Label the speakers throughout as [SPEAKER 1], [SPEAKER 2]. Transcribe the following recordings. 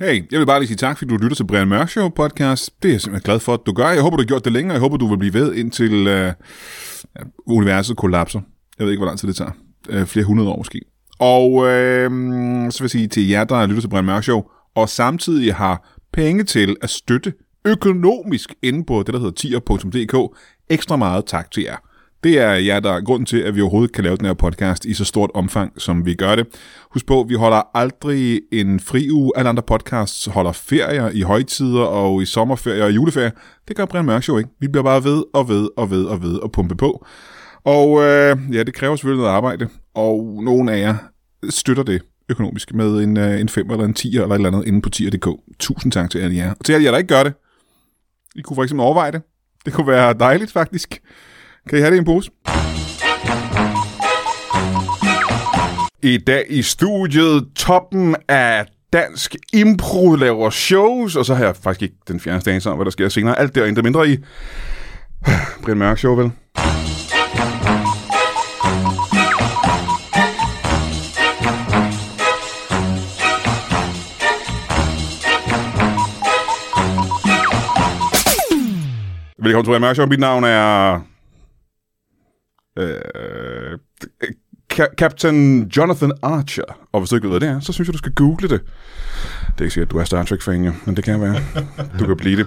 [SPEAKER 1] Hey, jeg vil bare lige sige tak, fordi du lytter til Brian Mørk Show podcast. Det er jeg simpelthen glad for, at du gør. Jeg håber, du har gjort det længere. Jeg håber, du vil blive ved indtil øh, ja, universet kollapser. Jeg ved ikke, hvor lang tid det tager. Øh, flere hundrede år måske. Og øh, så vil jeg sige til jer, der lytter til Brian Mørk Show, og samtidig har penge til at støtte økonomisk inde på det, der hedder tier.dk. Ekstra meget tak til jer. Det er jer, der er grunden til, at vi overhovedet kan lave den her podcast i så stort omfang, som vi gør det. Husk på, vi holder aldrig en fri uge. Alle andre podcasts holder ferier i højtider og i sommerferier og juleferier. Det gør Brian Mørk jo ikke. Vi bliver bare ved og ved og ved og ved og pumpe på. Og øh, ja, det kræver selvfølgelig noget arbejde, og nogen af jer støtter det økonomisk med en, øh, en 5 eller en 10 eller et eller andet inde på 10.dk. Tusind tak til alle jer. Og til alle jer, der ikke gør det, I kunne for eksempel overveje det. Det kunne være dejligt faktisk. Kan I have det i en pose? I dag i studiet, toppen af dansk impro laver shows, og så har jeg faktisk ikke den fjerneste anelse om, hvad der sker senere. Alt det og intet mindre i Brian Mørk Show, vel? Velkommen til Brian Mørk Show. Mit navn er... Øh, Ka- Captain Jonathan Archer. Og hvis du ikke ved, hvad det er, så synes jeg, du skal google det. Det er ikke sikkert, at du er Star Trek-fan, jo, men det kan være. Du kan blive det.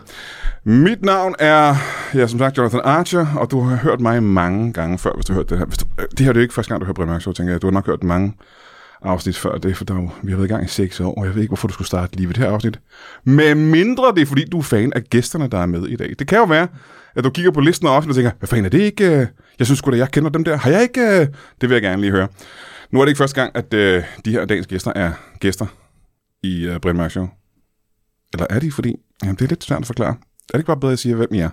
[SPEAKER 1] Mit navn er, ja, som sagt, Jonathan Archer, og du har hørt mig mange gange før, hvis du har hørt det her. Hvis du, øh, det her er jo ikke første gang, du hører Brian Mørk Show, tænker jeg. Du har nok hørt mange afsnit før det, for der, er jo- vi har været i gang i 6 år, og jeg ved ikke, hvorfor du skulle starte lige ved det her afsnit. Men mindre det er, fordi du er fan af gæsterne, der er med i dag. Det kan jo være, at du kigger på listen af afsnit og tænker, hvad fanden er det ikke? øh, Jeg synes sgu da, jeg kender dem der. Har jeg ikke? øh?" Det vil jeg gerne lige høre. Nu er det ikke første gang, at øh, de her dagens gæster er gæster i øh, Brian Mørk Show. Eller er de, fordi... Jamen, det er lidt svært at forklare. Er det ikke bare bedre at sige, hvem I er?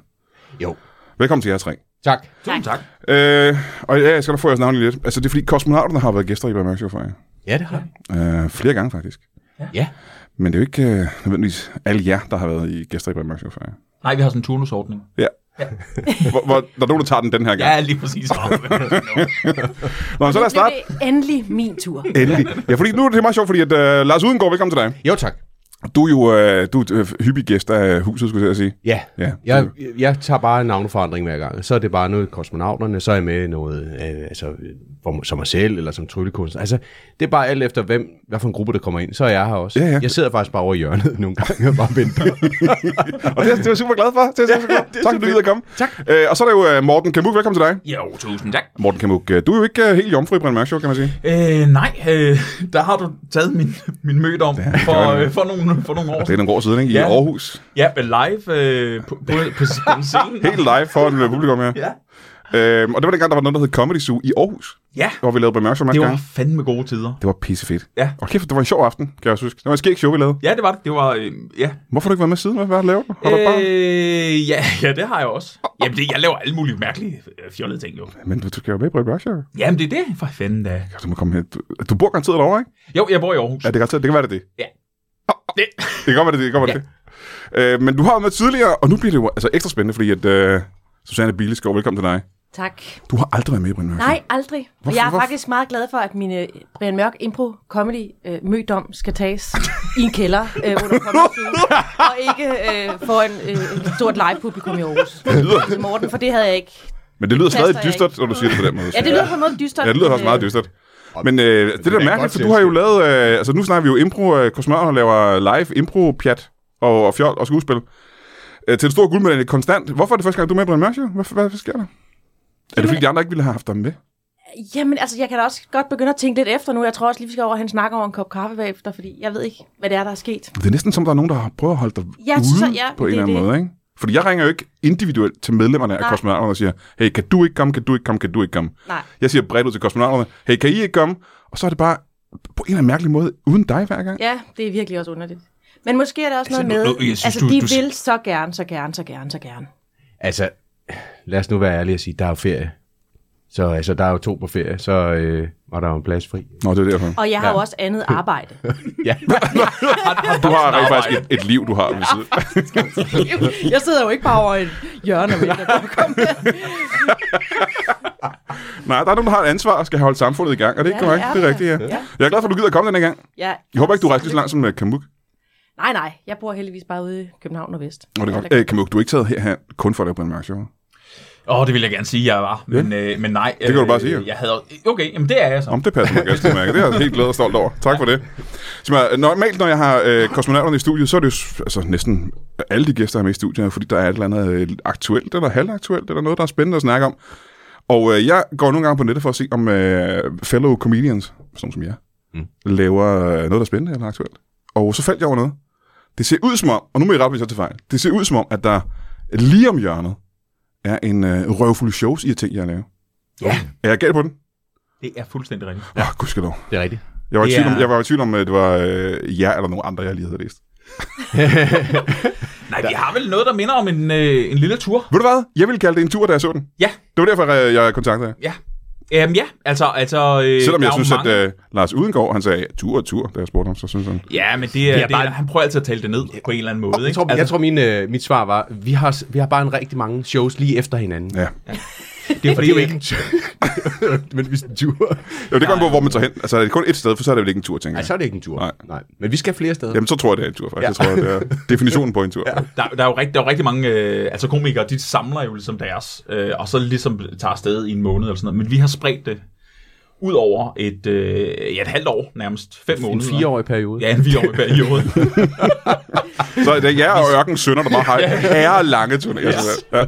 [SPEAKER 2] Jo.
[SPEAKER 1] Velkommen til jer tre.
[SPEAKER 2] Tak.
[SPEAKER 3] Tusind tak.
[SPEAKER 1] Øh, og ja, jeg skal da få jeres navn lige lidt. Altså, det er fordi kosmonauterne har været gæster i Brian Mørk Show for jer.
[SPEAKER 2] Ja, det har jeg.
[SPEAKER 1] Øh, flere gange faktisk.
[SPEAKER 2] Ja.
[SPEAKER 1] Men det er jo ikke øh, nødvendigvis alle jer, der har været i gæster i Brian Mørk Show for jer.
[SPEAKER 3] Nej, vi har sådan en turnusordning.
[SPEAKER 1] Ja. hvor, hvor, der er nogen, der tager den den her gang.
[SPEAKER 3] Ja, lige præcis.
[SPEAKER 1] Nå, men så lad os
[SPEAKER 4] Nu
[SPEAKER 1] starte.
[SPEAKER 4] bliver det endelig min tur.
[SPEAKER 1] Endelig. Ja, fordi nu er det meget sjovt, fordi at, uh, Lars Udengård, velkommen til dig.
[SPEAKER 2] Jo, tak.
[SPEAKER 1] Du er jo uh, du er, øh, hyppig gæst af huset, skulle jeg til at sige.
[SPEAKER 2] Ja.
[SPEAKER 1] Ja.
[SPEAKER 2] Jeg, jeg tager bare en navneforandring hver gang. Så er det bare noget kosmonauterne, så er jeg med i noget, øh, altså, øh, for, som mig selv eller som tryllekunstner. Altså, det er bare alt efter, hvem, hvad for en gruppe, der kommer ind. Så er jeg her også.
[SPEAKER 1] Ja, ja.
[SPEAKER 2] Jeg sidder faktisk bare over i hjørnet nogle gange og bare venter.
[SPEAKER 1] Og det, er- det er jeg super glad for. Det er, jeg super glad. for. tak, fordi du gider komme. Tak. Uh, og så er der jo uh, Morten Kamuk, velkommen til dig.
[SPEAKER 3] jo, tusind tak.
[SPEAKER 1] Morten Kamuk, uh, du er jo ikke uh, helt jomfru i Brian Mørk Show, kan man sige.
[SPEAKER 3] Øh, nej, øh, der har du taget min, min møde om for, øh, for, nogle, for nogle år
[SPEAKER 1] Det er
[SPEAKER 3] siden.
[SPEAKER 1] nogle år siden, ikke? I
[SPEAKER 3] Ja.
[SPEAKER 1] Aarhus.
[SPEAKER 3] Ja, men live øh, på, på, på, på scenen.
[SPEAKER 1] Helt live foran øh, publikum her.
[SPEAKER 3] Ja.
[SPEAKER 1] Uh, og det var dengang, der var noget, der hed Comedy Zoo i Aarhus.
[SPEAKER 3] ja,
[SPEAKER 1] Hvor vi lavede Brian Mørk Show mange
[SPEAKER 3] det var
[SPEAKER 1] gange.
[SPEAKER 3] fandme gode tider.
[SPEAKER 1] Det var pissefedt.
[SPEAKER 3] Ja.
[SPEAKER 1] Og kæft, det var en sjov aften, kan jeg også huske. Det var en skæg show, vi lavede.
[SPEAKER 3] Ja, det var det. Det var, øh, ja.
[SPEAKER 1] Hvorfor har du ikke været med siden? Hvad har du lavet? Har du bare...
[SPEAKER 3] Øh, ja, ja, det har jeg også. Jamen, det, jeg laver alle mulige mærkelige øh, fjollede ting, jo.
[SPEAKER 1] Men du skal jo med i Brian Mørk Show.
[SPEAKER 3] Jamen, det er det, for fanden da.
[SPEAKER 1] Ja, Du må komme her. Du, du bor garanteret derovre, ikke?
[SPEAKER 3] Jo, jeg bor i Aarhus.
[SPEAKER 1] Ja, det, er garanteret, det kan være, det er det.
[SPEAKER 3] Det,
[SPEAKER 1] Det kan godt være, det er det. det, kan godt være, det. er det. Øh, men du har været med tidligere, og nu bliver det jo altså ekstra spændende, fordi at, øh, Susanne Bileskov, velkommen til dig.
[SPEAKER 4] Tak.
[SPEAKER 1] Du har aldrig været med i Brian Mørk Show.
[SPEAKER 4] Nej, aldrig.
[SPEAKER 1] Hvorfor-
[SPEAKER 4] Hvorfor, jeg er
[SPEAKER 1] hvorfor?
[SPEAKER 4] faktisk meget glad for, at mine øh, Brian Mørk Impro Comedy øh, mødom skal tages i en kælder øh, under comedy og ikke øh, for en, øh, et stort live publikum i Aarhus. Til Morten, for det havde jeg ikke.
[SPEAKER 1] Men det lyder
[SPEAKER 4] Det
[SPEAKER 1] stadig
[SPEAKER 4] kaster jeg
[SPEAKER 1] dystert, når du siger det på den måde.
[SPEAKER 4] Ja, det lyder på en måde dystert.
[SPEAKER 1] ja, det lyder også
[SPEAKER 4] men,
[SPEAKER 1] meget
[SPEAKER 4] øh,
[SPEAKER 1] dystert. Men øh, det, der er
[SPEAKER 2] kan godt
[SPEAKER 1] mærkeligt, for
[SPEAKER 2] se
[SPEAKER 1] du har jo
[SPEAKER 2] undskyld.
[SPEAKER 1] lavet... Øh, altså, nu snakker vi jo impro. Øh, Kosmør laver live impro-pjat og, og fjol og skuespil. Øh, til en stor guldmedalje konstant. Hvorfor er det første gang, du er med i Brian Mørk Show? Hvad, hvad, hvad sker der? Er det fordi, de andre ikke ville have haft dig med?
[SPEAKER 4] Jamen, altså, jeg kan da også godt begynde at tænke lidt efter nu. Jeg tror også lige, vi skal over og have en snak over en kop kaffe bagefter, fordi jeg ved ikke, hvad det er, der er sket.
[SPEAKER 1] Det er næsten som, der er nogen, der har prøvet at holde dig
[SPEAKER 4] Jeg
[SPEAKER 1] ude
[SPEAKER 4] synes,
[SPEAKER 1] så,
[SPEAKER 4] at-
[SPEAKER 1] ja,
[SPEAKER 4] ja,
[SPEAKER 1] på en
[SPEAKER 4] det
[SPEAKER 1] eller
[SPEAKER 4] er
[SPEAKER 1] anden
[SPEAKER 4] det.
[SPEAKER 1] måde, ikke? Fordi jeg ringer jo ikke individuelt til medlemmerne af
[SPEAKER 4] Nej.
[SPEAKER 1] kosmonauterne og siger, hey, kan du ikke komme, kan du ikke komme, kan du ikke komme?
[SPEAKER 4] Nej.
[SPEAKER 1] Jeg siger bredt ud til kosmonauterne, hey, kan I ikke komme? Og så er det bare på en eller anden mærkelig måde, uden dig hver gang.
[SPEAKER 4] Ja, det er virkelig også underligt. Men måske er det også noget
[SPEAKER 3] nu-
[SPEAKER 4] med,
[SPEAKER 3] nu- jeg synes,
[SPEAKER 4] altså,
[SPEAKER 3] du-
[SPEAKER 4] de
[SPEAKER 3] du-
[SPEAKER 4] vil så gerne, så gerne, så gerne, så gerne.
[SPEAKER 2] altså, lad os nu være ærlige og sige, der er jo ferie. Så altså, der er jo to på ferie, så øh, var der jo en plads fri.
[SPEAKER 1] Nå, det er derfor.
[SPEAKER 4] Og jeg har jo også andet arbejde.
[SPEAKER 2] Ja.
[SPEAKER 1] Du har rent faktisk et, et liv, du har ved siden.
[SPEAKER 4] jeg sidder jo ikke bare over et hjørne og venter på at komme med.
[SPEAKER 1] Nej, der er nogen, der har et ansvar og skal holde samfundet i gang, og det er ikke
[SPEAKER 4] Ja, det
[SPEAKER 1] korrekt.
[SPEAKER 4] er
[SPEAKER 1] Det er
[SPEAKER 4] det.
[SPEAKER 1] rigtigt, ja.
[SPEAKER 4] Ja.
[SPEAKER 1] Jeg er glad for, at du gider at komme den her gang.
[SPEAKER 4] Ja.
[SPEAKER 1] Jeg håber ikke, du rejser lige så langt som uh, Kamuk.
[SPEAKER 4] Nej, nej, jeg bor heldigvis bare ude i København og Vest.
[SPEAKER 1] Nå, det er godt. Æ, Camille, du er ikke taget herhen kun for at lave Brian Mørk Show.
[SPEAKER 3] Åh, oh, det vil jeg gerne sige, jeg var. Men, øh, men nej. Det
[SPEAKER 1] kan du bare sige, jo.
[SPEAKER 3] Jeg havde, okay, jamen det er jeg så.
[SPEAKER 1] Om det passer mig ganske mærke. Det er jeg helt glad og stolt over. Tak for det. Så man, normalt, når jeg har øh, kosmonauterne i studiet, så er det jo s- altså, næsten alle de gæster, jeg har med i studiet, fordi der er et eller andet øh, aktuelt eller halvaktuelt, eller noget, der er spændende at snakke om. Og øh, jeg går nogle gange på nettet for at se, om øh, fellow comedians, sådan som jeg, mm. laver øh, noget, der er spændende eller aktuelt. Og så faldt jeg over noget. Det ser ud som om, og nu må I rette mig så til fejl, det ser ud som om, at der lige om hjørnet er en øh, røvfuld shows, I har tænkt jer at lave.
[SPEAKER 3] Ja.
[SPEAKER 1] Er jeg galt på den?
[SPEAKER 3] Det er fuldstændig rigtigt.
[SPEAKER 1] Ja, oh, gudskelov.
[SPEAKER 2] Det er rigtigt.
[SPEAKER 1] Jeg var, i
[SPEAKER 3] Det
[SPEAKER 1] tvivl om,
[SPEAKER 3] er-
[SPEAKER 1] jeg var i tvivl om, at det var øh, jer eller nogen andre, jeg lige havde læst.
[SPEAKER 3] Nej, vi har vel noget, der minder om en, øh, en lille tur.
[SPEAKER 1] Ved du hvad? Jeg ville kalde det en tur, da jeg så den.
[SPEAKER 3] Ja,
[SPEAKER 1] Det var derfor, jeg, jeg kontaktede jer.
[SPEAKER 3] ja. Øhm, ja, altså... altså øh,
[SPEAKER 1] Selvom
[SPEAKER 3] der
[SPEAKER 1] jeg
[SPEAKER 3] er jo
[SPEAKER 1] synes,
[SPEAKER 3] mange-
[SPEAKER 1] at øh, Lars Udengård, han sagde, tur og tur, da jeg spurgte ham, så synes han,
[SPEAKER 3] Ja, men det
[SPEAKER 2] Vi
[SPEAKER 3] er, det
[SPEAKER 2] har
[SPEAKER 3] er
[SPEAKER 2] bare-
[SPEAKER 3] han prøver altid at tale det ned på en eller anden måde. Ikke?
[SPEAKER 2] Jeg tror, altså, jeg tror min, øh, mit svar var, vi har, vi har bare en rigtig mange shows lige efter hinanden.
[SPEAKER 1] ja.
[SPEAKER 3] det er
[SPEAKER 2] Og
[SPEAKER 3] fordi,
[SPEAKER 2] det er jo ikke en tur. men hvis en tur.
[SPEAKER 1] Jo, det kommer på, hvor man tager hen. Altså, er det kun et sted, for så er det vel ikke en tur, tænker
[SPEAKER 2] Nej,
[SPEAKER 1] jeg.
[SPEAKER 2] så er det ikke en tur.
[SPEAKER 1] Nej.
[SPEAKER 2] Nej. Men vi skal flere steder.
[SPEAKER 1] Jamen, så tror jeg, det er en tur, faktisk. Jeg tror, det er definitionen på en tur. Ja.
[SPEAKER 3] Der, der, er jo rigtig, der er jo rigtig mange øh, altså komikere, de samler jo ligesom deres, øh, og så ligesom tager afsted i en måned eller sådan noget. Men vi har spredt det ud over et, øh, ja, et halvt år nærmest. Fem
[SPEAKER 2] en
[SPEAKER 3] måneder.
[SPEAKER 2] fireårig periode.
[SPEAKER 3] Ja, en fireårig periode.
[SPEAKER 1] Så det er jer og Ørken Sønder, der bare har herre lange turnéer. Yes. Ja.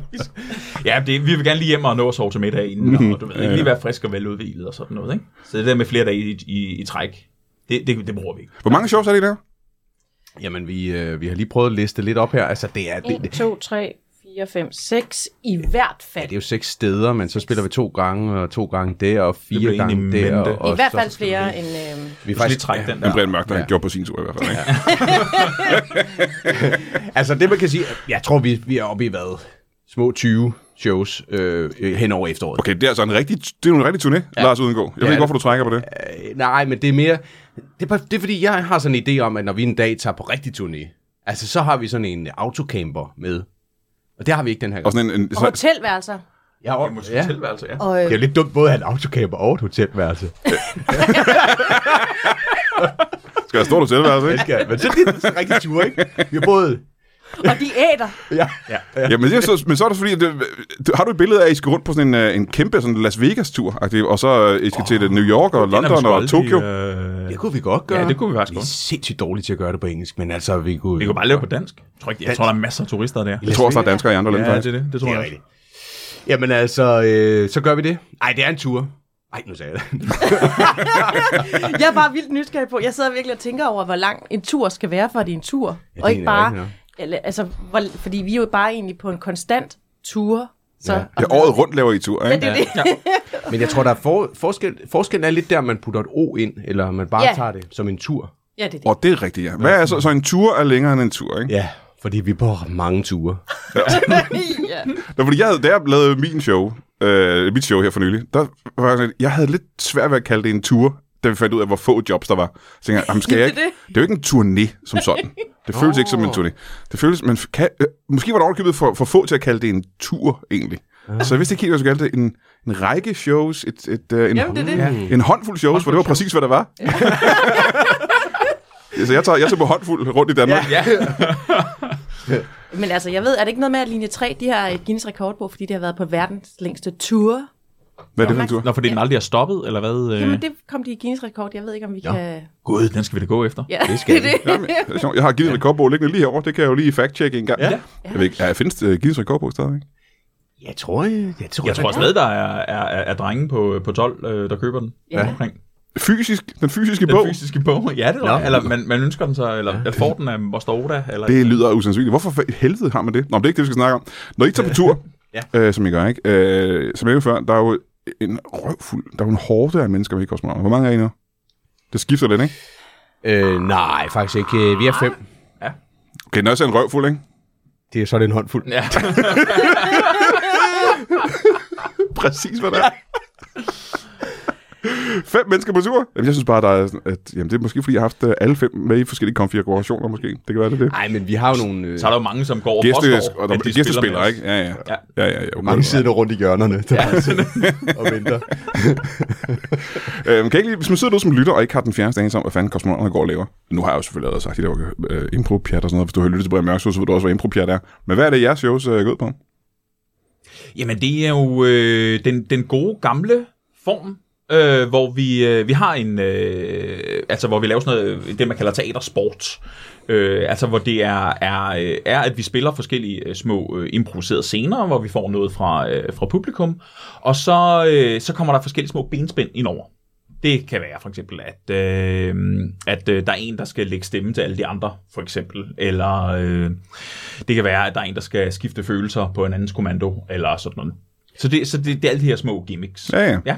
[SPEAKER 3] ja, det, vi vil gerne lige hjem og nå os over til middag inden, mm-hmm. og du ved, ikke, lige være frisk og veludvilet og sådan noget. Ikke? Så det der med flere dage i, i, i træk, det, det, det bruger vi ikke.
[SPEAKER 1] Hvor mange shows er det, I laver?
[SPEAKER 2] Jamen, vi, øh, vi har lige prøvet at liste lidt op her. Altså, det er, det,
[SPEAKER 4] 1,
[SPEAKER 2] det,
[SPEAKER 4] 2, 3, 4, 5, 6 i hvert
[SPEAKER 2] ja,
[SPEAKER 4] fald.
[SPEAKER 2] det er jo seks steder, men så spiller vi to gange, og to gange der, og
[SPEAKER 3] bliver
[SPEAKER 2] fire
[SPEAKER 3] egentlig
[SPEAKER 2] gange der.
[SPEAKER 3] mente.
[SPEAKER 2] Og, og
[SPEAKER 4] I hvert
[SPEAKER 2] så-
[SPEAKER 4] fald flere end... Øh,
[SPEAKER 2] Vi er
[SPEAKER 3] Du skal lige
[SPEAKER 2] faktisk,
[SPEAKER 3] trække den
[SPEAKER 1] Ja.
[SPEAKER 3] der.
[SPEAKER 1] Brian Mørk, der ja.
[SPEAKER 2] Ja.
[SPEAKER 1] gjorde på sin tur i hvert fald. Ikke?
[SPEAKER 2] altså, det man kan sige, jeg tror, vi, vi er oppe i hvad? Små 20 shows øh, hen over efteråret.
[SPEAKER 1] Okay, det er altså en rigtig, det er jo en rigtig turné, ja. Lars Udengård. Jeg ved ikke,
[SPEAKER 2] Ja, det-
[SPEAKER 1] hvorfor du trækker på det.
[SPEAKER 2] Øh, nej, men det er mere... Det er, bare, det er fordi, jeg har sådan en idé om, at når vi en dag tager på rigtig turné, altså så har vi sådan en autocamper med. Og det har vi ikke den her
[SPEAKER 1] Og
[SPEAKER 2] gang.
[SPEAKER 1] sådan en, en
[SPEAKER 4] og
[SPEAKER 1] så,
[SPEAKER 4] hotelværelser.
[SPEAKER 2] Jeg er,
[SPEAKER 3] Måske
[SPEAKER 2] ja.
[SPEAKER 3] tilværelse, ja.
[SPEAKER 4] Og, øh,
[SPEAKER 2] Det er jo lidt dumt både at have en autocamper og et hotelværelse.
[SPEAKER 1] skal jeg stå dig selv, altså, ikke?
[SPEAKER 2] Ja, men så det er sådan en rigtig tur, ikke? Vi har både...
[SPEAKER 4] og de æder.
[SPEAKER 2] Ja.
[SPEAKER 1] Ja, men, det er så, men så er det fordi, at det, det- har du et billede af, at I skal rundt på sådan en, øh, en kæmpe sådan Las Vegas-tur, agtig, og så øh, I skal oh, til øh, New York og
[SPEAKER 3] Den er vi
[SPEAKER 1] London
[SPEAKER 3] sgu
[SPEAKER 1] og
[SPEAKER 3] aldrig,
[SPEAKER 1] Tokyo?
[SPEAKER 3] Øh,
[SPEAKER 2] Det kunne vi godt gøre.
[SPEAKER 3] ja, det kunne vi faktisk
[SPEAKER 2] Vi er
[SPEAKER 3] godt.
[SPEAKER 2] sindssygt dårlige til at gøre det på engelsk, men altså, vi kunne...
[SPEAKER 3] Vi kan bare lave på dansk. Jeg tror, ikke, jeg tror der er masser af turister der.
[SPEAKER 1] Jeg tror også, der er danskere i andre lande,
[SPEAKER 3] Ja, det
[SPEAKER 1] faktisk.
[SPEAKER 3] er det. Det tror
[SPEAKER 2] Det er
[SPEAKER 3] jeg også.
[SPEAKER 2] rigtigt. Jamen altså, øh, så gør vi det. Ej, det er en tur. Ej, nu sagde jeg det.
[SPEAKER 4] Jeg er bare vildt nysgerrig på. Jeg sidder virkelig og tænker over, hvor lang en tur skal være, for at det er en tur.
[SPEAKER 2] det
[SPEAKER 4] og ikke
[SPEAKER 2] er rigtigt
[SPEAKER 4] bare...
[SPEAKER 2] nok.
[SPEAKER 4] Eller, altså, hvor, fordi vi er jo bare egentlig på en konstant tur. Så,
[SPEAKER 2] Ja.
[SPEAKER 1] Ja, året rundt laver I tur, ikke?
[SPEAKER 4] det er det.
[SPEAKER 2] Men jeg tror, der er for, forskel, forskellen er lidt der, man putter et O ind, eller man bare
[SPEAKER 4] Ja.
[SPEAKER 2] ja. tager det som en tur.
[SPEAKER 4] Ja, det er det.
[SPEAKER 1] Og det er rigtigt, ja. Hvad er så, så en tur er længere end en tur, ikke?
[SPEAKER 2] Ja, fordi vi er på mange ture.
[SPEAKER 4] ja.
[SPEAKER 1] Ja. Fordi jeg havde, da jeg lavede min show, øh, mit show her for nylig, der var jeg sådan, jeg havde lidt svært ved at kalde det en tur, da vi fandt ud af, hvor få jobs der var. Så tænkte jeg, jamen, skal jeg ikke?
[SPEAKER 4] Det er
[SPEAKER 1] Det er jo ikke en turné som sådan. Det føles ikke som en turné. Det føles, man kan, øh, måske var der overkøbet for, for få til at kalde det en tur, egentlig. Så jeg vidste ikke helt, hvad jeg skulle kalde det. En, en række shows, et, et, øh, en,
[SPEAKER 4] Jamen, det er det.
[SPEAKER 1] en håndfuld shows, for det var præcis, hvad der var. Så jeg tager, jeg tager på håndfuld rundt i Danmark. Ja,
[SPEAKER 3] Ja,
[SPEAKER 4] Men altså, jeg ved, er det ikke noget med, at linje 3, de har et Guinness rekordbog, fordi det har været på verdens længste tur?
[SPEAKER 1] Hvad er det for en tur?
[SPEAKER 3] Nå, fordi den aldrig er stoppet, eller hvad? øh?
[SPEAKER 4] Jamen, det kom de i Guinness rekord. Jeg ved ikke, om vi kan...
[SPEAKER 3] Gud, den skal vi da gå efter.
[SPEAKER 4] Ja, det skal det. er det.
[SPEAKER 1] Jamen, det er sjovt. jeg har givet en rekordbog liggende lige herovre. Det kan jeg jo lige fact-checke en gang. Ja. Jeg ved ikke, er, findes uh, Guinness rekordbog stadigvæk?
[SPEAKER 2] Jeg tror, jeg, jeg tror,
[SPEAKER 3] Jeg tror stadig, der er, er, er, er drenge på, på 12, øh, der køber den.
[SPEAKER 4] Ja.
[SPEAKER 3] Rundt Omkring.
[SPEAKER 1] Fysisk, den fysiske den
[SPEAKER 3] Den
[SPEAKER 1] bog,
[SPEAKER 3] fysiske bog. Ja, det er
[SPEAKER 2] Nå.
[SPEAKER 3] der. Eller man, man ønsker den så, eller ja. får den af Mostoda. Eller,
[SPEAKER 1] det lyder usandsynligt. Hvorfor for helvede har man det? Nå, men det er ikke det, vi skal snakke om. Når I tager på tur, ja.
[SPEAKER 2] Ja.
[SPEAKER 1] øh, som I gør, ikke? Øh, som jeg nævnte før, der er jo en røvfuld, der er jo en hårde af mennesker med i kosmonauter. Hvor mange er I nu? Det skifter lidt, ikke?
[SPEAKER 2] Øh, nej, faktisk ikke. Øh, Vi er fem.
[SPEAKER 1] Okay, når jeg siger en røvfuld, ikke?
[SPEAKER 2] Det er så er det en håndfuld.
[SPEAKER 3] Ja.
[SPEAKER 1] Præcis, hvad det er. Fem mennesker på tur? Jamen, jeg synes bare, der er sådan, at jamen, det er måske, fordi jeg har haft øh, alle fem med i forskellige konfigurationer, måske. Det kan være, det er det.
[SPEAKER 2] Nej, men vi har jo nogle... Øh,
[SPEAKER 3] Så er der jo mange, som går og
[SPEAKER 1] Gæste,
[SPEAKER 3] påstår,
[SPEAKER 1] og der,
[SPEAKER 3] at de spiller
[SPEAKER 1] gæstespillere,
[SPEAKER 3] med
[SPEAKER 1] ikke? Ja, ja.
[SPEAKER 3] Ja.
[SPEAKER 1] Ja, ja, ja.
[SPEAKER 2] mange
[SPEAKER 1] Okay.
[SPEAKER 2] siddende rundt i hjørnerne, der bare sidder og venter.
[SPEAKER 1] Øhm, kan jeg ikke lige, hvis man sidder derude som lytter og ikke har den fjerneste anelse om, hvad fanden kosmonauterne går og laver. Nu har jeg jo selvfølgelig allerede sagt, at de laver øh, impro-pjat og sådan noget. Hvis du har lyttet til Brian Mørk Show, så ved du også, hvad impro-pjat er. Men hvad er det, jeres shows øh, går ud på?
[SPEAKER 3] os. Jamen, det er jo øh, den, den gode gamle form, øh, hvor vi, øh, vi har en... Øh, altså, hvor vi laver sådan noget, øh, det man kalder teatersport. Øh, altså, hvor det er, er, øh, er, at vi spiller forskellige øh, små øh, improviserede scener, hvor vi får noget fra, øh, fra publikum. Og så, øh, så kommer der forskellige små benspænd indover. Det kan være for eksempel, at, øh, at øh, der er en, der skal lægge stemme til alle de andre, for eksempel. Eller øh, det kan være, at der er en, der skal skifte følelser på en andens kommando, eller sådan noget. Så det, så det, det er alle de her små gimmicks.
[SPEAKER 1] Ja, ja.
[SPEAKER 3] ja.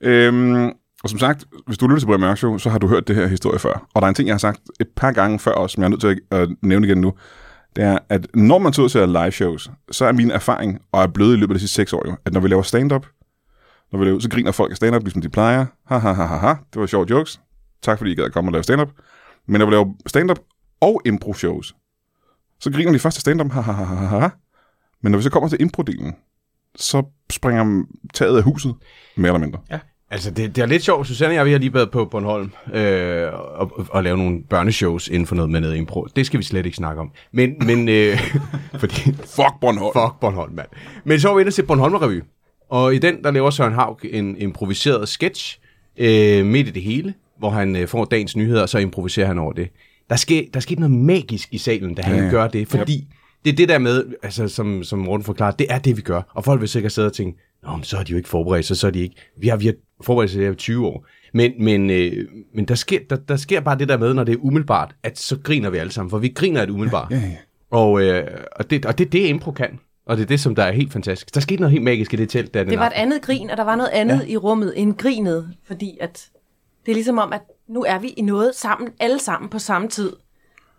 [SPEAKER 1] Øhm, og som sagt, hvis du lytter til Brian Mørk Show, så har du hørt det her historie før. Og der er en ting, jeg har sagt et par gange før også, som jeg er nødt til at, at nævne igen nu. Det er, at når man tager ud til live shows, så er min erfaring, og er blevet i løbet af de sidste seks år jo, at når vi laver stand-up, når vi laver, så griner folk af stand-up, ligesom de plejer. Ha, ha, ha, ha, ha. Det var sjovt jokes. Tak fordi I gad at komme og lave stand-up. Men når vi laver stand-up og impro-shows, så griner de først af stand-up, ha, ha, ha, ha, ha, ha. Men når vi så kommer til impro-delen, så springer taget af huset, mere eller mindre.
[SPEAKER 2] Altså, det, det er lidt sjovt. Susanne og jeg, vi har lige været på Bornholm øh, og, og, og lave nogle børneshows inden for noget med noget impro. Det skal vi slet ikke snakke om. Men, men øh, fordi,
[SPEAKER 1] Fuck Bornholm.
[SPEAKER 2] Fuck Bornholm, mand. Men så var vi inde og se Bornholm Revy. Og i den, der laver Søren Haug en improviseret sketch øh, midt i det hele, hvor han øh, får dagens nyheder, og så improviserer han over det. Der sker, der sker noget magisk i salen, da han
[SPEAKER 1] ja.
[SPEAKER 2] ja. gør det, fordi det er det der med, altså, som, som Morten forklarer, det er det, vi gør. Og folk vil sikkert sidde og tænke, Nå, men så er de jo ikke forberedt, så, så er de ikke. Vi har, vi har forberedt sig det her i 20 år. Men, men, øh, men der, sker, der, der sker bare det der med, når det er umiddelbart, at så griner vi alle sammen, for vi griner af det umiddelbart.
[SPEAKER 1] Ja, ja.
[SPEAKER 2] Og, øh, og, det, og det er det, impro kan. Og det er det, som der er helt fantastisk. Der skete noget helt magisk i det telt, der den
[SPEAKER 4] Det var et
[SPEAKER 2] aften.
[SPEAKER 4] andet grin, og der var noget andet ja. i rummet end grinet, fordi at det er ligesom om, at nu er vi i noget sammen, alle sammen på samme tid.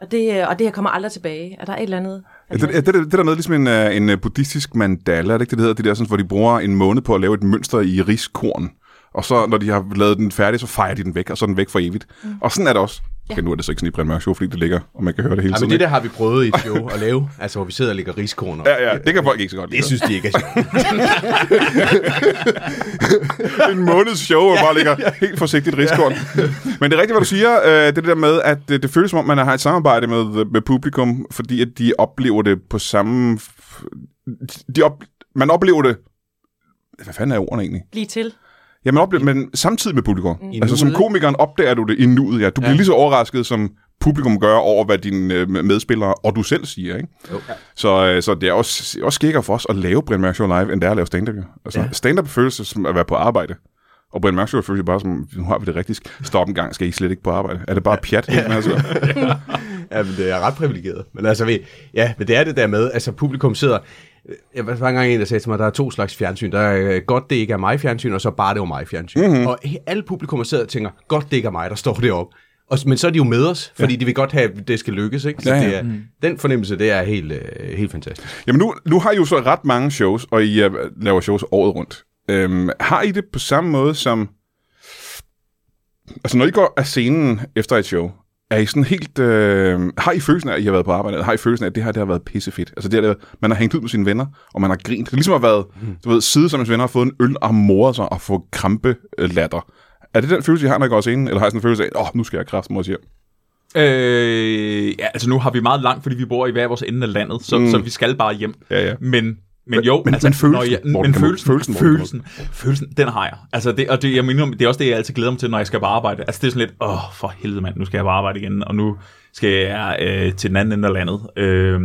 [SPEAKER 4] Og det, øh, og det her kommer aldrig tilbage. Er der et eller andet?
[SPEAKER 1] Ja, det, ja, det, det, det der med ligesom en, øh, en øh, buddhistisk mandala, er det ikke det, det hedder? Det der, sådan, hvor de bruger en måned på at lave et mønster i riskorn. Og så, når de har lavet den færdig, så fejrer de den væk, og så er den væk for evigt. Mm. Og sådan er det også. Okay, nu er det så ikke sådan i Brian Mørk Show, fordi det ligger, og man kan høre det hele
[SPEAKER 2] Ja, men
[SPEAKER 1] tiden.
[SPEAKER 2] det
[SPEAKER 1] ikke?
[SPEAKER 2] der har vi prøvet i et show at lave, altså hvor vi sidder og lægger riskorner.
[SPEAKER 1] Ja, ja, det kan folk ikke så godt lide.
[SPEAKER 2] Det synes de ikke er sjovt.
[SPEAKER 1] en måneds show, og bare ligger helt forsigtigt riskorn. Men det er rigtigt, hvad du siger. øh, Det er det der med, at øh, det føles som om, man har et samarbejde med, med publikum, fordi at de oplever det på samme... De op, man oplever det... Hvad fanden er ordene egentlig?
[SPEAKER 4] Lige til.
[SPEAKER 1] Ja, man oplever, men samtidig med publikum.
[SPEAKER 2] I
[SPEAKER 1] Altså som
[SPEAKER 2] nuet.
[SPEAKER 1] komikeren opdager du det i nuet, ja. Du bliver lige så overrasket, som publikum gør over, hvad dine øh, medspillere og du selv siger, ikke?
[SPEAKER 2] Jo.
[SPEAKER 1] Så, øh, så det er også, også skækker for os at lave Brian Mørk Show live, end det er at lave stand-up. jo. Altså, ja. Stand-up føles som at være på arbejde. Og Brian Mørk Show føles jo bare som, nu har vi det rigtigt. Stop en gang, skal I slet ikke på arbejde. Er det bare pjat? Ja. Altså?
[SPEAKER 2] Ja, men det er ret privilegeret. Men altså, vi, ja, men det er det der med, altså publikum sidder... Jeg var der var engang en, der sagde til mig, der er to slags fjernsyn. Der er øh, godt, det ikke er mig fjernsyn, og så bare det var mig fjernsyn. Mm-hmm. Og he- alle publikummer sidder og tænker, godt, det ikke er mig, der står deroppe. Og, s- men så er de jo med os, fordi ja. Mhm. de vil godt have, at det skal lykkes. Ikke? Så
[SPEAKER 1] Ja, ja.
[SPEAKER 2] Det er, Den fornemmelse, det er helt, øh, helt fantastisk.
[SPEAKER 1] Jamen nu, nu har I jo så ret mange shows, og I uh, laver shows året rundt. Øhm, har I det på samme måde som... Altså når I går af scenen efter et show, er I sådan helt... Øh, har I følelsen af, at I har været på arbejde, eller har I følelsen af, at det her det har været pissefedt? Altså det her, det har- man har hængt ud med sine venner, og man har grint. Det er ligesom at have været, du ved, sidde som ens venner og fået en øl og moret sig og få krampe øh, latter. Er det den følelse, I har, når I går af scenen? Eller har I sådan en følelse af, åh, oh, nu skal jeg kraft, mor siger.
[SPEAKER 3] Øh, ja, altså nu har vi meget langt, fordi vi bor i hver vores ende af landet, så, mm. så vi skal bare hjem.
[SPEAKER 1] Ja, ja.
[SPEAKER 3] Men, men jo,
[SPEAKER 1] men-
[SPEAKER 3] altså,
[SPEAKER 1] men følelsen,
[SPEAKER 3] når jeg,
[SPEAKER 1] Morten,
[SPEAKER 3] men
[SPEAKER 1] kan man-
[SPEAKER 3] følelsen,
[SPEAKER 1] følelsen,
[SPEAKER 3] følelsen,
[SPEAKER 1] Morten, kan man-
[SPEAKER 3] følelsen, følelsen, den har jeg. Altså det, og det, jeg mener, det er også det, jeg altid glæder mig til, når jeg skal på arbejde. Altså det er sådan lidt, åh, for helvede mand, nu skal jeg på arbejde igen, og nu skal jeg øh, til den anden ende af landet. Øh,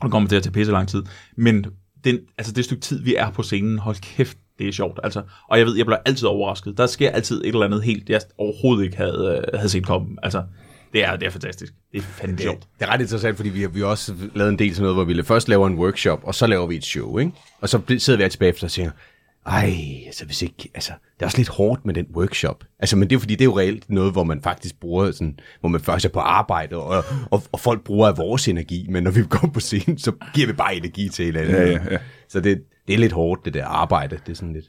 [SPEAKER 3] og det kommer til at tage pisse lang tid. Men den, altså det stykke tid, vi er på scenen, hold kæft, det er sjovt. Altså, og jeg ved, jeg bliver altid overrasket. Der sker altid et eller andet helt, jeg overhovedet ikke havde, øh, havde set komme. Altså, det er, det er fantastisk. Det er fandme sjovt.
[SPEAKER 2] Det er ret interessant, fordi vi har, vi har også lavet en del sådan noget, hvor vi først laver en workshop, og så laver vi et show, ikke? Og så bl- sidder vi altid bagefter og siger, ej, altså hvis ikke, altså, det er også lidt hårdt med den workshop. Altså, men det er jo fordi, det er jo reelt noget, hvor man faktisk bruger sådan, hvor man først er på arbejde, og, og, og folk bruger af vores energi, men når vi går på scenen, så giver vi bare energi til hinanden.
[SPEAKER 1] Ja, ja, ja.
[SPEAKER 2] Så det, det er lidt hårdt, det der arbejde, det er sådan lidt.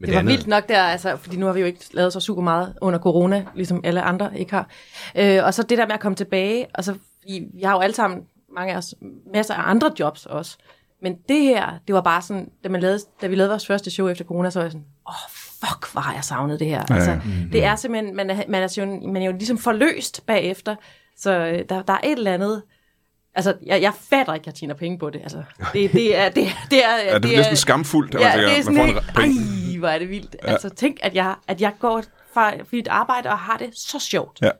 [SPEAKER 2] Men
[SPEAKER 4] Det var vildt nok der, altså, fordi nu har vi jo ikke lavet så super meget under corona, ligesom alle andre ikke har. Øh, og så det der med at komme tilbage, og så, I, vi har jo alle sammen, mange af os, masser af andre jobs også. Men det her, det var bare sådan, da, man lavede, da vi lavede vores første show efter corona, så var jeg sådan, åh, oh, fuck, hvor har jeg savnet det her.
[SPEAKER 1] Ja, Mm-hmm.
[SPEAKER 4] Ja, altså,
[SPEAKER 1] ja.
[SPEAKER 4] Det er simpelthen, man er, man, er jo, man er jo ligesom forløst bagefter, så øh, der, der er et eller andet, altså, jeg, jeg fatter ikke, at jeg tjener penge på det. Altså, det, det er, det, er- det er,
[SPEAKER 1] Ja, det bliver næsten skamfuldt.
[SPEAKER 4] Ja, det er
[SPEAKER 1] man
[SPEAKER 4] sådan
[SPEAKER 1] får en
[SPEAKER 4] helt,
[SPEAKER 1] re- penge.
[SPEAKER 4] ej, hvor er det vildt. Ja. Altså, tænk, at jeg, at jeg går fra mit arbejde og har det så sjovt.
[SPEAKER 1] Ja.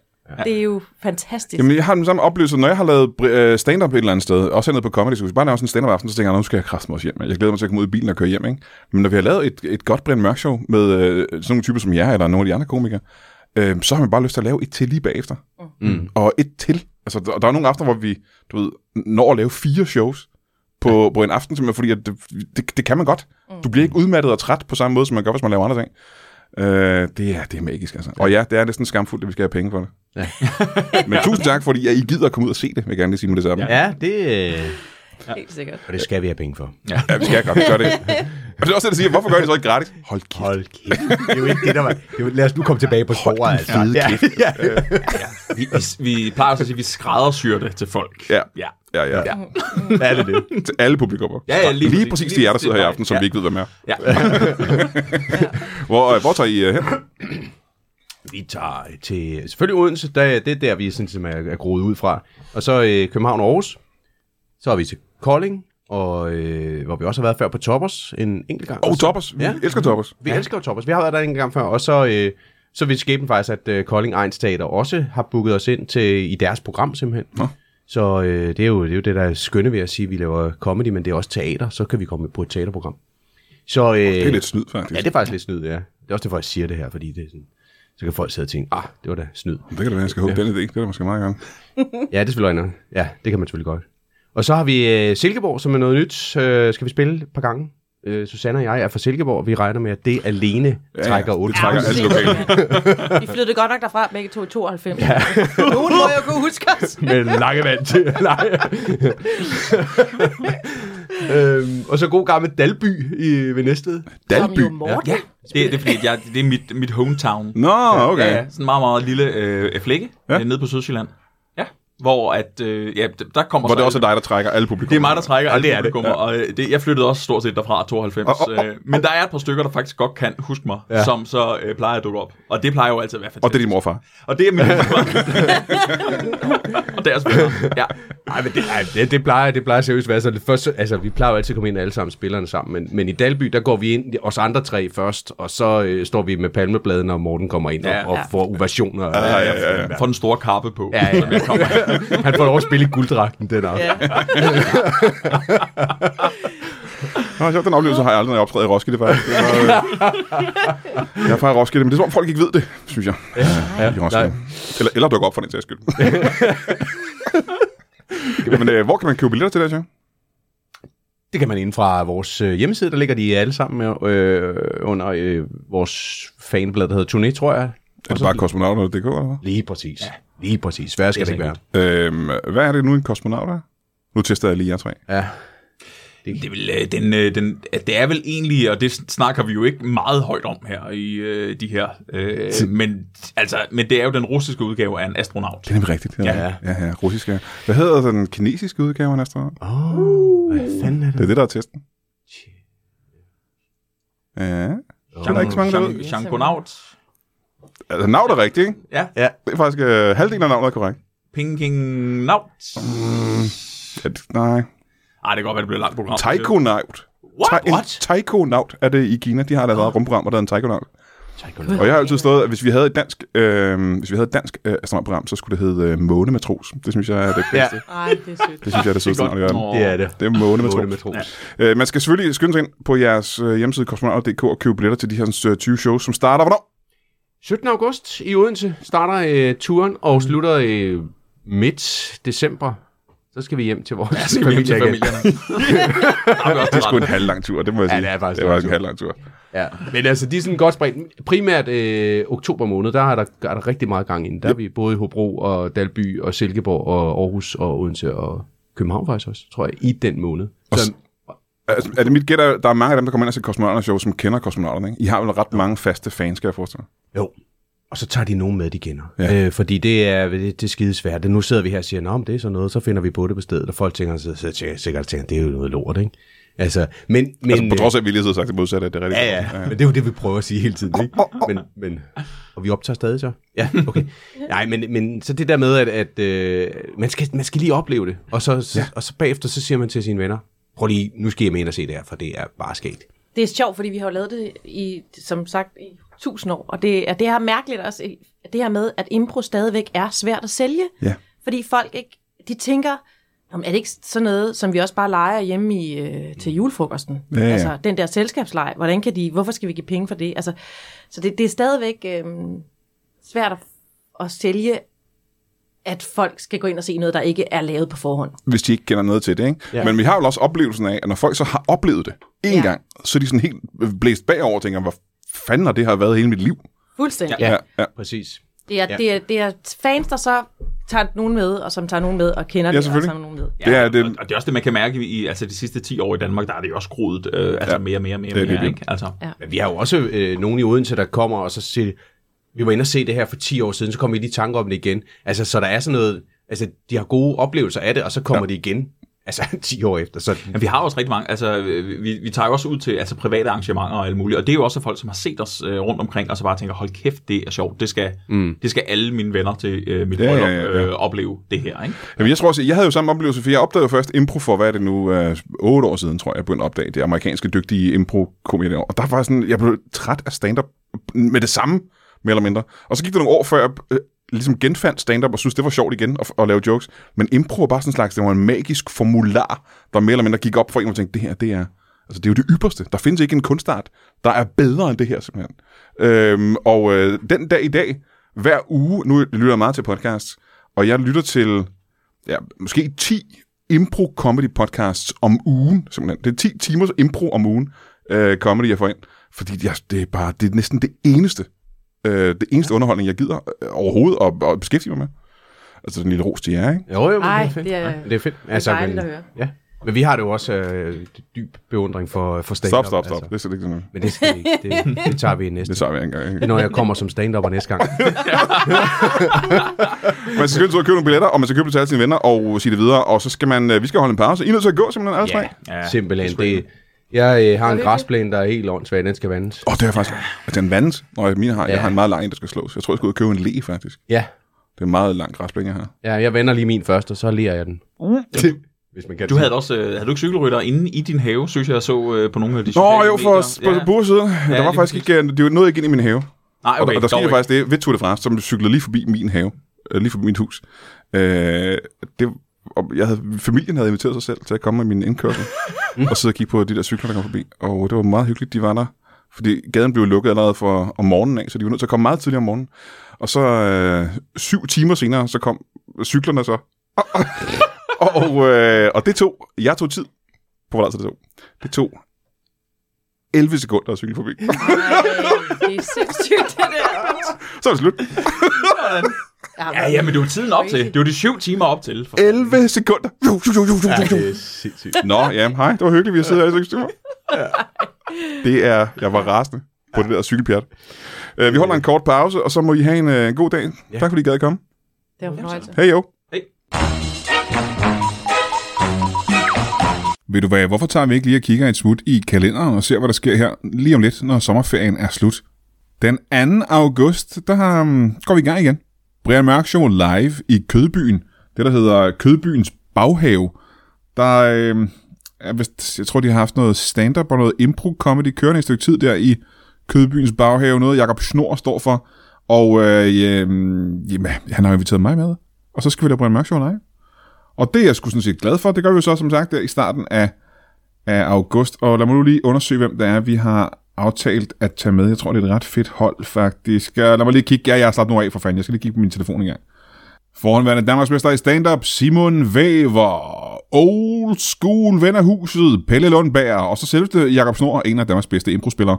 [SPEAKER 4] Det er jo fantastisk.
[SPEAKER 1] Jamen, jeg har den samme oplevelse, når jeg har lavet øh, stand-up et eller andet sted, også hernede på Comedy Zoo. Hvis jeg bare laver sådan en stand-up aften, så tænker jeg, nu skal jeg krasse mig også hjem. Jeg glæder mig til at komme ud i bilen og køre hjem, ikke? Men når vi har lavet et, et godt Brian Mørk show med øh, sådan nogle typer som jer, eller nogle af de andre komikere, øh, så har man bare lyst til at lave et til lige bagefter. Mm. Og et til. Altså, der, der er nogle aftener, hvor vi, du ved, når at lave fire shows på, på en aften, simpelthen fordi, at det, det, det kan man godt. Mm. Du bliver ikke udmattet og træt på samme måde, som man gør, hvis man laver andre ting. Øh, det, er, det er magisk, altså. Og ja, det er næsten skamfuldt, at vi skal have penge for det. Men tusind tak, fordi I gider at komme ud og se det, vil jeg gerne lige sige med det samme. Ja,
[SPEAKER 2] Ja, det, øh,
[SPEAKER 4] Helt sikkert.
[SPEAKER 2] og det skal vi have penge for.
[SPEAKER 1] ja vi skal godt gøre det. Og det er også det, der siger, hvorfor gør I det så ikke gratis? Hold kæft. Hold.
[SPEAKER 2] kæft. Det er jo ikke det, der var... Det var lad os nu komme tilbage på sporet.
[SPEAKER 1] din fede
[SPEAKER 2] ja, ja.
[SPEAKER 3] Vi, vi, vi plejer også at sige, at vi skræddersyr det til folk.
[SPEAKER 1] Ja.
[SPEAKER 3] ja.
[SPEAKER 1] Ja, ja, ja.
[SPEAKER 3] Ja.
[SPEAKER 2] Hvad er det det?
[SPEAKER 1] Til alle publikummer.
[SPEAKER 3] Ja, ja, lige
[SPEAKER 1] lige
[SPEAKER 3] præcis.
[SPEAKER 1] præcis
[SPEAKER 3] Lige
[SPEAKER 1] de jer, der
[SPEAKER 3] præcis.
[SPEAKER 1] sidder her i aften, som
[SPEAKER 3] Ja.
[SPEAKER 1] vi ikke ved, hvem er.
[SPEAKER 3] ja.
[SPEAKER 1] Hvor, øh, hvor tager I øh, hen?
[SPEAKER 2] Vi tager til selvfølgelig Odense, der, det er der, vi sådan, som er, er groet ud fra. Og så øh, København og Aarhus. Så er vi til Kolding, og, øh, hvor vi også har været før på Toppers en enkelt gang.
[SPEAKER 1] Åh, oh,
[SPEAKER 2] Så-
[SPEAKER 1] Toppers. Vi ja.
[SPEAKER 2] Ja.
[SPEAKER 1] elsker Toppers.
[SPEAKER 3] Øh.
[SPEAKER 2] Vi ja. elsker jo Toppers. Vi har været der en gang før, og så, øh, så vil skæbnen faktisk, at øh, Kolding Egnsteater også har booket os ind til, i deres program simpelthen.
[SPEAKER 1] Nå.
[SPEAKER 2] Så øh, det, er jo, det er jo det, der er skønne ved at sige, at vi laver comedy, men det er også teater, så kan vi komme på et teaterprogram. Så, øh,
[SPEAKER 1] Det er lidt snyd, faktisk.
[SPEAKER 2] Ja, det er faktisk lidt snyd, ja. Det er også derfor, jeg siger det her, fordi det er sådan, så kan folk sidde og tænke, ah, det var da snyd.
[SPEAKER 1] Det kan da være, jeg skal håbe den idé. Det er der måske meget gang.
[SPEAKER 2] Ja, det er selvfølgelig nok. Ja, det kan man selvfølgelig godt. Og så har vi øh, Silkeborg, som er noget nyt. Øh, skal vi spille et par gange? Øh, Susanne og jeg er fra Silkeborg, og vi regner med, at det alene trækker
[SPEAKER 1] ja, det
[SPEAKER 2] 8
[SPEAKER 1] trækker alle lokale.
[SPEAKER 4] Vi flyttede godt nok derfra, begge to i 92. Ja. Nogen må jo kunne huske os.
[SPEAKER 2] med lange vand til at lege. øhm, og så god gammel Dalby i, ved Næstved.
[SPEAKER 4] Som
[SPEAKER 1] Dalby.
[SPEAKER 4] jo Morten. Ja.
[SPEAKER 3] Det, det er fordi, at jeg, det er mit, mit hometown.
[SPEAKER 1] Nå, okay.
[SPEAKER 3] Ja, ja. Sådan en meget, meget lille øh, flække
[SPEAKER 1] Ja.
[SPEAKER 3] ja. nede på Sydsjælland. Ja, hvor at, øh, ja, d- der kommer
[SPEAKER 1] Hvor det
[SPEAKER 3] så
[SPEAKER 1] også er dig, der trækker alle publikum.
[SPEAKER 3] det er mig, der trækker
[SPEAKER 2] Ja,
[SPEAKER 3] alle
[SPEAKER 2] det er det.
[SPEAKER 3] publikummer, og øh, det, jeg flyttede også stort set derfra 92.
[SPEAKER 1] Og- og- og-
[SPEAKER 3] øh, men der er et par stykker, der faktisk godt kan huske mig,
[SPEAKER 2] Ja.
[SPEAKER 3] ja. som så øh, plejer at dukke op. Og det plejer jo altid at være fantastisk.
[SPEAKER 1] Og det er din morfar.
[SPEAKER 3] Og det er min Og deres venner. Ja.
[SPEAKER 2] Nej, men det, ej, det, det, plejer, det plejer seriøst at være sådan. Først, så- altså, vi plejer jo altid at komme ind alle sammen spillerne sammen, men, men i Dalby, der går vi ind, os andre tre først, og så øh, står vi med palmebladet, når Morten kommer ind
[SPEAKER 3] Ja.
[SPEAKER 2] og, og
[SPEAKER 4] Ja.
[SPEAKER 2] får ovationer.
[SPEAKER 1] Ja, ja, ja. ja.
[SPEAKER 3] Får den store kappe på.
[SPEAKER 2] Ja, ja.
[SPEAKER 3] som jeg kommer.
[SPEAKER 2] Han får lov at spille i gulddragten den aften.
[SPEAKER 4] Ja.
[SPEAKER 1] Nå, sjovt, den oplevelse har jeg aldrig, når jeg optræder i Roskilde, faktisk. Det var, øh... Jeg er fra Roskilde, men det er som om folk ikke ved det, synes jeg. Ja, ja, I Roskilde. Eller, eller dukker op for den sags skyld. Jamen, øh, hvor kan man købe billetter til det her show?
[SPEAKER 2] Det kan man inden fra vores øh, hjemmeside, der ligger de alle sammen øh, under øh, vores fanblad, der hedder Turné, tror jeg.
[SPEAKER 1] Er det bare kosmonauter.dk, eller hvad?
[SPEAKER 2] Lige præcis. Ja. Lige præcis. Hvad skal det,
[SPEAKER 3] Det er
[SPEAKER 2] det ikke være?
[SPEAKER 1] Øhm, hvad er det nu, en kosmonaut er? Nu tester jeg lige jer tre.
[SPEAKER 2] Ja.
[SPEAKER 3] Det, er vel, øh, den, øh, den, øh, det er vel egentlig, og det snakker vi jo ikke meget højt om her i øh, de her, øh, men, altså, men det er jo den russiske udgave af en astronaut.
[SPEAKER 1] Det er nemlig rigtigt. Det er,
[SPEAKER 2] Ja.
[SPEAKER 1] ja, ja, russisk. Ja. Hvad hedder den kinesiske udgave af næste år?
[SPEAKER 2] Åh, oh, hvad fanden er
[SPEAKER 1] Det er det, der er testen. Ja. der er ikke så mange, der ved.
[SPEAKER 3] Shankonaut.
[SPEAKER 1] Altså, navn er rigtigt, ikke?
[SPEAKER 3] Ja.
[SPEAKER 2] Ja.
[SPEAKER 1] Det er faktisk øh, halvdelen af navnet er korrekt.
[SPEAKER 3] Pingingnaut.
[SPEAKER 1] Ja, det, nej.
[SPEAKER 3] Ej, det kan godt være, det bliver et langt program. Øh,
[SPEAKER 1] Taikonaut.
[SPEAKER 3] What?
[SPEAKER 1] Ta- en
[SPEAKER 3] What?
[SPEAKER 1] Taikonaut er det i Kina. De har lavet et rumprogram, hvor der er en taikonaut.
[SPEAKER 2] Taekwondo.
[SPEAKER 1] Og jeg har altid stået, at hvis vi havde et dansk, øh, hvis vi havde et dansk øh, astronautprogram, så skulle det hedde øh, Månematros. Det synes jeg er det
[SPEAKER 2] Ja,
[SPEAKER 1] bedste.
[SPEAKER 4] Ej, det er sødt.
[SPEAKER 1] Det synes jeg er det sødeste navn i verden.
[SPEAKER 3] Åh.
[SPEAKER 2] det er det.
[SPEAKER 1] Det er Månematros.
[SPEAKER 2] Otte matros.
[SPEAKER 1] Øh, man skal selvfølgelig skynde sig ind på jeres øh, hjemmeside kosmonauter.dk og købe billetter til de her sådan, øh, 20 shows, som starter hvornår?
[SPEAKER 2] 17. august i Odense starter øh, turen
[SPEAKER 3] Mm.
[SPEAKER 2] og slutter øh, midt december. Så skal vi hjem til vores
[SPEAKER 3] Ja, skal vi hjem til
[SPEAKER 2] igen.
[SPEAKER 3] familierne. Der er vi også
[SPEAKER 1] Det er sgu en
[SPEAKER 3] ret.
[SPEAKER 1] halv lang tur, det må jeg
[SPEAKER 2] Ja,
[SPEAKER 1] sige.
[SPEAKER 2] det er faktisk
[SPEAKER 1] det var en
[SPEAKER 2] lang tur.
[SPEAKER 1] halv lang tur.
[SPEAKER 2] Ja. Men altså, de er sådan godt spredt. Primært øh, oktober måned, der er der, er der rigtig meget gang inden. Der er vi både i Hobro og Dalby og Silkeborg og Aarhus og Odense og København faktisk også, tror jeg, i den måned.
[SPEAKER 1] Og
[SPEAKER 2] Så,
[SPEAKER 1] Altså, er det mit gæt, at der er mange af dem, der kommer ind og ser kosmonauternes show, som kender kosmonauterne, ikke? I har vel ret mange faste fans, skal jeg forestille mig.
[SPEAKER 2] Jo. Og så tager de nogen med, de kender.
[SPEAKER 1] Ja.
[SPEAKER 2] Ja. Øh, fordi det er, det, det er skidesvært. Nu sidder vi her og siger, om det er sådan noget, så finder vi på det på stedet. Og folk tænker, så, så tænker, sikkert tænker, det er jo noget lort, ikke? Altså, men, men, øh,
[SPEAKER 1] Altså, på trods af, at vi lige har sagt det modsatte, at det er rigtigt.
[SPEAKER 2] Ja, ja, men det er jo det, vi prøver at sige hele tiden, ikke? Men, men, og vi optager stadig så. Ja, okay. Nej, men, men så det der med, at, at øh, man, skal, man skal lige opleve det, og så, så, ja. og så bagefter, så siger man til sine venner, prøv lige, nu skal I med ind og se det her, for det er bare sket.
[SPEAKER 4] Det er sjovt, fordi vi har jo lavet det, i, som sagt, i tusind år. Og det, er det her mærkeligt også, i- det her med, at impro stadigvæk er svært at sælge.
[SPEAKER 1] Ja.
[SPEAKER 4] Fordi folk ikke, de tænker, om er det ikke sådan noget, som vi også bare leger hjemme i, øh, til julefrokosten?
[SPEAKER 1] Ja, ja.
[SPEAKER 4] Altså, den der selskabsleg, hvordan kan de, hvorfor skal vi give penge for det? Altså, så det, det er stadigvæk øh, svært at, at sælge, at folk skal gå ind og se noget, der ikke er lavet på forhånd.
[SPEAKER 1] Hvis de ikke kender noget til det, ikke? Ja.
[SPEAKER 2] Ja.
[SPEAKER 1] Men vi har jo også oplevelsen af, at når folk så har oplevet det en ja.
[SPEAKER 4] Ja.
[SPEAKER 1] gang, så er de sådan helt blæst bagover og tænker, hvor fanden har det her været hele mit liv?
[SPEAKER 4] Fuldstændig.
[SPEAKER 1] Ja, ja.
[SPEAKER 2] præcis.
[SPEAKER 4] Det er,
[SPEAKER 2] Ja.
[SPEAKER 4] ja. det, er, det er fans, der så tager nogen med, og som tager nogen med, og kender
[SPEAKER 1] Ja,
[SPEAKER 4] det, og
[SPEAKER 1] selvfølgelig.
[SPEAKER 4] tager nogen med.
[SPEAKER 1] Det er det-
[SPEAKER 3] Og, og det er også det, man kan mærke i altså, de sidste 10 år i Danmark, der er det jo også groet øh, altså,
[SPEAKER 1] Ja.
[SPEAKER 3] ja. mere og mere og mere.
[SPEAKER 1] Det er det,
[SPEAKER 3] Det, mere,
[SPEAKER 1] det.
[SPEAKER 3] det, Ikke? Altså, ja.
[SPEAKER 4] Ja.
[SPEAKER 2] Men vi har jo også øh, nogen i Odense, der kommer og så siger, vi var inde og se det her for 10 år siden, så kommer vi lige i tanker om det igen. Altså, så der er sådan noget, altså, de har gode oplevelser af det, og så kommer ja. de igen, altså 10 år efter. Så
[SPEAKER 3] Men vi har også rigtig mange, altså øh, vi, vi tager jo også ud til altså, private arrangementer og alt muligt, og det er jo også folk, som har set os øh, rundt omkring, og så bare tænker, hold kæft, det er sjovt, det skal, mm. det skal alle mine venner til øh, mit
[SPEAKER 1] Ja,
[SPEAKER 3] ja,
[SPEAKER 1] ja,
[SPEAKER 3] bryllup
[SPEAKER 1] ja,
[SPEAKER 3] øh, opleve det her, ikke?
[SPEAKER 1] Jamen, jeg tror også, jeg havde jo samme oplevelse, for jeg opdagede jo først impro for, hvad er det nu, øh, 8 år siden, tror jeg, jeg begyndte at opdage det amerikanske dygtige impro-komedier. Og der var sådan, jeg blev træt af stand-up med det samme, mere eller mindre. Og så gik det nogle år, før jeg øh, ligesom genfandt stand-up og synes det var sjovt igen at, at lave jokes. Men impro var bare sådan en slags, det var en magisk formular, der mere eller mindre gik op for en, og tænkte, det her, det er... Altså, det er jo det ypperste. Der findes ikke en kunstart, der er bedre end det her, simpelthen. Øhm, og øh, den dag i dag, hver uge, nu lytter jeg meget til podcasts, og jeg lytter til ja, måske 10 impro-comedy-podcasts om ugen, simpelthen. Det er 10 timers impro om ugen, øh, comedy, jeg får ind. Fordi jeg, det, er bare, det er næsten det eneste, øh, det eneste underholdning, jeg gider øh, overhovedet at, at beskæftige mig med. Altså den lille ros til jer, ikke?
[SPEAKER 2] Jo, jo, men
[SPEAKER 4] Ej,
[SPEAKER 2] det er fedt.
[SPEAKER 4] det er-
[SPEAKER 2] Ja, det er fedt. Altså,
[SPEAKER 4] dejligt
[SPEAKER 2] men,
[SPEAKER 4] at høre.
[SPEAKER 2] Ja. Men vi har det jo også øh, dyb beundring for, for
[SPEAKER 1] Stop,
[SPEAKER 2] stand-up.
[SPEAKER 1] stop, stop.
[SPEAKER 2] Altså.
[SPEAKER 1] Det er slet ikke sådan noget.
[SPEAKER 2] Men det skal vi ikke. Det, det tager vi i næste.
[SPEAKER 1] Det tager vi ikke engang. ikke?
[SPEAKER 2] Når jeg kommer som stand-upper næste gang.
[SPEAKER 1] Man skal selvfølgelig ud og købe nogle billetter, og man skal købe det til alle sine venner og sige det videre, og så skal man, øh, vi skal holde en pause. I er nødt til at gå simpelthen alle tre. Åh,
[SPEAKER 2] Ja, simpelthen. Det, jeg øh, har en græsplæne, der er helt åndssvag. Den skal vandes.
[SPEAKER 1] oh, det er faktisk... Altså, den vandet, når mine har, jeg
[SPEAKER 2] Ja.
[SPEAKER 1] har en meget lang en, der skal slås. Jeg tror, jeg skal ud og købe en le, faktisk.
[SPEAKER 2] Ja.
[SPEAKER 1] Det er en meget lang græsplæne, jeg har.
[SPEAKER 2] ja, jeg vender lige min først, og så lærer jeg den. Hvis man kan
[SPEAKER 3] Du havde da også, øh, havde du ikke cykelrytter inde i din have, synes jeg, jeg så øh, på nogle af de
[SPEAKER 1] Nå,
[SPEAKER 3] sociale
[SPEAKER 1] jo, for
[SPEAKER 3] medier.
[SPEAKER 1] ja. på siden. Ja, der var
[SPEAKER 3] lige
[SPEAKER 1] faktisk ikke, øh, det nåede ikke ind i min have.
[SPEAKER 3] Nej,
[SPEAKER 1] og
[SPEAKER 3] okay,
[SPEAKER 1] der, der
[SPEAKER 3] dog
[SPEAKER 1] skete
[SPEAKER 3] ikke.
[SPEAKER 1] faktisk det ved Tour de France, som cyklede lige forbi min have, øh, lige forbi mit hus. Øh, det, og jeg havde, familien havde inviteret sig selv til at komme med min indkørsel, og sidde og kigge på de der cykler, der kom forbi. Og det var meget hyggeligt, de var der. Fordi gaden blev lukket allerede for, om morgenen af, så de var nødt til at komme meget tidligere om morgenen. Og så øh, syv timer senere, så kom cyklerne så. Og, og, øh, og det tog, jeg tog tid på, hvor lang tid det tog. Det tog 11 sekunder at cykle forbi.
[SPEAKER 4] Ej, det er sindssygt, det der.
[SPEAKER 1] så er det slut.
[SPEAKER 3] Ja, ja, men det var tiden op til. Det var de syv timer op til. For...
[SPEAKER 1] 11 sekunder. Jo, jo, jo, jo, jo, jo, jo.
[SPEAKER 2] er sindssygt.
[SPEAKER 1] Nå, ja, hej. Det var hyggeligt, vi har siddet her i seks timer. Det er, jeg var rasende på det der cykelpjat. Øh, Vi holder en kort pause, og så må I have en, øh, en god dag. Tak fordi I gad at komme.
[SPEAKER 4] Det var en fornøjelse.
[SPEAKER 1] Hej jo.
[SPEAKER 3] Hey.
[SPEAKER 1] Ved du hvad, hvorfor tager vi ikke lige og kigger et smut i kalenderen og ser, hvad der sker her lige om lidt, når sommerferien er slut? Den 2. august, der um, går vi i gang igen. Brian Mørk Show live i Kødbyen. Det, der hedder Kødbyens baghave. Der øh, er vist, jeg tror, de har haft noget stand-up og noget impro-comedy kørende et stykke tid der i Kødbyens baghave. Noget, Jakob Snor står for. Og øh, jamen, jamen, han har jo inviteret mig med. Og så skal vi da Brian Mørk Show live. Og det er jeg sgu sådan set glad for. Det gør vi jo så, som sagt, der i starten af, af august. Og lad mig nu lige undersøge, hvem det er, vi har aftalt at tage med. Jeg tror, det er et ret fedt hold, faktisk. Ja, Lad mig lige kigge. Ja, jeg har slappet nu af, for fanden. Jeg skal lige kigge på min telefon engang. Forhåndværende Danmarksmester i stand-up, Simon Væver, old school ven af huset, Pelle Lundberg, og så selveste Jakob Snor, en af Danmarks bedste improspillere.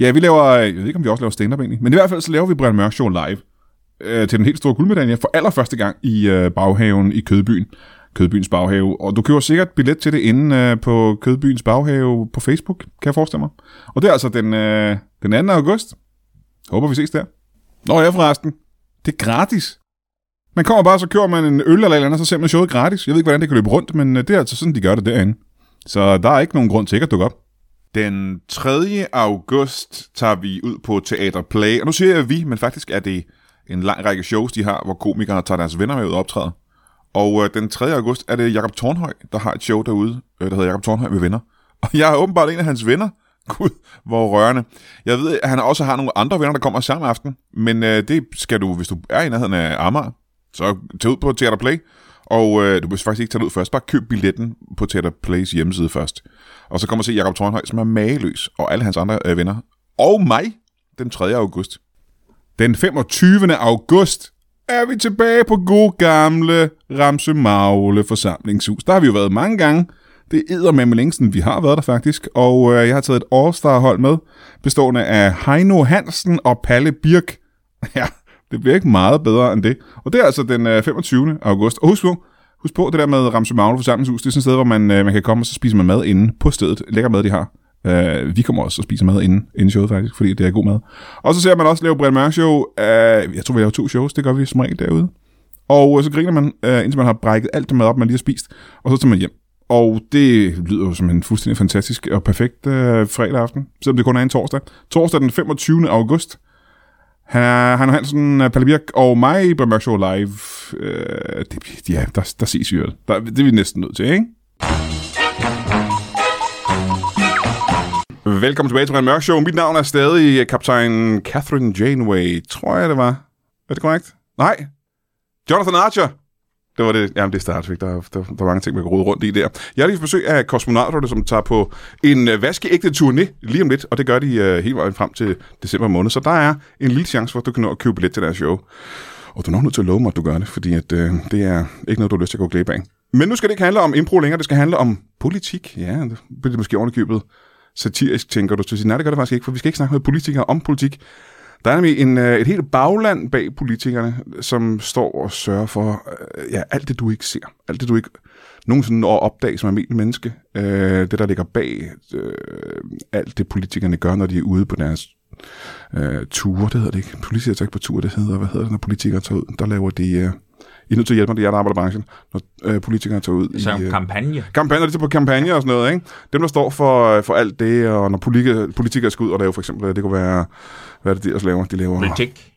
[SPEAKER 1] Ja, vi laver, jeg ved ikke, om vi også laver stand-up egentlig, men i hvert fald så laver vi Brian Mørk Show live øh, til den helt store guldmedalje for allerførste gang i øh, baghaven i Kødbyen. Kødbyens Baghave. Og du køber sikkert billet til det inde øh, på Kødbyens Baghave på Facebook, kan jeg forestille mig. Og det er altså den, øh, den 2. august. Håber vi ses der. Nå ja, forresten. Det er gratis. Man kommer bare, så kører man en øl eller et eller andet, så ser man showet gratis. Jeg ved ikke, hvordan det kan løbe rundt, men øh, det er altså sådan, de gør det derinde. Så der er ikke nogen grund til ikke at dukke op. Den 3. august tager vi ud på Teater Play. Og nu siger jeg vi, men faktisk er det en lang række shows, de har, hvor komikere tager deres venner med ud og optræder. Og øh, den 3. august er det Jakob Tornhøj, der har et show derude, øh, der hedder Jakob Tornhøj med venner. Og jeg er åbenbart en af hans venner. Gud, hvor rørende. Jeg ved, at han også har nogle andre venner, der kommer samme aften. Men øh, det skal du, hvis du er i nærheden af Amager, så tag ud på Theater Play. Og øh, du vil faktisk ikke tage det ud først. Bare køb billetten på Theater Plays hjemmeside først. Og så kommer og se Jakob Tornhøj, som er mageløs, og alle hans andre øh, venner. Og mig, den 3. august. Den 25. august er vi tilbage på god gamle Ramse Magle forsamlingshus. Der har vi jo været mange gange. Det er med længe siden vi har været der faktisk. Og øh, jeg har taget et All-Star-hold med, bestående af Heino Hansen og Palle Birk. Ja, det bliver ikke meget bedre end det. Og det er altså den øh, 25. august. Og husk på, husk på det der med Ramse Magle forsamlingshus. Det er sådan et sted, hvor man, øh, man kan komme, og så spiser man mad inde på stedet. Lækker mad, de har. Øh, vi kommer også og spiser mad inden, inden showet faktisk, fordi det er god mad. Og så ser man også lave Brian Mørk show. Øh, jeg tror, vi laver to shows, det gør vi som regel derude. Og øh, så griner man, øh, indtil man har brækket alt det mad op, man lige har spist, og så tager man hjem. Og det lyder jo som en fuldstændig fantastisk og perfekt øh, fredag aften, selvom det kun er en torsdag. Torsdag den 25. august. Han er, han er Hansen, øh, Palle Birk og mig i Brian Mørk Show live. Øh, det, bliver- ja, der, der ses vi jo. Der, det er vi næsten nødt til, ikke? Velkommen tilbage til Brian Mørk Show. Mit navn er stadig øh, kaptajn Catherine Janeway, tror jeg det var. Er det korrekt? Nej. Jonathan Archer. Det var det. Jamen, det er Star Trek. Der, er- der, der er mange ting, man kan rode rundt i der. Jeg har lige besøg af kosmonauterne, som tager på en øh, vaskeægte turné lige om lidt, og det gør de øh, hele vejen frem til december måned. Så der er en lille chance for, at du kan nå at købe billet til deres show. Og du er nok nødt til at love mig, at du gør det, fordi at, øh, det er ikke noget, du har lyst til at gå glip af. Men nu skal det ikke handle om impro længere, det skal handle om politik. Ja, det bliver måske ovenikøbet satirisk, tænker du. Så siger, jeg, nej, det gør det faktisk ikke, for vi skal ikke snakke med politikere om politik. Der er nemlig en, øh, et helt bagland bag politikerne, som står og sørger for øh, ja, alt det, du ikke ser. Alt det, du ikke nogensinde når at opdage som almindelig menneske. Øh, det, der ligger bag øh, alt det, politikerne gør, når de er ude på deres øh, ture, det hedder det ikke. Politikere tager ikke på ture, det hedder, hvad hedder det, når politikere tager ud? Der laver de, øh, I er nødt til at hjælpe mig, det er jer, der arbejder i branchen, når øh, politikere tager ud.
[SPEAKER 3] Så
[SPEAKER 1] i,
[SPEAKER 3] en
[SPEAKER 1] øh,
[SPEAKER 3] kampagne.
[SPEAKER 1] kampagner, de tager på kampagner og sådan noget, ikke? Dem, der står for, øh, for alt det, og når politi- politikere skal ud og lave, for eksempel, øh, det kunne være, hvad er det, de også laver? De laver...
[SPEAKER 3] Politik.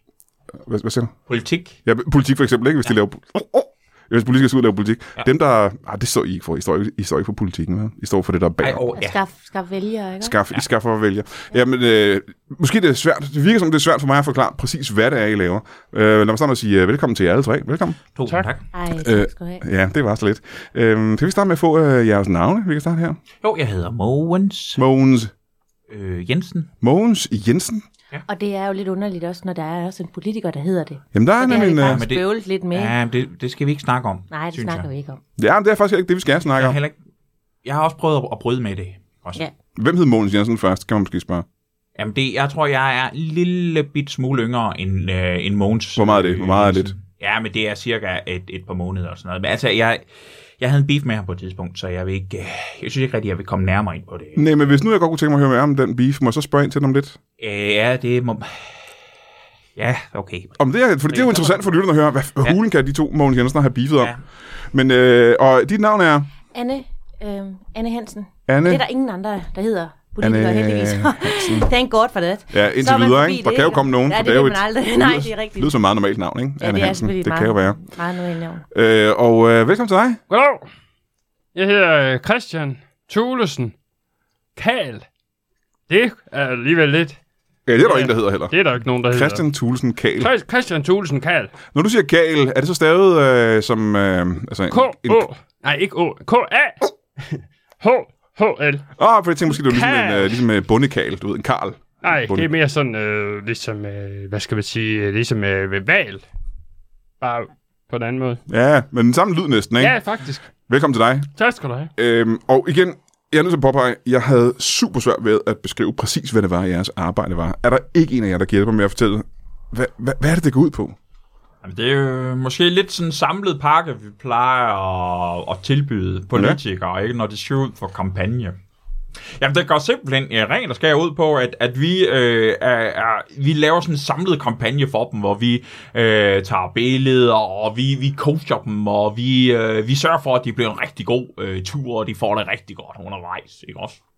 [SPEAKER 1] Hvad, hvad siger du?
[SPEAKER 3] Politik.
[SPEAKER 1] Ja, politik for eksempel, ikke? Hvis ja. de laver... Oh, oh. Hvis politikere skal ud og lave politik. Ja. Dem, der... Ah, det står I ikke for. I står ikke, I står ikke for politikken, hvad? I står for det, der bag.
[SPEAKER 3] Ej, åh, ja.
[SPEAKER 4] Skaf, skaf vælgere, ikke?
[SPEAKER 1] Skaff, ja. I skaffer og vælger. Jamen, øh, måske det er svært. Det virker som, det er svært for mig at forklare præcis, hvad det er, I laver. Øh, lad mig starte med at sige øh, velkommen til jer alle tre. Velkommen.
[SPEAKER 3] Tusind tak.
[SPEAKER 4] Ej,
[SPEAKER 1] Øh,
[SPEAKER 4] tak skal du have.
[SPEAKER 1] Ja, det var så lidt. Øh, kan vi starte med at få øh, jeres navne? Vi kan starte her.
[SPEAKER 3] Jo, jeg hedder Mogens
[SPEAKER 1] Mogens.
[SPEAKER 3] øh, Jensen.
[SPEAKER 1] Mogens Jensen.
[SPEAKER 4] Og det er jo lidt underligt også, når der er også en politiker, der hedder det.
[SPEAKER 1] Jamen, der er
[SPEAKER 4] Og det har
[SPEAKER 1] nemlig en...
[SPEAKER 4] vi
[SPEAKER 1] øh,
[SPEAKER 4] faktisk
[SPEAKER 3] Men det-
[SPEAKER 4] bøvlet lidt med.
[SPEAKER 3] Ja, men det, det skal vi ikke snakke om.
[SPEAKER 4] Nej, det
[SPEAKER 3] synes
[SPEAKER 4] snakker
[SPEAKER 3] jeg.
[SPEAKER 4] vi ikke om.
[SPEAKER 1] øh, Ja, men det er faktisk ikke det, vi skal snakke
[SPEAKER 3] Jeg har,
[SPEAKER 1] om.
[SPEAKER 3] heller ikke, jeg har også prøvet at, at bryde med det. Også.
[SPEAKER 4] Ja.
[SPEAKER 1] Hvem hed Mogens Jensen først, kan man måske spørge.
[SPEAKER 3] Jamen det, jeg tror, jeg er en lille bit smule yngre end, øh, end Mogens.
[SPEAKER 1] Hvor meget er det? Hvor meget er
[SPEAKER 3] Jensen.
[SPEAKER 1] lidt?
[SPEAKER 3] Ja, men det er cirka et, et par måneder og sådan noget. Men altså, jeg, jeg havde en beef med ham på et tidspunkt, så jeg, vil ikke, øh, jeg synes ikke rigtig, jeg vil komme nærmere ind på det.
[SPEAKER 1] Nej, men hvis nu jeg godt kunne tænke mig at høre mere om den beef, må jeg så spørge ind til den om lidt?
[SPEAKER 3] Øh, ja, det må... Ja, okay.
[SPEAKER 1] Om det her, for det er jo interessant for lytterne at høre, hvad ja. hulen kan de to Mogens Jensen have beefet om. Ja.
[SPEAKER 3] Ja.
[SPEAKER 1] Men, øh, og dit navn er
[SPEAKER 4] Anne, øh, Anne Hansen.
[SPEAKER 1] Anne.
[SPEAKER 4] Det er der ingen andre, der hedder politikere,
[SPEAKER 1] Anne
[SPEAKER 4] heldigvis.
[SPEAKER 1] Hansen.
[SPEAKER 4] Thank God for det.
[SPEAKER 1] Ja, indtil videre, ikke? Der kan jo komme nogen,
[SPEAKER 4] Ja,
[SPEAKER 1] for
[SPEAKER 4] det,
[SPEAKER 1] det er jo
[SPEAKER 4] ved man
[SPEAKER 1] et-
[SPEAKER 4] aldrig. Nej, det er rigtigt.
[SPEAKER 1] lyder som et meget normalt navn, ikke?
[SPEAKER 4] ja, det er
[SPEAKER 1] Hansen.
[SPEAKER 4] selvfølgelig
[SPEAKER 1] Det kan jo være.
[SPEAKER 4] meget, meget normalt navn.
[SPEAKER 1] Øh, og øh, velkommen til dig.
[SPEAKER 5] Goddag. Jeg hedder øh, Christian Thulesen Karl. Det er alligevel lidt.
[SPEAKER 1] Ja, det er der
[SPEAKER 5] Ja.
[SPEAKER 1] ja. en, der hedder heller.
[SPEAKER 5] Det er der jo ikke nogen, der hedder.
[SPEAKER 1] Christian Thulesen Kahl.
[SPEAKER 5] Chris- Christian Thulesen Karl.
[SPEAKER 1] Når du siger Kahl, er det så stavet øh, som... Øh, altså en, en,
[SPEAKER 5] K-O. Nej, ikke O. K-A. H-H-L.
[SPEAKER 1] Åh, for jeg tænkte måske, det var ligesom en,
[SPEAKER 5] Karl.
[SPEAKER 1] øh, ligesom øh, bondekal, du ved, en Karl.
[SPEAKER 5] Nej,
[SPEAKER 1] Bund.
[SPEAKER 5] det er mere sådan, øh, ligesom, øh, hvad skal man sige, øh, ligesom øh, ved valg. Bare på en anden måde.
[SPEAKER 1] Ja, men den samme lyd næsten, ikke?
[SPEAKER 5] Ja,
[SPEAKER 1] Ja.
[SPEAKER 5] faktisk.
[SPEAKER 1] Velkommen til dig.
[SPEAKER 5] Tak skal du have.
[SPEAKER 1] Øhm, og igen, jeg er nødt til at påpege, jeg havde super svært ved at beskrive præcis, hvad det var, jeres arbejde var. Er der ikke en af jer, der kan hjælpe mig med at fortælle, hvad, hvad, hvad er det, det går ud på?
[SPEAKER 3] Jamen, det er jo måske lidt sådan en samlet pakke, vi plejer at, at tilbyde politikere, ikke, når det ser ud for kampagne. Jamen, det går simpelthen ja, rent og skærer ud på, at, at vi, øh, er, er, vi laver sådan en samlet kampagne for dem, hvor vi øh, tager billeder, og vi, vi coacher dem, og vi, øh, vi sørger for, at de bliver en rigtig god øh, tur, og de får det rigtig godt undervejs, ikke også?
[SPEAKER 1] Jamen,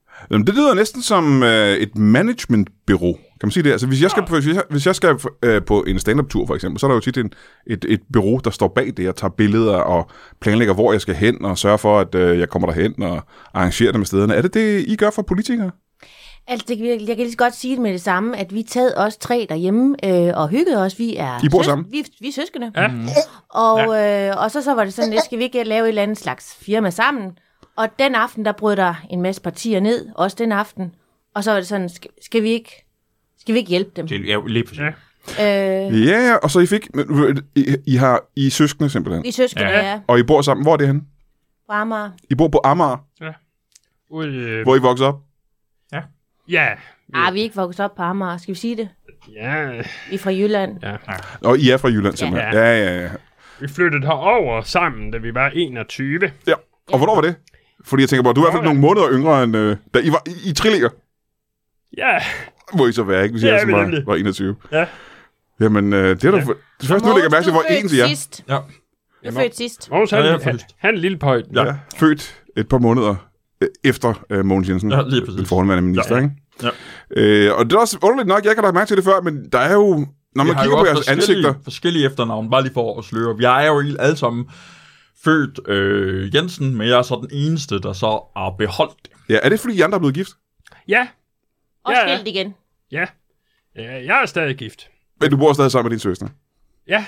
[SPEAKER 1] Øhm, det lyder næsten som øh, et managementbyrå. Kan man sige det? Altså, hvis jeg skal, hvis jeg, hvis jeg skal øh, på en stand-up-tur, for eksempel, så er der jo tit en, et, et bureau, der står bag det og tager billeder og planlægger, hvor jeg skal hen, og sørger for, at øh, jeg kommer derhen og arrangerer det med stederne. Er det det, I gør for politikere?
[SPEAKER 4] Altså, det, kan vi- jeg kan lige så godt sige det med det samme, at vi taget os tre derhjemme øh, og hyggede os. Vi er
[SPEAKER 1] I bor
[SPEAKER 4] søs-
[SPEAKER 1] sammen? Mm.
[SPEAKER 4] Vi, vi er søskende.
[SPEAKER 5] Ja.
[SPEAKER 4] Og, øh, og så, så var det sådan lidt, skal vi ikke lave et eller andet slags firma sammen? Og den aften, der brød der en masse partier ned, også den aften. Og så var det sådan, skal, skal vi ikke... Skal vi ikke hjælpe dem?
[SPEAKER 3] Til, ja, lige præcis.
[SPEAKER 5] Ja.
[SPEAKER 4] Øh,
[SPEAKER 1] Ja, og så I fik... men, øh, I, I har... I er søskende, simpelthen.
[SPEAKER 4] vi er søskende,
[SPEAKER 3] Ja.
[SPEAKER 4] ja. ja.
[SPEAKER 1] Og I bor sammen. Hvor er det henne?
[SPEAKER 4] På Amager.
[SPEAKER 1] I bor på Amager,
[SPEAKER 5] Ude, øh,
[SPEAKER 1] hvor I voksede op.
[SPEAKER 5] ja.
[SPEAKER 4] Ah, vi er ikke vokset op på Amager, skal vi sige det?
[SPEAKER 5] ja.
[SPEAKER 4] Vi er fra Jylland.
[SPEAKER 1] Og I er fra Jylland, simpelthen. Ja, ja, ja. ja.
[SPEAKER 5] Vi flyttede herover sammen, da vi var 21.
[SPEAKER 1] ja. Og hvornår var det? Fordi jeg tænker på, at du er i hvert fald nogle måneder yngre, end øh, da I var i, i trilleger.
[SPEAKER 5] Ja,
[SPEAKER 1] Må I så være, ikke? Hvis
[SPEAKER 5] Det
[SPEAKER 1] jeg
[SPEAKER 5] er
[SPEAKER 1] altså
[SPEAKER 5] vi
[SPEAKER 1] var,
[SPEAKER 5] nemlig.
[SPEAKER 1] var 21.
[SPEAKER 5] Ja.
[SPEAKER 1] Jamen, øh, det er da... Ja. Det første, nu lægger jeg mærke til, hvor ens I er.
[SPEAKER 4] Sidst.
[SPEAKER 3] Ja.
[SPEAKER 4] Du er født sidst.
[SPEAKER 5] Mogens han,
[SPEAKER 3] Ja, det er
[SPEAKER 5] han, han,
[SPEAKER 3] faktisk-
[SPEAKER 5] er en lille pøjt.
[SPEAKER 3] Ja.
[SPEAKER 1] Født et par måneder øh, efter øh, Mogens Jensen.
[SPEAKER 3] Ja, lige præcis.
[SPEAKER 1] Den forhenværende minister,
[SPEAKER 3] Ja.
[SPEAKER 1] ikke?
[SPEAKER 3] Ja.
[SPEAKER 1] Øh, og det er også underligt nok, jeg kan da mærke til det før, men der er jo... Når
[SPEAKER 3] Vi
[SPEAKER 1] man
[SPEAKER 3] har
[SPEAKER 1] kigger
[SPEAKER 3] jo
[SPEAKER 1] på
[SPEAKER 3] også
[SPEAKER 1] jeres
[SPEAKER 3] forskellige-
[SPEAKER 1] ansigter...
[SPEAKER 3] forskellige efternavn, bare lige for at sløre. Vi er jo i- alle sammen født øh, Jensen, men jeg er så den eneste, der så har beholdt det.
[SPEAKER 1] Ja, er det fordi, I andre er blevet gift?
[SPEAKER 5] Ja,
[SPEAKER 4] Og
[SPEAKER 5] Ja, ja.
[SPEAKER 4] skilt igen.
[SPEAKER 5] ja. ja. Jeg er stadig gift.
[SPEAKER 1] Men du bor stadig sammen med din søster?
[SPEAKER 5] Ja,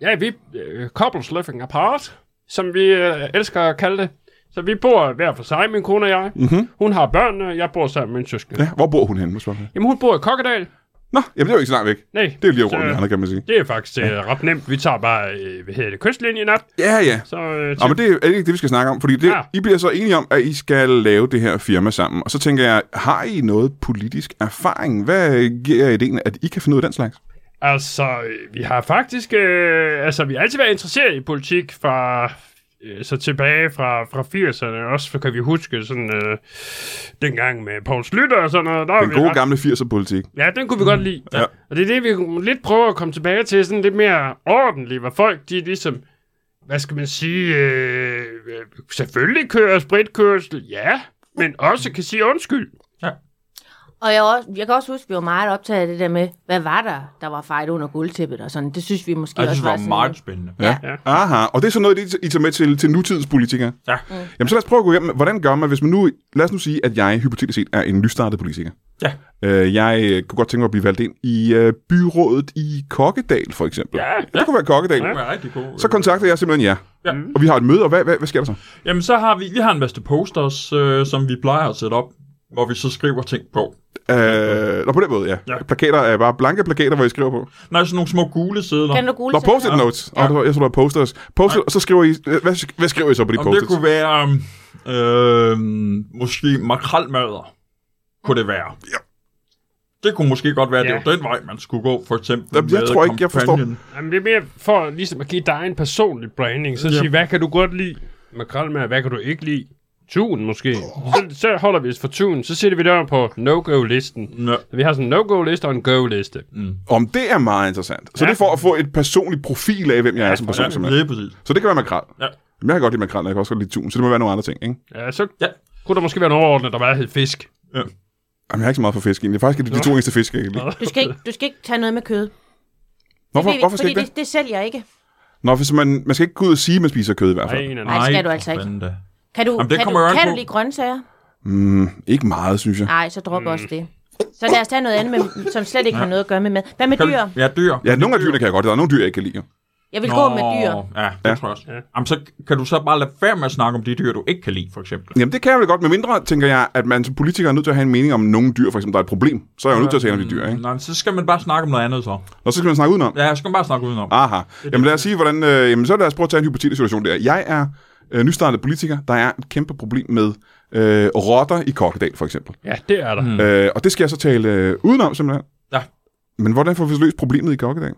[SPEAKER 5] ja vi øh, couples living apart, som vi øh, elsker at kalde det. Så vi bor hver for sig, min kone og jeg.
[SPEAKER 1] Mhm.
[SPEAKER 5] Hun har børn, og jeg bor sammen med min søskende.
[SPEAKER 1] Ja, hvor bor hun henne? må jeg spørge om det?
[SPEAKER 5] Jamen, hun bor i Kokkedal.
[SPEAKER 1] Nå, jamen det er jo ikke så langt væk.
[SPEAKER 5] Nej,
[SPEAKER 1] Det er jo lige over
[SPEAKER 5] så-
[SPEAKER 1] rundt, kan man sige.
[SPEAKER 5] Det er faktisk øh, ret nemt. Vi tager bare, øh, hvad hedder det, kystlinjen op.
[SPEAKER 1] Ja, ja.
[SPEAKER 5] Så, øh, til,
[SPEAKER 1] Nå, men det er ikke det, vi skal snakke om, fordi det, ja.
[SPEAKER 5] Ja.
[SPEAKER 1] I bliver så enige om, at I skal lave det her firma sammen. Og så tænker jeg, har I noget politisk erfaring? Hvad øh, giver jer ideen, at I kan finde ud af den slags?
[SPEAKER 5] Altså, øh, vi har faktisk, øh, altså, vi har altid været interesseret i politik fra, øh, så tilbage fra, fra 80'erne. Også for, kan vi huske sådan, øh, dengang med Poul Slytter og sådan noget. Der var
[SPEAKER 1] Den
[SPEAKER 5] vi
[SPEAKER 1] gode
[SPEAKER 5] ret-
[SPEAKER 1] gamle 80'er-politik.
[SPEAKER 5] Ja, den kunne vi godt lide.
[SPEAKER 1] Ja.
[SPEAKER 5] Og det er det, vi lidt prøver at komme tilbage til, sådan lidt mere ordentligt, hvor folk, de ligesom, hvad skal man sige, øh, øh, selvfølgelig kører spritkørsel, ja, men også kan sige undskyld.
[SPEAKER 4] Og jeg, er også, jeg kan også huske, at vi var meget optaget af det der med, hvad var der, der var fejl under guldtæppet og sådan. Det synes vi måske
[SPEAKER 3] Jeg
[SPEAKER 4] også
[SPEAKER 3] synes,
[SPEAKER 4] var
[SPEAKER 3] det var
[SPEAKER 4] sådan...
[SPEAKER 3] meget spændende.
[SPEAKER 1] Ja. ja. Aha, og det er sådan noget, I tager med til, til nutidens politikere.
[SPEAKER 3] Ja.
[SPEAKER 1] Jamen så lad os prøve at gå igennem, hvordan gør man, hvis man nu, lad os nu sige, at jeg hypotetisk set er en nystartet politiker.
[SPEAKER 3] Ja.
[SPEAKER 1] Øh, jeg øh, kunne godt tænke mig at blive valgt ind i øh, byrådet i Kokkedal, for eksempel.
[SPEAKER 5] Ja,
[SPEAKER 1] Det kunne være Kokkedal.
[SPEAKER 3] Det var rigtig god. øh.
[SPEAKER 1] Så kontakter jeg simpelthen jer.
[SPEAKER 3] Ja.
[SPEAKER 1] Og vi har et møde, og hvad, hvad, hvad sker der så?
[SPEAKER 3] Jamen, så har vi, vi har en masse posters, øh, som vi plejer at sætte op, hvor vi så skriver ting på.
[SPEAKER 1] Øh, nå, på den måde, ja. ja.
[SPEAKER 3] Ja.
[SPEAKER 1] Plakater er bare blanke plakater, hvor I skriver på.
[SPEAKER 3] Nej, sådan nogle små gule sædler.
[SPEAKER 4] Kan du gule
[SPEAKER 1] Nå,
[SPEAKER 4] sædler?
[SPEAKER 1] post-it notes. Ja. Oh, jeg tror, der er posters. post og så skriver I... øh, Hvad, hvad skriver I så på de
[SPEAKER 3] Om
[SPEAKER 1] post
[SPEAKER 3] det kunne være, øhm, øh, måske makrelmadder, kunne det være. Ja. Det kunne måske godt være, at det
[SPEAKER 5] Ja.
[SPEAKER 3] var den vej, man skulle gå, for eksempel
[SPEAKER 1] Jamen, jeg
[SPEAKER 3] med
[SPEAKER 1] tror ikke, jeg forstår.
[SPEAKER 3] kampagnen.
[SPEAKER 5] Jamen, det er mere for ligesom at give dig en personlig branding, så
[SPEAKER 3] Ja.
[SPEAKER 5] sige, hvad kan du godt lide? Makrel med, hvad kan du ikke lide? Tun måske. Så, så holder vi os for tun, så sætter vi det over på no-go-listen.
[SPEAKER 3] Ja.
[SPEAKER 5] Så vi har sådan en no-go-liste og en go-liste.
[SPEAKER 1] Om det er meget interessant. Så ja.
[SPEAKER 5] Ja.
[SPEAKER 1] det er for at få et personligt profil af, hvem jeg er som person.
[SPEAKER 3] Ja,
[SPEAKER 1] Ja.
[SPEAKER 3] lige præcis.
[SPEAKER 1] Så det kan være makrel.
[SPEAKER 3] Ja.
[SPEAKER 1] Jamen, jeg kan godt lide makrel, og jeg kan også godt lide tun, så det må være nogle andre ting, ikke?
[SPEAKER 5] Ja, så
[SPEAKER 3] Ja.
[SPEAKER 5] kunne der måske være en overordnet, der bare hed fisk.
[SPEAKER 1] Jamen, jeg er ikke så meget for fisk egentlig. Det er faktisk de, de to eneste fisk, jeg kan lide.
[SPEAKER 4] Du skal, ikke, du skal ikke tage noget med kød.
[SPEAKER 1] Hvorfor,
[SPEAKER 4] det,
[SPEAKER 1] hvorfor skal
[SPEAKER 4] fordi
[SPEAKER 1] ikke det?
[SPEAKER 4] det? det sælger jeg ikke.
[SPEAKER 1] Nå, hvis man, man skal ikke gå ud og sige, at man spiser kød i hvert fald.
[SPEAKER 5] nej, nej.
[SPEAKER 4] Nej, skal du altså ikke.
[SPEAKER 3] ikke.
[SPEAKER 4] Kan du,
[SPEAKER 3] Jamen, det
[SPEAKER 4] kan du,
[SPEAKER 3] kommer jo an
[SPEAKER 4] kan
[SPEAKER 3] på-
[SPEAKER 4] du lide grøntsager?
[SPEAKER 1] Mm, ikke meget, synes jeg.
[SPEAKER 4] Nej, så drop mm. også det. Så lad os tage noget andet, med, som slet ikke har noget at gøre med mad. Hvad med
[SPEAKER 3] Kan
[SPEAKER 4] dyr?
[SPEAKER 3] du- Ja, dyr.
[SPEAKER 1] Ja, nogle af dyrene kan jeg godt. lide. Der er nogle dyr, jeg ikke kan lide. jo.
[SPEAKER 4] Jeg vil gå med dyr.
[SPEAKER 3] Ja, det
[SPEAKER 1] Ja.
[SPEAKER 3] tror jeg også. Jamen, så kan du så bare lade være med at snakke om de dyr, du ikke kan lide, for eksempel.
[SPEAKER 1] Jamen, det kan jeg vel godt. Med mindre, tænker jeg, at man som politiker er nødt til at have en mening om nogle dyr, for eksempel, der er et problem. Så er jeg jo nødt til at tale om de dyr, ikke?
[SPEAKER 3] Mm, Nej, men så skal man bare snakke om noget andet, så.
[SPEAKER 1] Og så skal man snakke udenom.
[SPEAKER 3] Ja, så skal man bare snakke udenom.
[SPEAKER 1] Aha. Jamen lad os sige, hvordan... Øh, jamen, så lad os prøve at tage en hypotetisk situation der. Jeg er øh, nystartet politiker. Der er et kæmpe problem med øh, rotter i Kokkedal, for eksempel.
[SPEAKER 5] Ja, det er der.
[SPEAKER 1] Mm. Øh, og det skal jeg så tale øh, udenom, simpelthen.
[SPEAKER 3] Ja.
[SPEAKER 1] Men hvordan får vi så løst problemet i Kokkedal?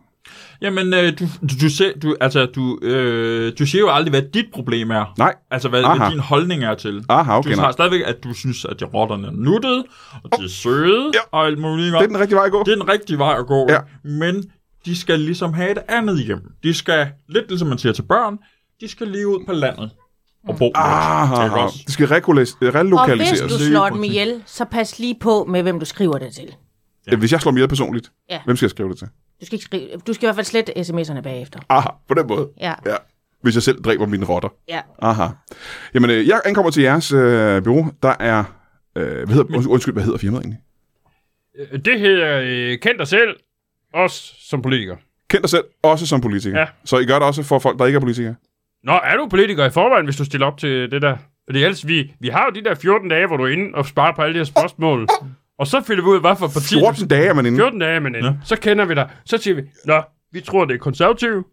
[SPEAKER 3] Jamen, øh, du, du, du, ser, du, altså, du, øh, du siger jo aldrig, hvad dit problem er.
[SPEAKER 1] Nej.
[SPEAKER 3] Altså, hvad,
[SPEAKER 1] Aha.
[SPEAKER 3] hvad din holdning er til.
[SPEAKER 1] Aha, okay.
[SPEAKER 3] Du
[SPEAKER 1] nej.
[SPEAKER 3] har stadigvæk, at du synes, at de rotterne er nuttede, og de er søde, ja. og alt muligt.
[SPEAKER 1] Det er den rigtige vej at gå.
[SPEAKER 3] det er den rigtige vej at gå.
[SPEAKER 1] Ja.
[SPEAKER 3] Men de skal ligesom have et andet hjem. De skal, lidt ligesom man siger til børn, de skal lige ud på landet og bo.
[SPEAKER 1] Aha,
[SPEAKER 3] Ikke
[SPEAKER 1] aha.
[SPEAKER 3] også?
[SPEAKER 1] det skal rekolis-
[SPEAKER 4] Og hvis
[SPEAKER 1] relokaliseres.
[SPEAKER 4] du
[SPEAKER 1] Hvis,
[SPEAKER 4] slår dem ihjel, så pas lige på med, hvem du skriver det til.
[SPEAKER 1] du... hvis jeg slår mig ihjel personligt,
[SPEAKER 4] Ja.
[SPEAKER 1] hvem skal jeg skrive det til?
[SPEAKER 4] Du skal, ikke skrive, du skal i hvert fald slette sms'erne bagefter.
[SPEAKER 1] Aha, på den måde.
[SPEAKER 4] Ja.
[SPEAKER 1] ja. Hvis jeg selv dræber mine rotter.
[SPEAKER 4] Ja.
[SPEAKER 1] Aha. Jamen, øh, jeg ankommer til jeres øh, bureau. Der er... Øh, hvad hedder, undskyld, hvad hedder firmaet egentlig?
[SPEAKER 5] Øh, Det hedder øh, kend dig selv, os som politiker.
[SPEAKER 1] Kend dig selv, også som politiker.
[SPEAKER 5] Ja.
[SPEAKER 1] Så I gør det også for folk, der ikke er politikere?
[SPEAKER 5] Nå, er du politiker i forvejen, hvis du stiller op til det der? Fordi ellers, vi, vi har jo de der 14 dage, hvor du er inde og sparer på alle de her spørgsmål. Og så finder vi ud, hvad for parti...
[SPEAKER 1] 14 dage er man inde.
[SPEAKER 5] 14 dage, men ja. så kender vi dig. Så siger vi, nå, vi tror, det er konservativ.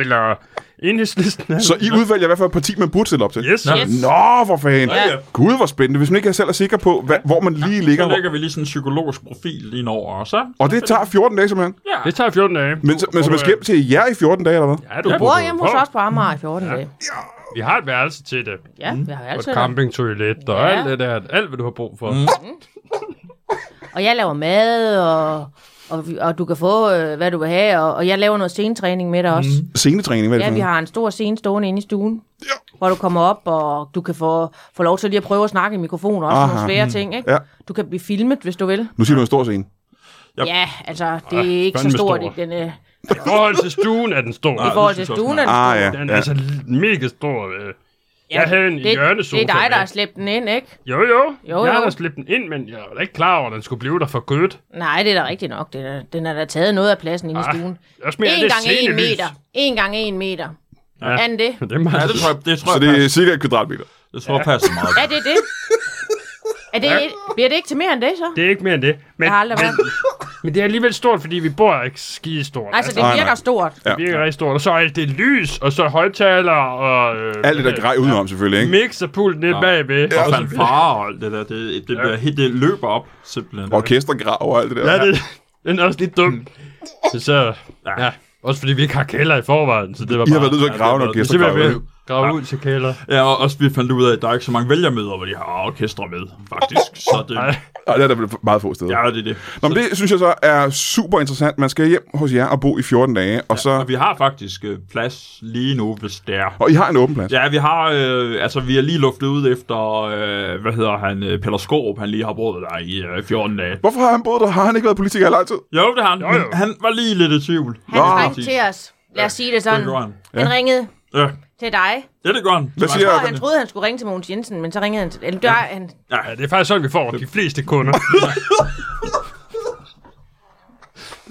[SPEAKER 5] Eller enhedslisten.
[SPEAKER 1] Så I udvælger, hvad for et parti man burde stille op til?
[SPEAKER 5] Yes.
[SPEAKER 3] Nå.
[SPEAKER 5] Nå.
[SPEAKER 4] Yes.
[SPEAKER 1] Nå, hvor fanden.
[SPEAKER 3] Ja.
[SPEAKER 1] Gud, hvor spændende. Hvis man ikke selv er sikker på, hvad, hvor man lige ligger.
[SPEAKER 3] Så lægger vi lige sådan en psykologisk profil ind over os, så.
[SPEAKER 1] Og det tager 14 dage simpelthen.
[SPEAKER 3] Ja.
[SPEAKER 5] Det tager 14 dage.
[SPEAKER 1] Men, så, men så man skal hjem til jer i 14 dage, eller hvad?
[SPEAKER 5] Ja, du
[SPEAKER 4] Jeg
[SPEAKER 5] bor
[SPEAKER 4] bor hjemme hos
[SPEAKER 5] på.
[SPEAKER 4] os på Amager i 14 dage.
[SPEAKER 5] Vi har et værelse til det.
[SPEAKER 4] Ja, jeg har
[SPEAKER 5] Og et
[SPEAKER 4] altid det.
[SPEAKER 5] campingtoilet og
[SPEAKER 4] Ja.
[SPEAKER 5] alt det der. Alt, hvad du har brug for.
[SPEAKER 4] Og jeg laver mad, og, og, vi- og du kan få, øh, hvad du vil have, og, og jeg laver noget scenetræning med dig også. Mm.
[SPEAKER 1] Scenetræning, hvad er det
[SPEAKER 4] Ja,
[SPEAKER 1] for
[SPEAKER 4] vi
[SPEAKER 1] noget?
[SPEAKER 4] har en stor scene stående inde i stuen, ja. hvor du kommer op, og du kan få, få lov til lige at prøve at snakke i mikrofonen, og også
[SPEAKER 1] Aha.
[SPEAKER 4] Aha. nogle svære ting. Ikke?
[SPEAKER 1] Ja.
[SPEAKER 4] Du kan blive filmet, hvis du vil.
[SPEAKER 1] Nu siger du en stor scene.
[SPEAKER 3] Yep.
[SPEAKER 4] Ja, altså, det er ikke så
[SPEAKER 5] fandme
[SPEAKER 4] stort
[SPEAKER 5] stor.
[SPEAKER 4] i, den, øh,
[SPEAKER 5] I forhold til stuen er den stor.
[SPEAKER 4] i forhold til stuen. er den
[SPEAKER 1] Ah,
[SPEAKER 4] stor.
[SPEAKER 1] ja.
[SPEAKER 5] Den er
[SPEAKER 1] ja.
[SPEAKER 5] altså mega stor. øh.
[SPEAKER 4] Ja,
[SPEAKER 5] Jeg havde en
[SPEAKER 4] det,
[SPEAKER 5] hjørnesofa
[SPEAKER 4] Det er dig, der
[SPEAKER 5] med.
[SPEAKER 4] har slæbt den ind, ikke?
[SPEAKER 5] Jo, jo.
[SPEAKER 4] Jo,
[SPEAKER 5] jeg
[SPEAKER 4] jo.
[SPEAKER 5] har da slæbt den ind, men jeg var da ikke klar over, at den skulle blive der for godt.
[SPEAKER 4] Nej, det er da rigtigt nok. Det er, da- den har da taget noget af pladsen inde i
[SPEAKER 5] Ah,
[SPEAKER 4] stuen.
[SPEAKER 5] Jeg smider
[SPEAKER 4] en
[SPEAKER 5] det
[SPEAKER 4] gang en
[SPEAKER 5] scenelys.
[SPEAKER 4] meter. En gang en meter.
[SPEAKER 5] Ja.
[SPEAKER 4] Ja. Anden det?
[SPEAKER 5] Det er meget...
[SPEAKER 3] Ja, det tror jeg, det tror
[SPEAKER 1] Så
[SPEAKER 3] jeg,
[SPEAKER 1] det er
[SPEAKER 3] passer.
[SPEAKER 1] cirka et kvadratmeter.
[SPEAKER 3] Det tror jeg passer meget.
[SPEAKER 4] Ja, det er det. Er det bliver det ikke til mere end det, så?
[SPEAKER 5] det er ikke mere end det. Men,
[SPEAKER 4] Jeg har aldrig været.
[SPEAKER 5] men det er alligevel stort, fordi vi bor ikke skide stort.
[SPEAKER 4] Altså, det
[SPEAKER 1] Nej, nej.
[SPEAKER 4] virker stort.
[SPEAKER 1] Ja.
[SPEAKER 5] det virker rigtig stort. Og så er alt det lys, og så højtalere og... Øh,
[SPEAKER 1] Alt det der grej udenom, selvfølgelig, ikke?
[SPEAKER 5] Mixerpult ned bagved.
[SPEAKER 3] Og
[SPEAKER 5] Og så videre.
[SPEAKER 3] fanfare og alt det der. Det, det, bliver helt, det løber op, simpelthen.
[SPEAKER 1] Orkestergrav og alt det der.
[SPEAKER 5] Ja, det, den er også lidt dum. Så, så ja. Også fordi vi ikke har kælder i forvejen, så det var
[SPEAKER 1] I har
[SPEAKER 5] bare...
[SPEAKER 1] været nødt til at grave en
[SPEAKER 3] det er
[SPEAKER 5] Så simpelthen
[SPEAKER 1] orkestergrav.
[SPEAKER 5] ved at grave ud til kælder.
[SPEAKER 3] Ja, og også vi fandt ud af, at der er ikke så mange vælgermøder, hvor de har orkestre med, faktisk. Så det,
[SPEAKER 5] Ej.
[SPEAKER 1] Ja, det er der meget få steder.
[SPEAKER 3] ja, det er det.
[SPEAKER 1] Nå, men det synes jeg så er super interessant. Man skal hjem hos jer og bo i 14 dage, og så...
[SPEAKER 3] Og vi har faktisk øh, plads lige nu, hvis det er.
[SPEAKER 1] Og I har en åben plads.
[SPEAKER 3] Ja, vi har, øh, altså vi er lige luftet ud efter, øh, hvad hedder han, øh, Peter Skorup, han lige har boet der i øh, 14 dage.
[SPEAKER 1] Hvorfor har han boet der? Har han ikke været politiker i lang tid?
[SPEAKER 3] Jo, det har han. Jo,
[SPEAKER 5] jo.
[SPEAKER 3] jo. Han var lige lidt i tvivl.
[SPEAKER 4] Han
[SPEAKER 1] Nå.
[SPEAKER 4] ringte til os. Lad os sige det sådan.
[SPEAKER 3] Det gjorde han.
[SPEAKER 4] Han ringede
[SPEAKER 3] Ja,
[SPEAKER 4] til dig.
[SPEAKER 3] det, det gør han.
[SPEAKER 1] Hvad siger-
[SPEAKER 4] Og han troede, han skulle ringe til Mogens Jensen, men så ringede han til... Eller, der, han,
[SPEAKER 5] Ja, det er faktisk sådan, vi får de fleste kunder.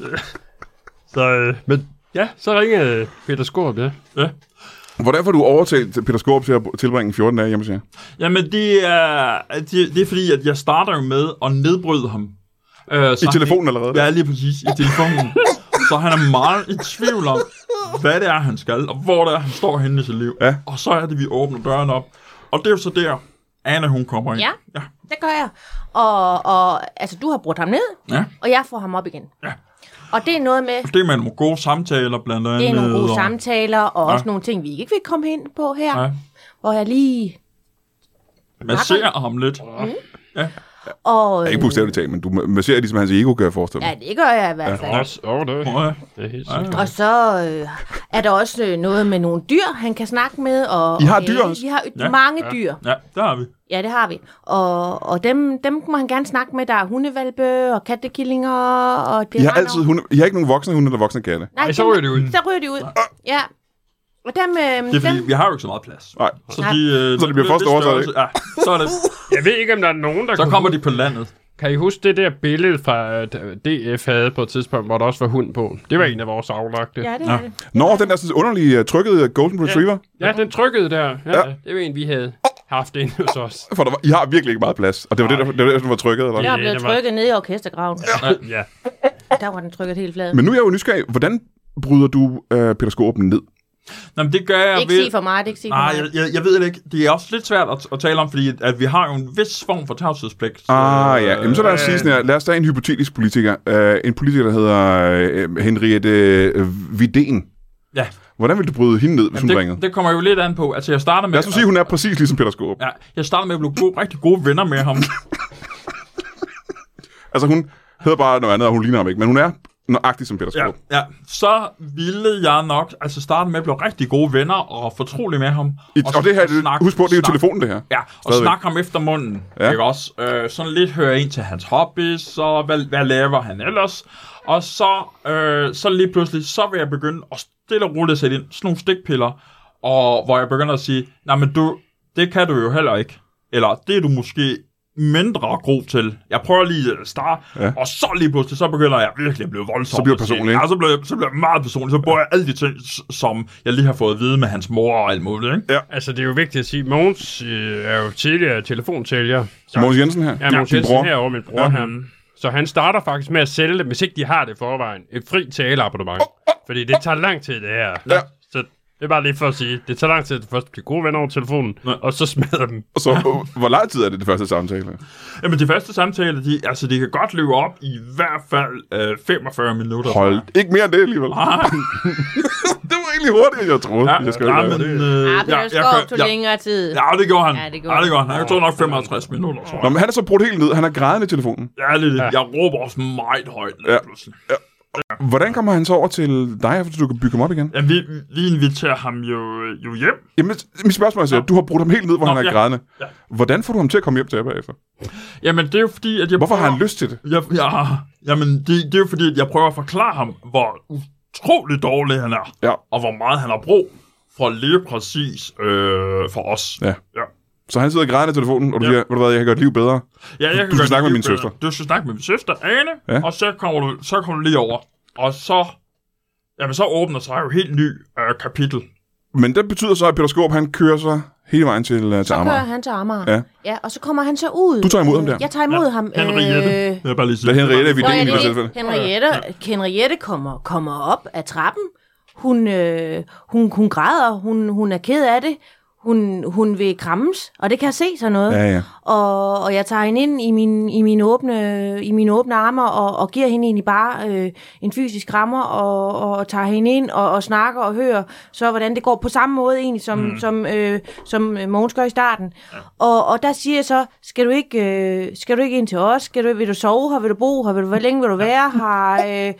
[SPEAKER 5] så, øh, men ja, så ringede Peter Skorup, ja.
[SPEAKER 3] Ja.
[SPEAKER 1] Hvordan får du overtalt Peter Skorup til at tilbringe 14 dage hjemme hos jer?
[SPEAKER 3] Jamen, det er, det, det er fordi, at jeg starter jo med at nedbryde ham. Øh, så
[SPEAKER 1] I
[SPEAKER 3] han-
[SPEAKER 1] telefonen allerede?
[SPEAKER 3] Ja, lige præcis. I telefonen. så han er meget i tvivl om, hvad det er, han skal, og hvor det er, han står henne i sit liv.
[SPEAKER 1] Ja.
[SPEAKER 3] Og så er det, vi åbner døren op. Og det er jo så der, Anna, hun kommer ind.
[SPEAKER 4] Ja.
[SPEAKER 3] ja.
[SPEAKER 4] det gør jeg. Og, og altså, du har brudt ham ned,
[SPEAKER 3] Ja.
[SPEAKER 4] og jeg får ham op igen.
[SPEAKER 3] Ja.
[SPEAKER 4] Og det er noget med...
[SPEAKER 3] Det er med nogle gode samtaler, blandt andet.
[SPEAKER 4] Det er nogle gode
[SPEAKER 3] og-
[SPEAKER 4] samtaler, og også nogle ting, vi ikke vil komme ind på her.
[SPEAKER 3] Ja.
[SPEAKER 4] Hvor jeg lige...
[SPEAKER 3] Masserer ham lidt.
[SPEAKER 4] Og,
[SPEAKER 1] Ikke bogstaveligt talt, men du masserer ligesom hans ego, kan jeg forestille mig.
[SPEAKER 4] ja, det gør jeg i hvert fald.
[SPEAKER 5] Også over det.
[SPEAKER 3] Ja.
[SPEAKER 5] Det er helt sikkert.
[SPEAKER 4] Og så øh, er der også øh, noget med nogle dyr, han kan snakke med. Og,
[SPEAKER 1] I har
[SPEAKER 4] og, øh,
[SPEAKER 1] dyr også?
[SPEAKER 4] Vi har ja.
[SPEAKER 3] Ja.
[SPEAKER 4] mange dyr.
[SPEAKER 3] ja, der har vi.
[SPEAKER 4] Ja, det har vi. Og, og dem, dem må han gerne snakke med. Der er hundevalpe og kattekillinger og det
[SPEAKER 1] I har altid hunde... I har ikke nogen voksne hunde eller voksne katte.
[SPEAKER 4] Nej,
[SPEAKER 5] Ej, så
[SPEAKER 4] dem-
[SPEAKER 5] ryger de ud.
[SPEAKER 4] Så ryger de ud.
[SPEAKER 1] Ah.
[SPEAKER 4] Ja. Og dem, øh,
[SPEAKER 3] Det er fordi,
[SPEAKER 4] dem
[SPEAKER 3] vi har jo ikke så meget plads.
[SPEAKER 1] Nej.
[SPEAKER 3] Så,
[SPEAKER 4] Nej.
[SPEAKER 3] de, øh,
[SPEAKER 1] Så det bliver
[SPEAKER 3] hvis
[SPEAKER 1] første overtaget,
[SPEAKER 3] størrelse- Ja, så er det.
[SPEAKER 5] Jeg ved ikke, om der er nogen, der
[SPEAKER 3] Så
[SPEAKER 5] kan
[SPEAKER 3] kommer de på landet.
[SPEAKER 5] Kan I huske det der billede fra øh, DF havde på et tidspunkt, hvor der også var hund på? Det var en af vores aflagte.
[SPEAKER 4] Ja, det er det.
[SPEAKER 1] Nå, den der sådan underlige uh, trykkede Golden Retriever.
[SPEAKER 5] ja den trykkede der. Ja,
[SPEAKER 1] Ja.
[SPEAKER 5] ja. Det var en, vi havde haft inde hos os.
[SPEAKER 1] For der var... I har virkelig ikke meget plads. Og det var det, der, det var det, der var trykket, eller?
[SPEAKER 4] Jeg er
[SPEAKER 5] Ja,
[SPEAKER 4] blevet
[SPEAKER 5] det var-
[SPEAKER 4] trykket ned i orkestergraven.
[SPEAKER 5] Ja.
[SPEAKER 4] Der var den trykket helt flad.
[SPEAKER 1] Men nu er jeg jo nysgerrig. Hvordan bryder du uh, øh, Peter Skorup ned?
[SPEAKER 3] Nå, men det gør jeg
[SPEAKER 4] Ikke sige for meget, det er ikke sige for
[SPEAKER 3] Nej,
[SPEAKER 4] meget.
[SPEAKER 3] jeg, jeg, jeg ved det ikke. Det er også lidt svært at, at tale om, fordi at, at vi har jo en vis form for tavshedspligt. så- øh,
[SPEAKER 1] Ah ja, Jamen, så lad os sige sådan her. Lad os tage en hypotetisk politiker. Uh, en politiker, der hedder uh, Henriette uh, Vidén.
[SPEAKER 3] ja.
[SPEAKER 1] Hvordan vil du bryde hende ned, hvis hun ringede?
[SPEAKER 3] Det, det kommer jo lidt an på. Altså, jeg starter med...
[SPEAKER 1] Lad os nu sige, at hun er præcis ligesom Peter Skåb. Ja.
[SPEAKER 3] Ja, jeg starter med at blive gode, rigtig gode venner med ham.
[SPEAKER 1] Altså hun hedder bare noget andet, og hun ligner ham ikke, men hun er nøjagtig som Peter Skåb.
[SPEAKER 3] ja, ja. Så ville jeg nok altså starte med at blive rigtig gode venner og fortrolig med ham.
[SPEAKER 1] I, og, det her,
[SPEAKER 3] så snak-
[SPEAKER 1] snak, husk på, det er jo
[SPEAKER 3] snak-
[SPEAKER 1] telefonen, det her.
[SPEAKER 3] Ja, og
[SPEAKER 1] Stadigvæk.
[SPEAKER 3] snakke ham efter munden,
[SPEAKER 1] Ja.
[SPEAKER 3] ja. ikke også? Øh, sådan lidt høre ind til hans hobbies, og hvad, hvad laver han ellers? Og så, øh, så lige pludselig, så vil jeg begynde at stille og roligt sætte ind sådan nogle stikpiller, og hvor jeg begynder at sige, nej, men du, det kan du jo heller ikke. Eller det er du måske mindre god til. Jeg prøver lige at starte, ja. og så lige pludselig, så begynder jeg virkelig at blive voldsom.
[SPEAKER 1] Så bliver
[SPEAKER 3] og
[SPEAKER 1] personlig,
[SPEAKER 3] sige-
[SPEAKER 1] ikke?
[SPEAKER 3] Ja, så bliver, jeg- så bliver jeg meget personlig. Så bruger jeg alle de ting, s- som jeg lige har fået at vide med hans mor og alt muligt, ikke?
[SPEAKER 5] Altså, det er jo vigtigt at sige, at Mogens øh, er jo tidligere telefonsælger. Så,
[SPEAKER 1] Mogens Jensen her.
[SPEAKER 5] ja, Mogens
[SPEAKER 1] Din
[SPEAKER 5] Jensen
[SPEAKER 1] bror.
[SPEAKER 5] her over min bror ja. her. Så han starter faktisk med at sælge det, hvis ikke de har det i forvejen. Et fri taleabonnement. Fordi det tager lang tid, det her.
[SPEAKER 1] Ja.
[SPEAKER 5] Så det er bare lige for at sige, det tager lang tid, at du først bliver gode venner over telefonen, og så smadrer dem.
[SPEAKER 1] Så øh, hvor lang tid er det, det første samtale?
[SPEAKER 3] Jamen, de første samtaler, de, altså, de kan godt løbe op i hvert fald øh, 45 minutter. Ah,
[SPEAKER 1] Hold, ikke mere end det alligevel. det var egentlig hurtigere, end jeg troede.
[SPEAKER 3] Ja,
[SPEAKER 1] jeg skal
[SPEAKER 3] ja,
[SPEAKER 1] ja,
[SPEAKER 3] men,
[SPEAKER 1] men...
[SPEAKER 3] øh,
[SPEAKER 4] Ah, Peter Skov tog
[SPEAKER 3] ja,
[SPEAKER 4] længere tid.
[SPEAKER 3] ja, det gjorde han.
[SPEAKER 4] Ja,
[SPEAKER 3] Ja,
[SPEAKER 4] det
[SPEAKER 3] det gjorde,
[SPEAKER 4] gjorde
[SPEAKER 3] ja, det gjorde han. Jeg tror nok 55 minutter, tror
[SPEAKER 1] Nå,
[SPEAKER 3] jeg.
[SPEAKER 1] men han er så brudt helt ned. Han er grædende i telefonen.
[SPEAKER 3] Ja, det, er det. Jeg råber også meget højt. Ja.
[SPEAKER 1] Hvordan kommer han så over til dig, efter du kan bygge ham op igen?
[SPEAKER 3] Ja, vi, vi inviterer ham jo, øh, jo hjem.
[SPEAKER 1] Jamen, mit spørgsmål er, så, du har brudt ham helt ned, hvor
[SPEAKER 3] Nå,
[SPEAKER 1] han er
[SPEAKER 3] ja.
[SPEAKER 1] grædende. Hvordan får du ham til at komme hjem til jer bagefter?
[SPEAKER 3] Jamen, det er jo fordi, at jeg
[SPEAKER 1] Hvorfor har
[SPEAKER 3] prøver-
[SPEAKER 1] han lyst til det?
[SPEAKER 3] Jeg, ja, jamen, det, det er jo fordi, at jeg prøver at forklare ham, hvor utrolig dårlig han er.
[SPEAKER 1] Ja.
[SPEAKER 3] Og hvor meget han har brug for lige præcis øh, for os.
[SPEAKER 1] Ja.
[SPEAKER 3] ja.
[SPEAKER 1] Så han sidder og græder i telefonen, og du
[SPEAKER 3] Ja.
[SPEAKER 1] siger, ved du hvad, jeg kan gøre et liv bedre.
[SPEAKER 3] Ja, jeg
[SPEAKER 1] Du-
[SPEAKER 3] kan
[SPEAKER 1] du skal
[SPEAKER 3] godt
[SPEAKER 1] snakke med
[SPEAKER 3] lide
[SPEAKER 1] min søster.
[SPEAKER 3] billeder. Du skal snakke med min søster, Ane,
[SPEAKER 1] Ja.
[SPEAKER 3] ja. og så kommer, du, så kommer du lige over. Og så, jamen, så åbner sig jo et helt ny øh, kapitel.
[SPEAKER 1] Men det betyder så, at Peter Skåb, han kører sig hele vejen til, uh, til
[SPEAKER 4] Så kører
[SPEAKER 1] Amager.
[SPEAKER 4] han til Amager.
[SPEAKER 1] Ja.
[SPEAKER 4] Ja. ja, og så kommer han så ud.
[SPEAKER 1] Du tager imod ham der?
[SPEAKER 4] Jeg tager imod ham.
[SPEAKER 3] Henriette.
[SPEAKER 4] Øh,
[SPEAKER 3] Jeg bare lige sige.
[SPEAKER 1] Det er Henriette, vi
[SPEAKER 4] Nå, ja,
[SPEAKER 1] i
[SPEAKER 4] det
[SPEAKER 1] det
[SPEAKER 4] er
[SPEAKER 1] tilfælde.
[SPEAKER 4] det. Henriette, Henriette kommer, kommer op af trappen. Hun, øh, hun, hun græder, hun, hun er ked af det. Hun, hun vil krammes, og det kan jeg se sådan noget.
[SPEAKER 1] Ja, ja.
[SPEAKER 4] Og, og jeg tager hende ind i, min, i, mine, åbne, i mine åbne arme og, og giver hende egentlig bare øh, en fysisk rammer og, og, og tager hende ind og, og snakker og hører så, hvordan det går på samme måde egentlig, som, mm. som, øh, som øh, Mogens gør i starten. Ja. Og, og der siger jeg så, skal du ikke, øh, skal du ikke ind til os? Skal du, vil du sove her? Vil du bo her? Vil du, hvor længe vil du være her? Øh,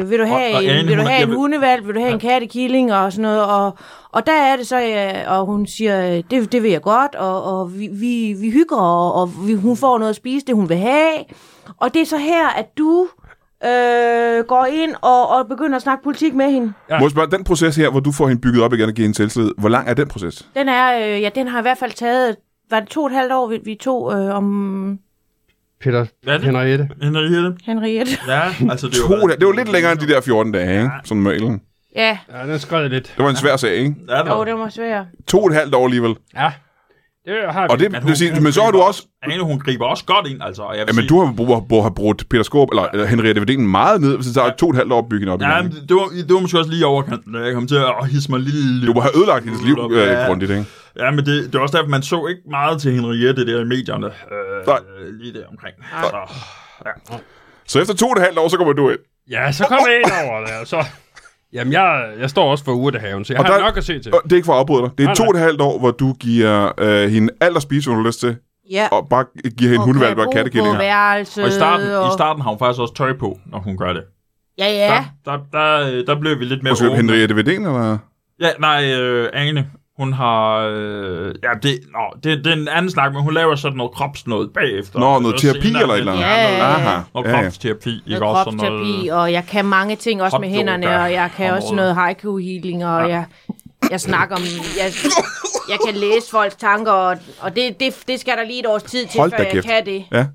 [SPEAKER 4] øh, vil du have,
[SPEAKER 3] Og- og
[SPEAKER 4] en,
[SPEAKER 3] Ane,
[SPEAKER 4] vil du
[SPEAKER 3] hun er-
[SPEAKER 4] have
[SPEAKER 3] jeg
[SPEAKER 4] en
[SPEAKER 3] vil-
[SPEAKER 4] hundevalg? Vil du have en kattekilling? Og sådan noget. Og, og der er det så, jeg, og hun siger, øh, det, det vil jeg godt, og, og vi, vi, vi hygger, og, og vi, hun får noget at spise, det hun vil have. Og det er så her, at du øh, går ind og, og begynder at snakke politik med hende.
[SPEAKER 1] Må jeg spørge, den proces her, hvor du får hende bygget op igen og giver hende selvtillid, hvor lang er den proces?
[SPEAKER 4] Den er, øh, ja, den har i hvert fald taget, var det to og et halvt år, vi, vi tog øh, om
[SPEAKER 5] Peter,
[SPEAKER 3] Hvad er det?
[SPEAKER 5] Henriette.
[SPEAKER 3] Henriette.
[SPEAKER 4] Henriette.
[SPEAKER 3] Ja, altså det er
[SPEAKER 1] To,
[SPEAKER 3] jo...
[SPEAKER 1] det, det var lidt længere end de der 14 dage, ikke? Som mailen.
[SPEAKER 4] Ja,
[SPEAKER 5] Ja, den skred lidt.
[SPEAKER 1] Det var en svær sag, ikke?
[SPEAKER 3] Ja, det
[SPEAKER 4] jo,
[SPEAKER 3] var.
[SPEAKER 4] det var svært.
[SPEAKER 1] To og et halvt år alligevel.
[SPEAKER 5] Ja. Det har vi.
[SPEAKER 1] Og det, det vil sige, men så har du også...
[SPEAKER 3] Ane, hun griber også godt ind, altså. og Jeg vil
[SPEAKER 1] Jamen,
[SPEAKER 3] sige-
[SPEAKER 1] du har, brug, brug, har brugt Peter Skåb, eller, eller Henriette Vedén meget ned, hvis det tager to og et halvt år at bygge hende op
[SPEAKER 3] Ja,
[SPEAKER 1] igen.
[SPEAKER 3] men
[SPEAKER 1] ikke?
[SPEAKER 3] det var, det var måske også lige i overkanten, da jeg kom til at hisse mig lige...
[SPEAKER 1] Du må have ødelagt hendes liv øh,
[SPEAKER 3] Ja.
[SPEAKER 1] grundigt, ikke?
[SPEAKER 3] Ja, men det, det var også derfor, man så ikke meget til Henriette der i medierne. Øh,
[SPEAKER 1] Nej.
[SPEAKER 3] Lige der omkring. Så, ja.
[SPEAKER 1] Så efter to og et halvt år, så kommer du ind.
[SPEAKER 5] Ja, så kom jeg ind over det, og så... Jamen, jeg, jeg står også for urtehaven, så jeg
[SPEAKER 1] Og
[SPEAKER 5] og har
[SPEAKER 1] der-
[SPEAKER 5] nok at se til.
[SPEAKER 1] Og Det er ikke for at afbryde dig. Det er
[SPEAKER 5] Nej,
[SPEAKER 1] to
[SPEAKER 5] nej.
[SPEAKER 1] og et halvt år, hvor du giver øh, hende alt at spise, hvad hun har lyst til,
[SPEAKER 4] Ja,
[SPEAKER 1] og bare giver hende hundevalg og
[SPEAKER 4] Og,
[SPEAKER 1] kattekillinger.
[SPEAKER 4] værelset,
[SPEAKER 3] Og i starten,
[SPEAKER 4] Øh, og,
[SPEAKER 3] i starten har hun faktisk også tøj på, når hun gør det.
[SPEAKER 4] Ja, ja.
[SPEAKER 3] Der, der, der, øh, der blev vi lidt mere
[SPEAKER 1] Måske Henriette Vedén, eller?
[SPEAKER 3] Ja, nej, øh, Ane, hun har... Øh, ja, det, nå, det, det er en anden snak, men hun laver sådan noget kropsnået bagefter.
[SPEAKER 1] Nå, noget terapi
[SPEAKER 3] senere,
[SPEAKER 1] eller et eller andet.
[SPEAKER 3] Ja,
[SPEAKER 4] Ja,
[SPEAKER 3] noget,
[SPEAKER 4] ja, ja.
[SPEAKER 1] Aha.
[SPEAKER 3] noget
[SPEAKER 1] Ja, ja.
[SPEAKER 3] kropsterapi, ikke
[SPEAKER 4] noget
[SPEAKER 3] også? Sådan noget,
[SPEAKER 4] kropsterapi, og jeg kan mange ting også med
[SPEAKER 3] Hot yoga
[SPEAKER 4] hænderne, og jeg kan
[SPEAKER 3] og
[SPEAKER 4] også
[SPEAKER 3] noget.
[SPEAKER 4] noget haiku healing, og jeg, jeg snakker om, jeg, jeg kan læse folks tanker, og, og det, det, det skal der lige et års tid til,
[SPEAKER 1] Hold
[SPEAKER 4] før
[SPEAKER 1] da
[SPEAKER 4] jeg
[SPEAKER 1] kæft.
[SPEAKER 4] kan det.
[SPEAKER 1] Ja.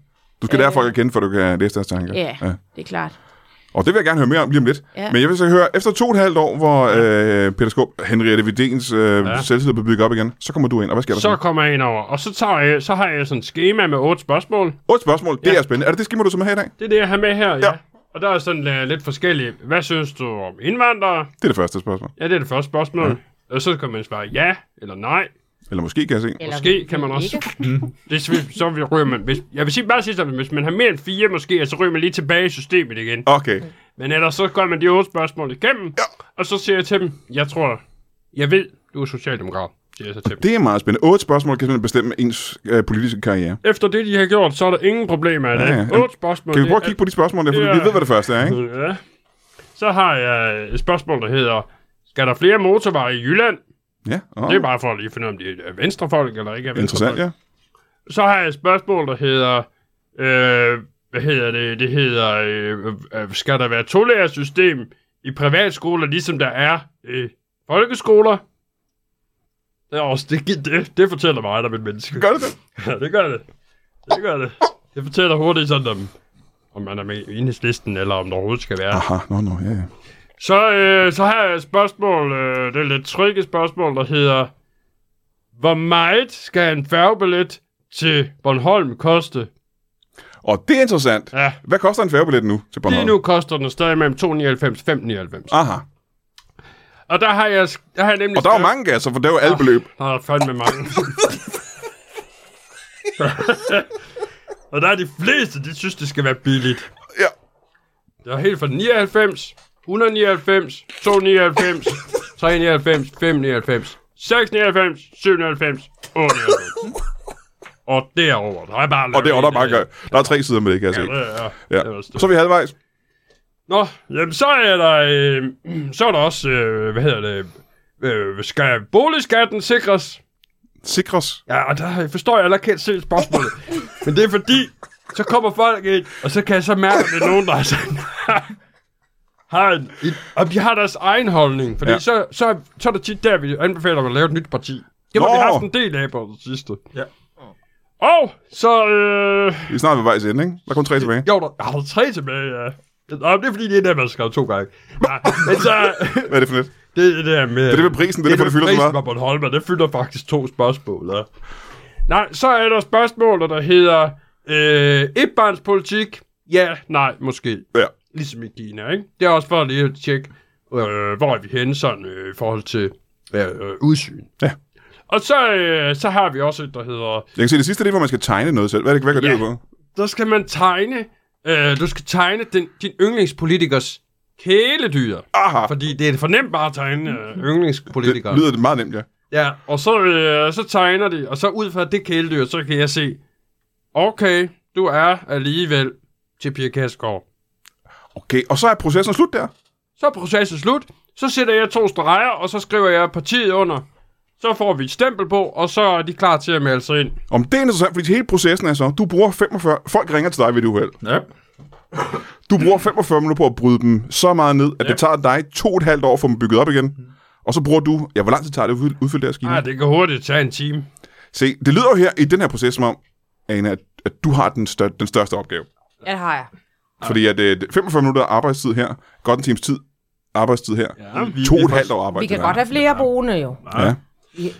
[SPEAKER 1] Du skal øh... lære folk at kende, før du kan læse deres tanker.
[SPEAKER 4] Ja, det er klart.
[SPEAKER 1] Og det vil jeg gerne høre mere om lige om lidt. Ja.
[SPEAKER 4] Ja.
[SPEAKER 1] Men jeg vil så høre, efter to og et halvt år, hvor øh, Peter Skåb, Henriette Vidéns øh, ja. selvtillid blev bygget op igen, så kommer du ind, og hvad sker der så?
[SPEAKER 5] Så kommer jeg ind over, og så, tager jeg, så har jeg sådan et schema med otte spørgsmål.
[SPEAKER 1] Otte spørgsmål, det er spændende. Er det det skimmer, du som har i dag?
[SPEAKER 5] Det er det, jeg har med her, ja. ja. Og der er sådan øh, lidt forskellige. Hvad synes du om indvandrere?
[SPEAKER 1] Det er det første spørgsmål.
[SPEAKER 5] Ja, det er det første spørgsmål. Og så kan man svare ja eller nej.
[SPEAKER 1] Eller måske kan jeg se.
[SPEAKER 4] Eller
[SPEAKER 5] Måske kan man også.
[SPEAKER 4] ikke.
[SPEAKER 5] Det, så- så vi ryger man. Hvis, jeg vil sige bare sidst, at hvis man har mere end fire måske, så ryger man lige tilbage i systemet igen.
[SPEAKER 1] Okay.
[SPEAKER 5] Men ellers så går man de otte spørgsmål igennem, ja. og så siger jeg til dem, jeg tror, jeg ved, du er socialdemokrat, siger jeg så til dem.
[SPEAKER 1] Det er meget spændende. Otte spørgsmål kan simpelthen bestemme ens øh, politiske karriere.
[SPEAKER 5] Efter det, de har gjort, så er der ingen problemer af det.
[SPEAKER 1] Ja, ja.
[SPEAKER 5] Otte spørgsmål.
[SPEAKER 1] Kan vi
[SPEAKER 5] det
[SPEAKER 1] prøve at
[SPEAKER 5] er-
[SPEAKER 1] kigge på de spørgsmål der, for
[SPEAKER 5] Ja.
[SPEAKER 1] vi ved, hvad det første er, ikke?
[SPEAKER 5] Ja. Så har jeg et spørgsmål, der hedder, skal der flere motorveje i Jylland?
[SPEAKER 1] Ja. Oh.
[SPEAKER 5] Det er bare for at lige finde ud af, om de er venstrefolk eller ikke er
[SPEAKER 1] Interessant,
[SPEAKER 5] venstrefolk.
[SPEAKER 1] ja.
[SPEAKER 5] Så har jeg et spørgsmål, der hedder... Øh, hvad hedder det? Det hedder... Øh, øh, skal der være tolærersystem i privatskoler, ligesom der er øh, folkeskoler? Det, er også, det, det, det fortæller mig, der er et menneske.
[SPEAKER 1] Gør det det?
[SPEAKER 5] Ja, det gør det. Det gør det. Det fortæller hurtigt sådan om, om man er med i enhedslisten, eller om der overhovedet skal være.
[SPEAKER 1] Aha, nå, nå, ja, ja.
[SPEAKER 5] Så, øh, så har jeg et spørgsmål, øh, det er et lidt tricky spørgsmål, der hedder, hvor meget skal en færgebillet til Bornholm koste?
[SPEAKER 1] Og det er interessant.
[SPEAKER 5] Ja,
[SPEAKER 1] Hvad koster en færgebillet nu til Bornholm?
[SPEAKER 5] lige nu koster den stadig mellem 299 og 599.
[SPEAKER 1] Aha.
[SPEAKER 5] Og der har jeg, der har jeg nemlig...
[SPEAKER 1] Og der er jo mange gasser, for det er jo
[SPEAKER 5] Ah.
[SPEAKER 1] alle beløb.
[SPEAKER 5] Der er fandme mange. og der er de fleste, de synes, det skal være billigt.
[SPEAKER 1] Ja.
[SPEAKER 5] Der er helt fra 99, 199, 299, 399, 599, 699, 799, 899. Og derover, der er bare...
[SPEAKER 1] Og det er der bare gør. Der er tre sider med det, kan jeg se.
[SPEAKER 5] Ja,
[SPEAKER 1] Ja.
[SPEAKER 5] det er også det.
[SPEAKER 1] Så er vi halvvejs.
[SPEAKER 5] Nå, jamen så er der, øh, så er der også, øh, hvad hedder det, øh, skal boligskatten sikres?
[SPEAKER 1] Sikres.
[SPEAKER 5] Ja, og der forstår jeg heller ikke helt selv spørgsmålet. Men det er fordi, så kommer folk ind, og så kan jeg så mærke, at det er nogen, der er sådan, har en, et, og de har deres egen holdning. Fordi
[SPEAKER 1] Ja.
[SPEAKER 5] ja. så, så, så er det tit der, vi anbefaler at lave et nyt parti. Det har vi
[SPEAKER 1] Nå!
[SPEAKER 5] haft en del af på det sidste. Ja. Og så, øh,
[SPEAKER 1] Vi er snart ved vejs ende, ikke? Der er kun tre tilbage.
[SPEAKER 5] jo, der, der er tre tilbage, ja. Nå, men det er fordi, det er der, man skrev to gange. Nej, men så,
[SPEAKER 1] Hvad er det for lidt?
[SPEAKER 5] det er det der med... Det
[SPEAKER 1] er det med prisen, det er derfor, det fylder så meget.
[SPEAKER 5] Det er Bornholm, det fylder faktisk to spørgsmål. Ja. Nej, så er der spørgsmålet, der hedder... Øh, etbarnspolitik? Ja, nej, måske.
[SPEAKER 1] Ja.
[SPEAKER 5] Ligesom i Kina, ikke? Det er også for lige at tjekke, øh, hvor er vi henne sådan øh, i forhold til øh, øh, udsyn.
[SPEAKER 1] Ja.
[SPEAKER 5] Og så, øh, så har vi også et, der hedder...
[SPEAKER 1] Jeg kan se, det sidste det er, hvor man skal tegne noget selv. Hvad, er det, hvad gør det
[SPEAKER 5] Ja.
[SPEAKER 1] ud på?
[SPEAKER 5] Der skal man tegne... Øh, du skal tegne den, din yndlingspolitikers kæledyr.
[SPEAKER 1] Aha.
[SPEAKER 5] Fordi det er for nemt bare at tegne øh, yndlingspolitikere.
[SPEAKER 1] Ah. Lyder det meget nemt, ja.
[SPEAKER 5] Ja, og så, øh, så tegner de, og så ud fra det kæledyr, så kan jeg se, okay, du er alligevel til Pia Kærsgaard.
[SPEAKER 1] Okay, og så er processen slut der.
[SPEAKER 5] Så er processen slut, så sætter jeg to streger, og så skriver jeg partiet under. Så får vi et stempel på, og så er de klar til at melde sig ind.
[SPEAKER 1] Om det er interessant, fordi hele processen er så, du bruger 45... Folk ringer til dig ved et uheld.
[SPEAKER 5] Ja.
[SPEAKER 1] Du bruger 45 minutter på at bryde dem så meget ned, at ja. det tager dig to og et halvt år at få dem bygget op igen. Og så bruger du... Ja, hvor lang tid tager det at udfylde- udfylde det her skema?
[SPEAKER 5] Ej, Ah, det kan hurtigt tage en time.
[SPEAKER 1] Se, det lyder jo her i den her proces som om, Ana, at, at du har den, stør- den største opgave.
[SPEAKER 4] Ja, det har jeg.
[SPEAKER 1] Fordi at øh, 45 minutter arbejdstid her, godt en times tid arbejdstid her, ja,
[SPEAKER 3] vi-
[SPEAKER 1] to
[SPEAKER 3] vi
[SPEAKER 1] og et
[SPEAKER 3] får-
[SPEAKER 1] halvt år arbejde.
[SPEAKER 4] Vi kan
[SPEAKER 1] til
[SPEAKER 4] godt
[SPEAKER 1] dig.
[SPEAKER 4] have flere boende, jo.
[SPEAKER 1] Ja.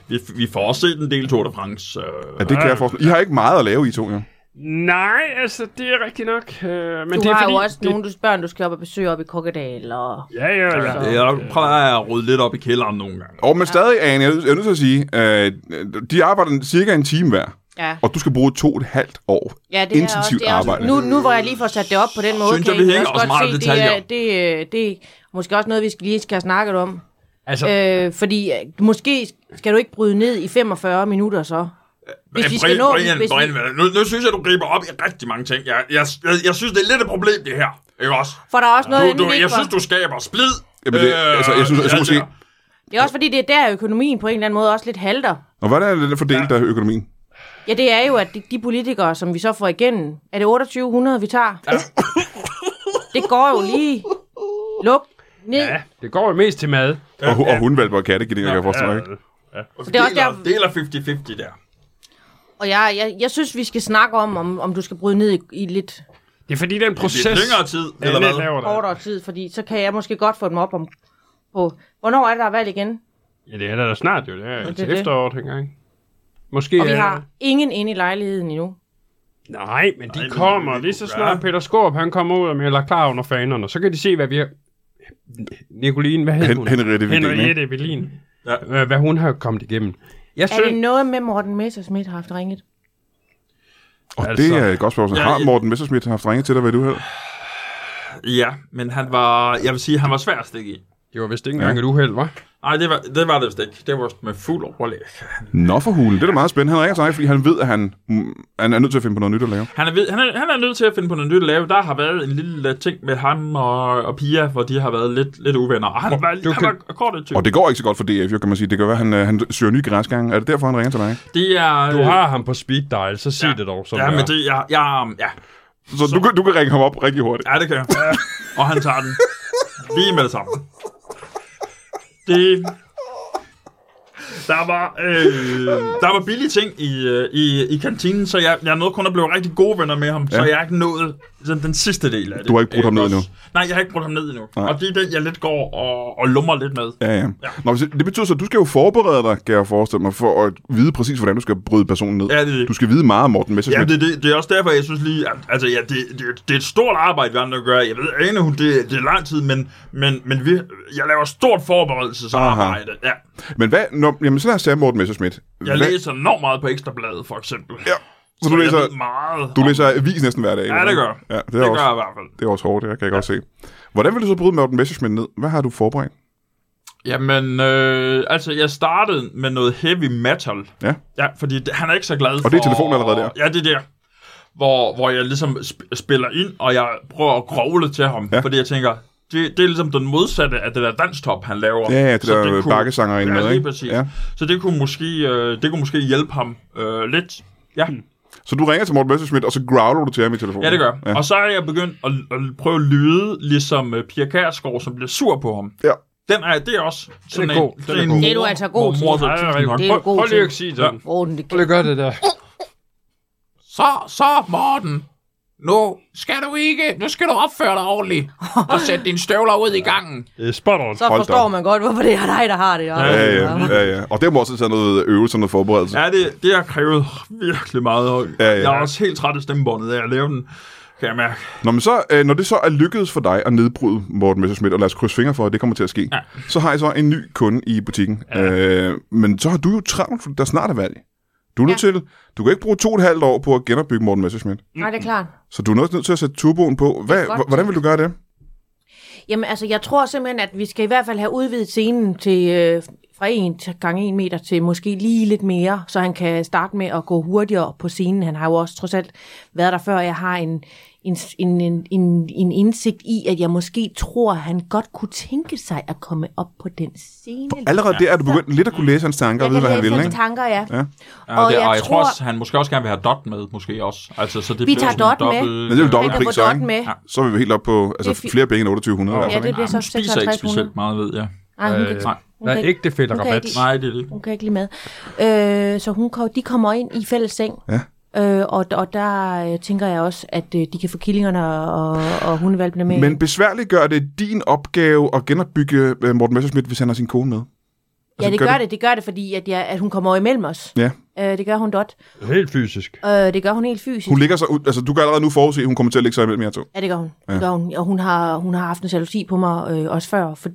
[SPEAKER 3] Vi, vi får også set en del Tour de France. Øh,
[SPEAKER 1] ja, det kan jeg forstå. I har ikke meget at lave, I to, jo.
[SPEAKER 5] Nej, altså, det er rigtigt nok. Øh, men
[SPEAKER 4] Du
[SPEAKER 5] det er
[SPEAKER 4] har
[SPEAKER 5] fordi,
[SPEAKER 4] jo også
[SPEAKER 5] det...
[SPEAKER 4] nogle du børn, du skal op og besøge op i Kokkedal. Og...
[SPEAKER 5] Ja, ja, ja.
[SPEAKER 4] Så-
[SPEAKER 3] jeg prøver at rydde lidt op i kælderen nogle gange.
[SPEAKER 1] Og men stadig, Ane, jeg er nødt- jeg er nødt til at sige, øh, de arbejder cirka en time hver,
[SPEAKER 4] Ja.
[SPEAKER 1] og du skal bruge to og et halvt år
[SPEAKER 4] Ja, det er også,
[SPEAKER 1] intensivt
[SPEAKER 4] det er også,
[SPEAKER 1] arbejde.
[SPEAKER 4] nu, nu hvor jeg lige får sat det op på den måde,
[SPEAKER 3] Synes jeg,
[SPEAKER 4] kan
[SPEAKER 3] vi
[SPEAKER 4] jeg
[SPEAKER 3] hænger
[SPEAKER 4] også
[SPEAKER 3] os meget
[SPEAKER 4] godt
[SPEAKER 3] i
[SPEAKER 4] se, det er,
[SPEAKER 3] detaljer.
[SPEAKER 4] det, øh, det er måske også noget, vi skal lige skal have snakket om.
[SPEAKER 5] Altså-
[SPEAKER 4] øh, fordi øh, måske skal du ikke bryde ned i 45 minutter så. Hvis vi skal nå...
[SPEAKER 3] Brian,
[SPEAKER 4] hvis
[SPEAKER 3] Brian,
[SPEAKER 4] vi,
[SPEAKER 3] nu, nu synes jeg, du griber op i rigtig mange ting. Jeg, jeg, jeg, jeg synes, det er lidt et problem, det her. Ikke også?
[SPEAKER 4] for der er også noget
[SPEAKER 3] Du,
[SPEAKER 4] inden
[SPEAKER 3] du,
[SPEAKER 4] vi ikke
[SPEAKER 3] jeg
[SPEAKER 4] får-
[SPEAKER 3] synes, du skaber splid.
[SPEAKER 1] Jamen, det- altså, jeg synes- jeg synes
[SPEAKER 3] Øh, ja,
[SPEAKER 1] måske-
[SPEAKER 4] Det er også fordi, det er der økonomien på en eller anden måde også lidt halter.
[SPEAKER 1] Og hvad er det, der fordelt af økonomien?
[SPEAKER 4] Ja, det er jo, at de, de politikere, som vi så får igennem, er det 2800, vi tager? Ja. Det går jo lige. Luk ned. Ja.
[SPEAKER 5] Ja, det går jo mest til mad.
[SPEAKER 1] Og, hu- og hundvalper og kattegillinger, kan jeg forstå, ikke?
[SPEAKER 3] Så
[SPEAKER 4] det er også der-
[SPEAKER 3] Deler 50-50 der.
[SPEAKER 4] Og jeg, jeg, jeg synes, vi skal snakke om, om, om du skal bryde ned i, i lidt
[SPEAKER 5] Det er fordi, den
[SPEAKER 3] Det
[SPEAKER 5] proces...
[SPEAKER 3] er længere tid,
[SPEAKER 5] Ja,
[SPEAKER 3] eller
[SPEAKER 5] den
[SPEAKER 3] hvad?
[SPEAKER 5] laver det.
[SPEAKER 4] kortere tid, fordi så kan jeg måske godt få dem op om på. Hvornår er det, der er valg igen?
[SPEAKER 5] Ja, det er da snart jo. Det er,
[SPEAKER 4] det
[SPEAKER 5] til
[SPEAKER 4] er det.
[SPEAKER 5] efteråret engang. Måske
[SPEAKER 4] Og vi
[SPEAKER 5] er-
[SPEAKER 4] har ingen inde i lejligheden endnu.
[SPEAKER 5] Nej, men de kommer lige så snart Peter Skorp, han kommer ud og melder klar under fanerne. Så kan de se, hvad vi har... Nicoline, hvad hed
[SPEAKER 1] Hen-
[SPEAKER 5] hun?
[SPEAKER 1] Henriette Wittgen, ikke?
[SPEAKER 5] Henriette Velin. Ja. Hvad hun har kommet igennem. Jeg
[SPEAKER 4] Er det
[SPEAKER 5] synes,
[SPEAKER 4] noget med Morten Messerschmidt har haft ringet?
[SPEAKER 1] Og altså,
[SPEAKER 5] Altså-
[SPEAKER 1] det er et godt spørgsmål.
[SPEAKER 3] Ja,
[SPEAKER 1] Har
[SPEAKER 3] ja.
[SPEAKER 1] Morten Messerschmidt haft ringet til dig, hvad du havde?
[SPEAKER 3] Ja, men han var, jeg vil sige, han var svær at stikke i.
[SPEAKER 5] det var vist ikke engang et uheld, var?
[SPEAKER 3] Nej, det var, det var det vist ikke. Det var med fuld overlæg.
[SPEAKER 1] Nå for hulen, det er da meget spændende. Han ringer til dig, fordi han ved, at han, mm, han er nødt til at finde på noget nyt at lave.
[SPEAKER 3] Han er, ved, han, er, han er nødt til at finde på noget nyt at lave. Der har været en lille øh, ting med ham og, og Pia, hvor de har været lidt, lidt uvenner. Og han var,
[SPEAKER 5] du
[SPEAKER 3] han
[SPEAKER 5] kan-
[SPEAKER 3] var kort et tyk.
[SPEAKER 1] Og det går ikke så godt for DF, jo, kan man sige. Det kan være, at han, øh, han søger nye græsgange. Er det derfor, han ringer til dig?
[SPEAKER 3] Det er...
[SPEAKER 5] Du har ham på speed dial, så sig
[SPEAKER 3] ja.
[SPEAKER 5] det dog. Som
[SPEAKER 3] Ja,
[SPEAKER 5] det
[SPEAKER 3] men
[SPEAKER 5] er.
[SPEAKER 3] det er... Ja, ja,
[SPEAKER 1] Så, så... Du, kan, du kan ringe ham op rigtig hurtigt.
[SPEAKER 3] ja det kan jeg. og han tager den lige med det samme. Det... Der var, øh, der var billige ting i, øh, i, i kantinen, så jeg, jeg nåede kun at blive rigtig gode venner med ham, ja. så
[SPEAKER 1] Ja.
[SPEAKER 3] jeg er ikke nået sådan, den sidste del af det.
[SPEAKER 1] Du har ikke brudt ham
[SPEAKER 3] Øh,
[SPEAKER 1] ned
[SPEAKER 3] også-
[SPEAKER 1] endnu?
[SPEAKER 3] Nej, jeg har ikke brudt ham ned endnu.
[SPEAKER 1] Nej.
[SPEAKER 3] Nej. Og det er den, jeg lidt går og, og lummer lidt med.
[SPEAKER 1] Ja, ja. Nå, så det betyder så, at du skal jo forberede dig, kan jeg forestille mig, for at vide præcis, hvordan du skal bryde personen ned.
[SPEAKER 3] Ja, det er det.
[SPEAKER 1] Du skal vide meget om Morten
[SPEAKER 3] Ja,
[SPEAKER 1] Messerschmidt.
[SPEAKER 3] det, det, det er også derfor, jeg synes lige, at altså, ja, det, det, det er et stort arbejde, vi andre gør. Jeg ved, Ane, hun, det, det er lang tid, men, men, men vi, jeg laver stort forberedelsesarbejde. Ja.
[SPEAKER 1] Men hvad, når, jamen, så lad os tage Morten Messerschmidt.
[SPEAKER 3] Jeg
[SPEAKER 1] Hvad-
[SPEAKER 3] læser enormt meget på Ekstrabladet, for eksempel.
[SPEAKER 1] Ja. Så du
[SPEAKER 3] Så
[SPEAKER 1] læser,
[SPEAKER 3] jeg ved meget.
[SPEAKER 1] du
[SPEAKER 3] om-
[SPEAKER 1] læser avis næsten hver dag?
[SPEAKER 3] Ja, det gør jeg.
[SPEAKER 1] Ja,
[SPEAKER 3] det,
[SPEAKER 1] er
[SPEAKER 3] det
[SPEAKER 1] også,
[SPEAKER 3] gør jeg i hvert fald.
[SPEAKER 1] Det er også hårdt, det kan jeg godt se. Hvordan vil du så bryde Morten Messerschmidt ned? Hvad har du forberedt?
[SPEAKER 3] Jamen, øh, altså, jeg startede med noget heavy metal.
[SPEAKER 1] Ja.
[SPEAKER 3] Ja, fordi det, han er ikke så glad for...
[SPEAKER 1] det er telefonen allerede der.
[SPEAKER 3] Ja, det er der. Hvor, hvor jeg ligesom sp- spiller ind, og jeg prøver at grovle til ham.
[SPEAKER 1] Ja.
[SPEAKER 3] Ja. Fordi jeg tænker, det, det er ligesom den modsatte af det der danstop, han laver.
[SPEAKER 1] Ja, ja, det
[SPEAKER 3] Så
[SPEAKER 1] der bakkesanger ind
[SPEAKER 3] ja,
[SPEAKER 1] med,
[SPEAKER 3] lige
[SPEAKER 1] ikke?
[SPEAKER 3] Præcis.
[SPEAKER 1] Ja.
[SPEAKER 3] Ja. Så det kunne måske, øh, det kunne måske hjælpe ham øh, lidt. Ja.
[SPEAKER 1] Så du ringer til Morten Messerschmidt, og så growler du til ham i telefonen?
[SPEAKER 3] Ja, det gør
[SPEAKER 1] Ja.
[SPEAKER 3] ja. Og så er jeg begyndt at, at prøve at lyde ligesom uh, Pia Kærsgaard, som bliver sur på ham.
[SPEAKER 1] Ja.
[SPEAKER 3] Den er, det er også sådan
[SPEAKER 5] er
[SPEAKER 3] en,
[SPEAKER 5] god. Den
[SPEAKER 3] sådan
[SPEAKER 5] er
[SPEAKER 3] en
[SPEAKER 5] god.
[SPEAKER 3] mor,
[SPEAKER 4] Det er du altså god
[SPEAKER 3] hvor mor,
[SPEAKER 5] Nej,
[SPEAKER 3] siger,
[SPEAKER 5] nej,
[SPEAKER 3] "Tusind
[SPEAKER 5] nej,
[SPEAKER 3] tak."
[SPEAKER 4] Det er en
[SPEAKER 5] prøv-
[SPEAKER 4] god
[SPEAKER 5] Prøv lige
[SPEAKER 4] ting.
[SPEAKER 5] at sige det.
[SPEAKER 4] Ordentligt.
[SPEAKER 5] Prøv lige at gøre det der.
[SPEAKER 6] Så, så Morten, nu skal du ikke, nu skal du opføre dig ordentligt og sætte dine støvler ud i gangen.
[SPEAKER 5] Øh, Spot on.
[SPEAKER 4] Så
[SPEAKER 1] Hold da
[SPEAKER 4] forstår
[SPEAKER 1] op.
[SPEAKER 4] man godt, hvorfor det er dig, der har det. Ja,
[SPEAKER 1] Ja, ja, ja, ja. Og der må også tage noget øvelse og noget forberedelse.
[SPEAKER 3] Ja, det, det har krævet virkelig meget. Og
[SPEAKER 1] Ja, ja.
[SPEAKER 3] ja, ja. Jeg er også helt træt af stemmebåndet af at lave den, kan jeg mærke.
[SPEAKER 1] Nå, men så, øh, når det så er lykkedes for dig at nedbryde Morten Messerschmidt, og lad os krydse fingre for, at det kommer til at ske, ja. så har I så en ny kunde i butikken. Ja. Øh, men så har du jo travlt, for der snart er valg. Du er nødt ja. til, du kan ikke bruge to og et halvt år på at genopbygge Morten Messerschmidt.
[SPEAKER 4] Nej, det er klart.
[SPEAKER 1] Så du er nødt nødt til at sætte turboen på. Hvad,
[SPEAKER 4] godt
[SPEAKER 1] hvordan vil du gøre det?
[SPEAKER 4] Jamen, altså, jeg tror simpelthen, at vi skal i hvert fald have udvidet scenen til øh, fra 1 gange 1 meter til måske lige lidt mere, så han kan starte med at gå hurtigere på scenen. Han har jo også trods alt været der før. Jeg har en, en, en, en, en, en indsigt i, at jeg måske tror, at han godt kunne tænke sig at komme op på den scene.
[SPEAKER 1] Allerede ja. der er du begyndt lidt at kunne læse hans tanker og vide,
[SPEAKER 4] jeg kan
[SPEAKER 1] hvad han
[SPEAKER 4] læse
[SPEAKER 1] vil,
[SPEAKER 4] hans
[SPEAKER 1] ikke?
[SPEAKER 4] tanker, ja.
[SPEAKER 1] Ja.
[SPEAKER 3] Ja, og det, jeg, og jeg tror, også, han måske også gerne vil have Dot med, måske også. Altså, så det
[SPEAKER 4] Vi
[SPEAKER 3] bliver
[SPEAKER 4] tager
[SPEAKER 3] sådan
[SPEAKER 4] Dot med.
[SPEAKER 3] dobbelt-
[SPEAKER 1] Men det er jo dobbelt
[SPEAKER 4] Han
[SPEAKER 1] pris,
[SPEAKER 4] kan få
[SPEAKER 1] så,
[SPEAKER 4] Dot
[SPEAKER 1] ikke?
[SPEAKER 4] med.
[SPEAKER 3] Ja.
[SPEAKER 1] Så er vi helt op på altså,
[SPEAKER 4] Det er fi-
[SPEAKER 1] flere penge end 2800. i hvert
[SPEAKER 4] Ja,
[SPEAKER 1] fald,
[SPEAKER 4] det bliver så
[SPEAKER 3] Hun spiser ikke
[SPEAKER 4] 6600.
[SPEAKER 3] specielt meget, ved jeg.
[SPEAKER 4] Nej, hun kan
[SPEAKER 5] Øh,
[SPEAKER 4] ikke,
[SPEAKER 3] nej.
[SPEAKER 4] hun
[SPEAKER 5] Der
[SPEAKER 4] kan
[SPEAKER 5] er
[SPEAKER 4] ikke,
[SPEAKER 5] ægtefælder
[SPEAKER 4] hun kan
[SPEAKER 5] rabat.
[SPEAKER 4] ikke
[SPEAKER 3] Nej, det er det ikke.
[SPEAKER 4] hun kan ikke lide mad. Øh, så hun, kom- de kommer ind i fælles seng.
[SPEAKER 1] Ja.
[SPEAKER 4] Øh, og, og der øh, tænker jeg også, at øh, de kan få killingerne og, og, og hundevalpene med.
[SPEAKER 1] Men besværligt gør det din opgave at genopbygge øh, Morten Messerschmidt, hvis han har sin kone med.
[SPEAKER 4] ja, det
[SPEAKER 1] altså, gør
[SPEAKER 4] gør
[SPEAKER 1] det-
[SPEAKER 4] det. det gør det, fordi at, jeg, at hun kommer imellem os.
[SPEAKER 1] Ja.
[SPEAKER 4] Øh, det gør hun dot.
[SPEAKER 5] Helt fysisk.
[SPEAKER 4] Øh, det gør hun helt fysisk.
[SPEAKER 1] Hun ligger sig ud, altså du kan allerede nu forudse, at hun kommer til at ligge sig imellem jer to.
[SPEAKER 4] Ja, det gør hun. Ja. Det gør hun. Og hun har, hun har haft en jalousi på mig øh, også før, for,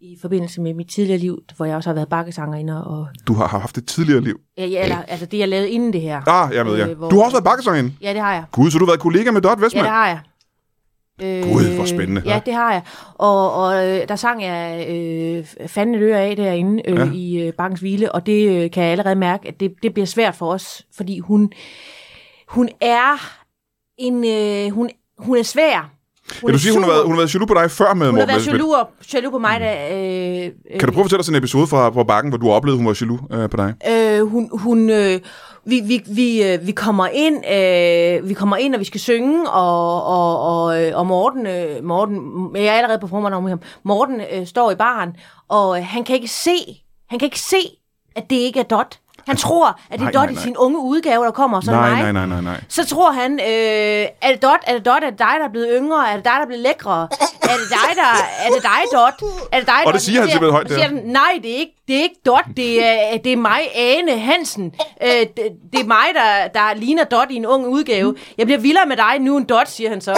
[SPEAKER 4] i forbindelse med mit tidligere liv, hvor jeg også har været bakkesangerinde. Og,
[SPEAKER 1] Du har haft et tidligere liv.
[SPEAKER 4] ja, ja, eller, altså det, jeg lavede inden det her.
[SPEAKER 1] Ah, jeg ved, ja.
[SPEAKER 4] Øh, hvor-
[SPEAKER 1] Du har også været bakkesangerinde.
[SPEAKER 4] Ja, det har jeg.
[SPEAKER 1] Gud, så du har været kollega med Dot
[SPEAKER 4] Ja,
[SPEAKER 1] Vestman.
[SPEAKER 4] det har jeg. Øh,
[SPEAKER 1] Gud, hvor spændende.
[SPEAKER 4] Ja, det har jeg. Og, og øh, der sang jeg øh, fanden et øre af derinde øh,
[SPEAKER 1] Ja.
[SPEAKER 4] ja. i øh, Bankens Hvile, og det øh, kan jeg allerede mærke, at det, det bliver svært for os, fordi hun, hun er en, øh, hun, hun er svær.
[SPEAKER 1] Ja, du siger, hun har
[SPEAKER 4] sur.
[SPEAKER 1] været, hun har været jaloux på dig før med
[SPEAKER 4] hun har
[SPEAKER 1] Morten
[SPEAKER 4] været
[SPEAKER 1] Messerschmidt.
[SPEAKER 4] jaloux, jaloux på mig, da... Øh, øh,
[SPEAKER 1] Kan du prøve at fortælle os en episode fra, fra Bakken, hvor du oplevede, hun var jaloux øh, på dig?
[SPEAKER 4] Øh, hun, hun, øh, vi, vi, vi, øh, vi, kommer ind, øh, vi kommer ind, og vi skal synge, og, og, og, øh, og Morten, øh, Morten, jeg er allerede på formand om ham, Morten øh, står i baren, og øh, han kan ikke se, han kan ikke se, at det ikke er Dot. Han tror, at det
[SPEAKER 1] Nej,
[SPEAKER 4] er Dot
[SPEAKER 1] nej,
[SPEAKER 4] i
[SPEAKER 1] nej.
[SPEAKER 4] sin unge udgave, der kommer, og så er det
[SPEAKER 1] Nej,
[SPEAKER 4] Altså, mig.
[SPEAKER 1] nej, nej, nej, nej.
[SPEAKER 4] Så tror han, øh, er det Dot, er det Dot, er det dig, der er blevet yngre, er det dig, der er blevet lækre, er det dig, der, er det dig, Dot, er det dig,
[SPEAKER 1] Og det
[SPEAKER 4] Dot?
[SPEAKER 1] siger han
[SPEAKER 4] Så
[SPEAKER 1] simpelthen højt,
[SPEAKER 4] så
[SPEAKER 1] det
[SPEAKER 4] siger
[SPEAKER 1] her.
[SPEAKER 4] han, nej, det er ikke, det er ikke Dot, det er, det er mig, Ane Hansen, øh, det, det er mig, der, der ligner Dot i en ung udgave, jeg bliver vildere med dig nu end Dot, siger han så,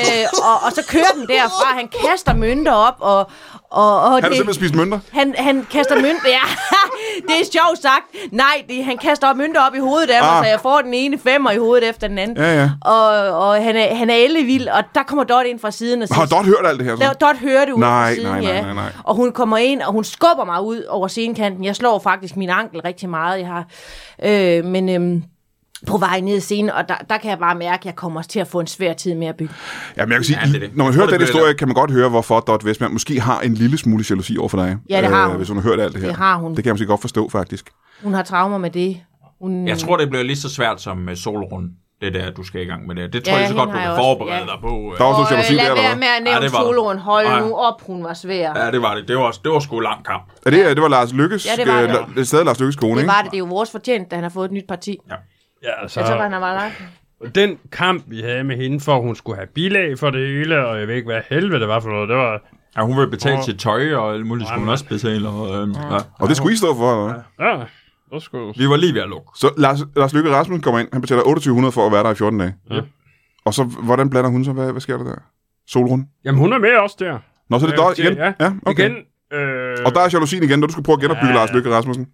[SPEAKER 4] øh, og, og så kører den derfra, han kaster mønter op, og, og, og
[SPEAKER 1] Han har simpelthen spist mønter.
[SPEAKER 4] han, han kaster mønter. Ja, det er sjovt sagt. Nej, det, han kaster op mønter op i hovedet af mig,
[SPEAKER 1] Ah.
[SPEAKER 4] ah. så jeg får den ene femmer i hovedet efter den anden.
[SPEAKER 1] Ja, ja.
[SPEAKER 4] Og, og han, er, han er ellevild, og der kommer Dot ind fra siden og
[SPEAKER 1] Har
[SPEAKER 4] siger...
[SPEAKER 1] Dot hørt alt det her? Så?
[SPEAKER 4] Dot, Dot hører det ud
[SPEAKER 1] Nej,
[SPEAKER 4] fra siden,
[SPEAKER 1] nej, nej,
[SPEAKER 4] ja.
[SPEAKER 1] nej, nej.
[SPEAKER 4] Og hun kommer ind, og hun skubber mig ud over scenekanten. Jeg slår faktisk min ankel rigtig meget, jeg har. Øh, men... Øhm, på vej ned i scenen, og der, der kan jeg bare mærke, at jeg kommer til at få en svær tid med at bygge.
[SPEAKER 1] Ja, men jeg kan sige,
[SPEAKER 3] Ja, det er det.
[SPEAKER 1] når man
[SPEAKER 3] Jeg tror,
[SPEAKER 1] hører
[SPEAKER 3] det
[SPEAKER 1] den
[SPEAKER 3] bliver
[SPEAKER 1] historie, kan man godt høre, hvorfor Dot Westman måske har en lille smule jalousi over for dig. Øh,
[SPEAKER 4] Ja, det har hun.
[SPEAKER 1] Hvis hun har hørt alt det her.
[SPEAKER 4] Det har hun.
[SPEAKER 1] Det kan jeg måske godt forstå, faktisk.
[SPEAKER 4] Hun har traumer med det. Hun,
[SPEAKER 3] Jeg tror, det bliver lige så svært som uh, solrunden. Det der, du skal i gang med det. Det tror
[SPEAKER 4] Ja,
[SPEAKER 3] ja, jeg så
[SPEAKER 4] hende
[SPEAKER 3] godt, du
[SPEAKER 4] har jeg
[SPEAKER 3] kan
[SPEAKER 4] også.
[SPEAKER 3] forberede
[SPEAKER 4] Ja.
[SPEAKER 3] dig på. øh.
[SPEAKER 1] Der er også noget
[SPEAKER 4] og, øh,
[SPEAKER 1] jalousi der,
[SPEAKER 4] lad
[SPEAKER 1] eller
[SPEAKER 4] være
[SPEAKER 1] hvad?
[SPEAKER 4] med at
[SPEAKER 3] Ej,
[SPEAKER 4] nævne
[SPEAKER 3] det var-
[SPEAKER 4] soloen. Hold
[SPEAKER 3] Ej.
[SPEAKER 4] nu op, hun var svær.
[SPEAKER 3] Ja, det var det. Det var, det var sgu lang kamp.
[SPEAKER 1] Er det, det var Lars Lykkes,
[SPEAKER 4] Ja, det var det.
[SPEAKER 1] øh, La- stadig Lars Lykkes kone,
[SPEAKER 4] Det
[SPEAKER 1] ikke?
[SPEAKER 4] var det. Det er jo vores fortjent, da han har fået et nyt parti. Ja.
[SPEAKER 5] Ja, altså,
[SPEAKER 4] Jeg tror, han har været langt.
[SPEAKER 5] den kamp, vi havde med hende, for at hun skulle have bilag for det hele, og jeg ved ikke, hvad helvede det var for noget. Det var,
[SPEAKER 3] Ja, hun vil betale
[SPEAKER 5] Og-
[SPEAKER 3] sit tøj, og alt muligt skulle hun
[SPEAKER 5] Jamen.
[SPEAKER 3] også betale. Og, øhm, ja.
[SPEAKER 1] Og det skulle I stå for, eller hvad?
[SPEAKER 5] ja, det var sgu...
[SPEAKER 3] Vi var lige ved at lukke.
[SPEAKER 1] Så Lars, Lars Lykke Rasmussen kommer ind, han betaler 2800 for at være der i 14 dage.
[SPEAKER 5] Ja.
[SPEAKER 1] Og så, hvordan blander hun så? Hvad, hvad sker der der? Solrund?
[SPEAKER 5] Jamen, hun er med også der.
[SPEAKER 1] Nå, så er det
[SPEAKER 5] Øh,
[SPEAKER 1] Dot igen?
[SPEAKER 5] Ja,
[SPEAKER 1] ja okay.
[SPEAKER 5] igen. Øh,
[SPEAKER 1] Og der er jalousien igen, når du skal prøve at genopbygge
[SPEAKER 5] Ja,
[SPEAKER 1] ja,
[SPEAKER 5] ja.
[SPEAKER 1] Lars Løkke Rasmussen.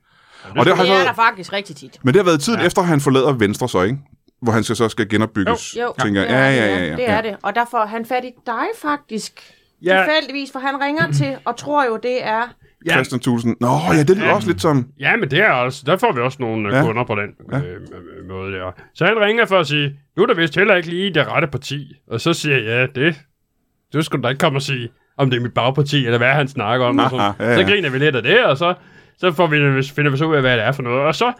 [SPEAKER 1] Og det har
[SPEAKER 4] Det er
[SPEAKER 1] så,
[SPEAKER 4] der faktisk rigtig tit.
[SPEAKER 1] men det har været tiden ja. efter, han forlader Venstre så, ikke? Hvor han skal, så skal genopbygges,
[SPEAKER 4] Jo,
[SPEAKER 1] tænker jeg.
[SPEAKER 4] det er
[SPEAKER 1] Ja,
[SPEAKER 4] det,
[SPEAKER 1] ja, ja, ja.
[SPEAKER 4] Det er det. Og der får han fat i dig faktisk. Ja. Tilfældigvis, for han ringer til og tror jo, det er...
[SPEAKER 5] ja,
[SPEAKER 1] Christian Thulesen. Nå, ja, det lyder også lidt som...
[SPEAKER 5] Ja, men det er altså, der får vi også nogle
[SPEAKER 1] Ja.
[SPEAKER 5] ja. kunder på den ja. øh, øh, måde der. Så han ringer for at sige, du er da vist heller ikke lige det rette parti. Og så siger jeg, ja, det. Du skulle da ikke komme og sige, om det er mit bagparti, eller hvad han snakker om. og sådan.
[SPEAKER 1] ja, ja.
[SPEAKER 5] Så griner vi lidt af det, og så, så får vi, finder vi så ud af, hvad det er for noget. Og så,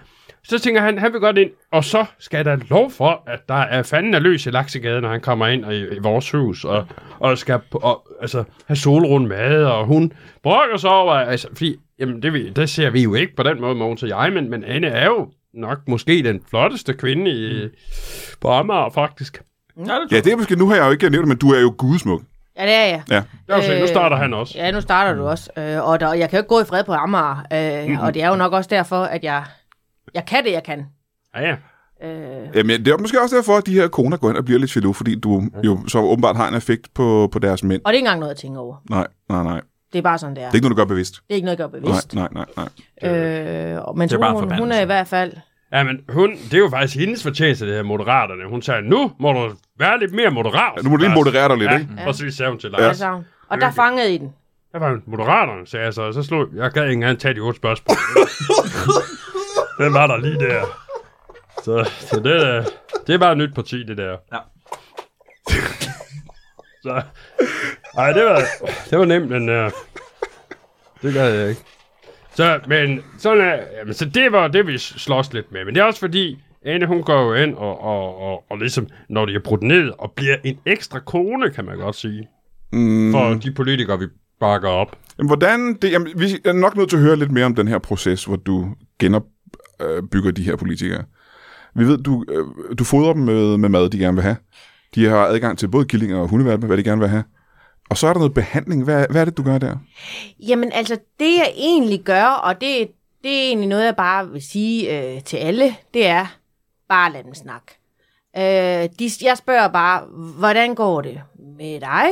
[SPEAKER 5] så tænker han, han vil godt ind, og så skal der lov for, at der er fanden er løs i Laksegade, når han kommer ind og i, i vores hus, og, og skal på- og, altså, have solrund mad, og hun brokker sig over, altså, fordi, jamen, det, vi, det ser vi jo ikke på den måde, Mogens og jeg, men, men Anne er jo nok måske den flotteste kvinde i, på Amager, faktisk.
[SPEAKER 1] Ja, det er måske... Nu har jeg jo ikke nævnt det, men du er jo gudesmuk.
[SPEAKER 4] Ja, det er jeg.
[SPEAKER 1] Ja.
[SPEAKER 5] Der øh, se, nu
[SPEAKER 4] Øh,
[SPEAKER 5] starter han også.
[SPEAKER 4] Ja, nu starter du også. Øh, og der, jeg kan jo ikke gå i fred på Amager. Øh, Og det er jo nok også derfor, at jeg, jeg kan det, jeg kan.
[SPEAKER 5] Ja, ja.
[SPEAKER 4] Øh,
[SPEAKER 1] Jamen, det er måske også derfor, at de her koner går hen og bliver lidt jaloux, fordi du jo så åbenbart har en effekt på, på deres mænd.
[SPEAKER 4] og det er ikke engang noget, jeg tænker over.
[SPEAKER 1] Nej, nej, nej.
[SPEAKER 4] Det er bare sådan, det er.
[SPEAKER 1] Det er ikke noget, du gør bevidst.
[SPEAKER 4] Det er ikke noget, jeg gør
[SPEAKER 1] Nej,
[SPEAKER 4] bevidst.
[SPEAKER 1] nej, nej, nej.
[SPEAKER 4] Øh, og- men
[SPEAKER 3] Det er bare
[SPEAKER 4] Solrun, hun, hun er
[SPEAKER 3] forbandelse.
[SPEAKER 4] i hvert fald...
[SPEAKER 5] Ja, men hun, det er jo faktisk hendes fortjeneste, det her moderaterne. Hun sagde, nu må du være lidt mere moderat.
[SPEAKER 1] Ja,
[SPEAKER 5] Altså,
[SPEAKER 1] nu må du lige moderere dig lidt,
[SPEAKER 5] ja,
[SPEAKER 1] ikke?
[SPEAKER 5] Ja, og så sagde hun til
[SPEAKER 4] Ja.
[SPEAKER 5] Lars. Ja.
[SPEAKER 4] Altså, og der fangede I den.
[SPEAKER 5] Der var hun, moderaterne, sagde jeg så, og så slog jeg, gad ikke engang tage de otte spørgsmål. den var der lige der. Så, så det, øh, det er bare et nyt parti, det der.
[SPEAKER 3] Ja.
[SPEAKER 5] så, ej, det var, det var nemt, men øh, det gad jeg ikke. Så, men, sådan er, jamen, så det var det, vi slås lidt med. Men det er også fordi, Anne, hun går jo ind og, og, og, og ligesom, når de er brudt ned, og bliver en ekstra kone, kan man godt sige. Mm. For de politikere, vi bakker op.
[SPEAKER 1] Jamen, hvordan det, jamen, vi er nok nødt til at høre lidt mere om den her proces, hvor du genopbygger de her politikere. Vi ved, du, øh, du fodrer dem med, med mad, de gerne vil have. De har adgang til både killinger og hundevalpe, hvad de gerne vil have. Og så er der noget behandling. Hvad, hvad er det, du gør der?
[SPEAKER 4] Jamen altså, det jeg egentlig gør, og det, det er egentlig noget, jeg bare vil sige øh, til alle, det er, bare lad dem snakke. Øh, de, jeg spørger bare, hvordan går det med dig?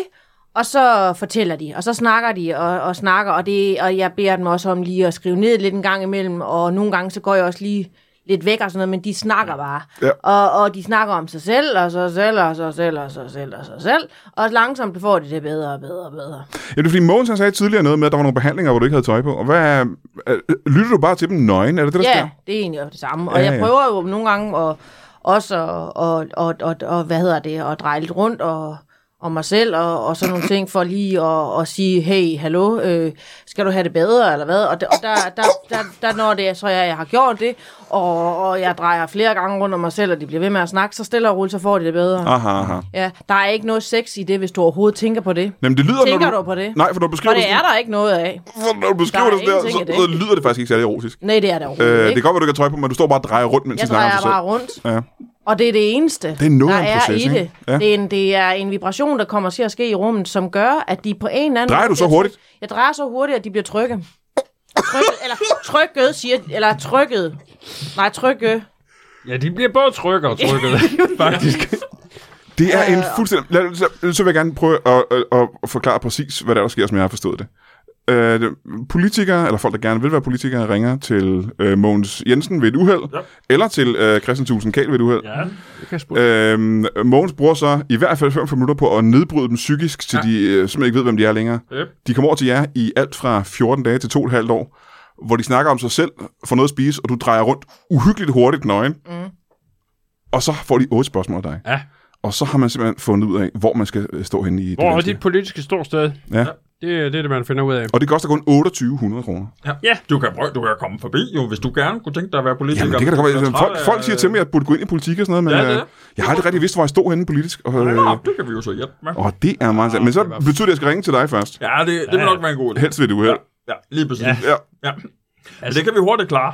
[SPEAKER 4] Og så fortæller de, og så snakker de og, og snakker, og, det, og jeg beder dem også om lige at skrive ned lidt en gang imellem, og nogle gange så går jeg også lige lidt væk og sådan noget, men de snakker bare.
[SPEAKER 1] Ja.
[SPEAKER 4] Og, og de snakker om sig selv, og sig selv, og sig selv, og sig selv, og sig selv. Og langsomt får de det bedre og bedre og bedre.
[SPEAKER 1] Ja, det er fordi Mogens han sagde tidligere noget med, at der var nogle behandlinger, hvor du ikke havde tøj på. Og hvad, er- øh, lytter du bare til dem nøgen? Er det det, der
[SPEAKER 4] Ja,
[SPEAKER 1] sker?
[SPEAKER 4] det er egentlig også det samme.
[SPEAKER 1] Ja,
[SPEAKER 4] Og
[SPEAKER 1] ja.
[SPEAKER 4] jeg prøver jo nogle gange at, også at, og, og, og, og, hvad hedder det, at dreje lidt rundt og, og mig selv og, og sådan nogle ting for lige at, at sige, hey, hallo, øh, skal du have det bedre eller hvad? Og, der, og der, der, der, der når det er, så jeg, jeg har gjort det, og, og jeg drejer flere gange rundt om mig selv, og de bliver ved med at snakke, så stille og roligt, så får de det bedre.
[SPEAKER 1] Aha, aha.
[SPEAKER 4] Ja, der er ikke noget sex i det, hvis du overhovedet tænker på det.
[SPEAKER 1] Jamen, det lyder,
[SPEAKER 4] Tænker
[SPEAKER 1] når du...
[SPEAKER 4] du på det?
[SPEAKER 1] Nej, for når du beskriver
[SPEAKER 4] Og det er der ikke noget af.
[SPEAKER 1] sådan, når du beskriver
[SPEAKER 4] Der er
[SPEAKER 1] det sådan der, så,
[SPEAKER 4] ingenting i
[SPEAKER 1] så
[SPEAKER 4] det.
[SPEAKER 1] lyder det faktisk ikke særlig erotisk.
[SPEAKER 4] Nej, det er der
[SPEAKER 1] Øh,
[SPEAKER 4] overhovedet
[SPEAKER 1] det
[SPEAKER 4] ikke.
[SPEAKER 1] kan godt være, du kan tøj på, men du står bare og drejer rundt, mens
[SPEAKER 4] Jeg
[SPEAKER 1] du snakker om
[SPEAKER 4] drejer
[SPEAKER 1] sig
[SPEAKER 4] bare
[SPEAKER 1] selv.
[SPEAKER 4] rundt,
[SPEAKER 1] Ja.
[SPEAKER 4] og det er det eneste,
[SPEAKER 1] Det er noget
[SPEAKER 4] der
[SPEAKER 1] af en
[SPEAKER 4] er
[SPEAKER 1] proces,
[SPEAKER 4] i
[SPEAKER 1] ikke?
[SPEAKER 4] det.
[SPEAKER 1] Ja.
[SPEAKER 4] Det, er en, det er en vibration, der kommer til at ske i rummet, som gør, at de på en eller anden
[SPEAKER 1] Drejer du
[SPEAKER 4] måde
[SPEAKER 1] så
[SPEAKER 4] bliver-
[SPEAKER 1] hurtigt?
[SPEAKER 4] Jeg drejer så hurtigt, at de bliver trygge. Trykket, eller trykket, siger Eller trykket. Nej, trykket.
[SPEAKER 5] Ja, de bliver både trykket og trykket, faktisk.
[SPEAKER 1] Det er
[SPEAKER 4] Øh,
[SPEAKER 1] en fuldstændig... Lad, lad, så vil jeg gerne prøve at, at, at forklare præcis, hvad der, er, der sker, som jeg har forstået det. Øh, det- politikere, eller folk, der gerne vil være politikere, ringer til øh, Mogens Jensen ved et uheld, ja. eller til øh, Christian Tusen Kahl ved et uheld.
[SPEAKER 5] Ja, Mm, det kan sgu.
[SPEAKER 1] Øh, Mogens bruger så i hvert fald 45 minutter på at nedbryde dem psykisk, til ja. de øh, simpelthen ikke ved, hvem de er længere.
[SPEAKER 5] Yep.
[SPEAKER 1] De kommer over til jer i alt fra 14 dage til 2,5 år, hvor de snakker om sig selv, får noget at spise, og du drejer rundt uhyggeligt hurtigt nøgen. Mm. Og så får de otte spørgsmål af dig.
[SPEAKER 5] Ja.
[SPEAKER 1] Og så har man simpelthen fundet ud af, hvor man skal øh, stå henne i
[SPEAKER 5] Hvor er
[SPEAKER 1] det
[SPEAKER 5] dit
[SPEAKER 1] dit...
[SPEAKER 5] politiske ståsted?
[SPEAKER 1] Ja.
[SPEAKER 5] Det, er- det er det, man finder ud af.
[SPEAKER 1] Og det koster kun 2800 kroner.
[SPEAKER 5] Ja.
[SPEAKER 3] Du kan, prøve, du kan komme forbi, jo, hvis du gerne kunne tænke dig at være politiker. øh,
[SPEAKER 1] Jamen, det kan da godt være.
[SPEAKER 3] Jeg tror,
[SPEAKER 1] Folk,
[SPEAKER 3] at-
[SPEAKER 1] folk siger til mig, at jeg burde gå ind i politik og sådan noget, men
[SPEAKER 3] Ja, det er
[SPEAKER 1] ja,
[SPEAKER 3] det.
[SPEAKER 1] jeg har aldrig rigtig vidst, hvor jeg stod henne politisk. Og, øh,
[SPEAKER 3] Nå, det kan vi jo så hjælpe med.
[SPEAKER 1] og det er meget sandt. Men så betyder det, at jeg skal ringe til dig først.
[SPEAKER 3] Ja, det, det vil nok være en god idé.
[SPEAKER 1] Helst ved du her.
[SPEAKER 3] Ja, lige præcis. Ja.
[SPEAKER 1] Ja.
[SPEAKER 3] Ja. Altså, det kan vi hurtigt klare.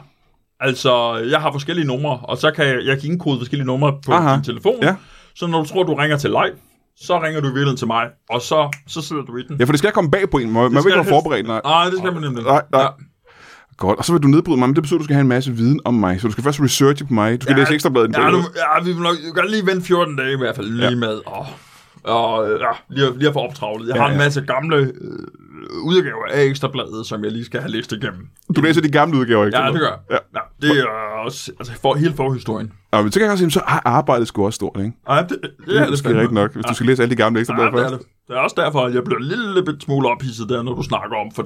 [SPEAKER 3] Altså, jeg har forskellige numre, og så kan jeg, jeg kan indkode forskellige numre på
[SPEAKER 1] Aha.
[SPEAKER 3] Aha. din telefon.
[SPEAKER 1] Ja.
[SPEAKER 3] Så når du tror, du ringer til live, så ringer du i virkeligheden til mig, og så, så sidder du i den.
[SPEAKER 1] ja, for det skal komme bag på en. Man, man vil
[SPEAKER 3] skal
[SPEAKER 1] ikke være
[SPEAKER 3] helst-
[SPEAKER 1] forberedt. Nej.
[SPEAKER 3] Nej, det skal man nemlig.
[SPEAKER 1] Nej, nej.
[SPEAKER 3] Ja.
[SPEAKER 1] Godt, og så vil du nedbryde mig, men det betyder, at du skal have en masse viden om mig. Så du skal først researche på mig. Du skal ja, læse ekstrabladet. en
[SPEAKER 3] Ja,
[SPEAKER 1] dag.
[SPEAKER 3] du, ja, vi vil nok vi kan lige vente 14 dage i hvert fald lige ja. med. Og, og øh, ja, lige, at- lige at få optravlet. Jeg ja, har en
[SPEAKER 1] ja.
[SPEAKER 3] masse gamle øh, udgaver af Ekstrabladet, som jeg lige skal have læst igennem.
[SPEAKER 1] du læser de gamle udgaver, ikke?
[SPEAKER 3] Ja, det gør jeg.
[SPEAKER 1] Ja.
[SPEAKER 3] Ja, det er også altså, for, hele forhistorien.
[SPEAKER 1] Nå, men så kan jeg også sige, så er arbejdet sgu også stort, ikke?
[SPEAKER 3] Ja, det, det, det er det
[SPEAKER 1] det er rigtigt nok, hvis du skal læse alle de gamle ekstrablader
[SPEAKER 3] Ja, det, er
[SPEAKER 1] først.
[SPEAKER 3] det. det er også derfor, at jeg bliver en lille bit smule ophidset der, når du snakker om for,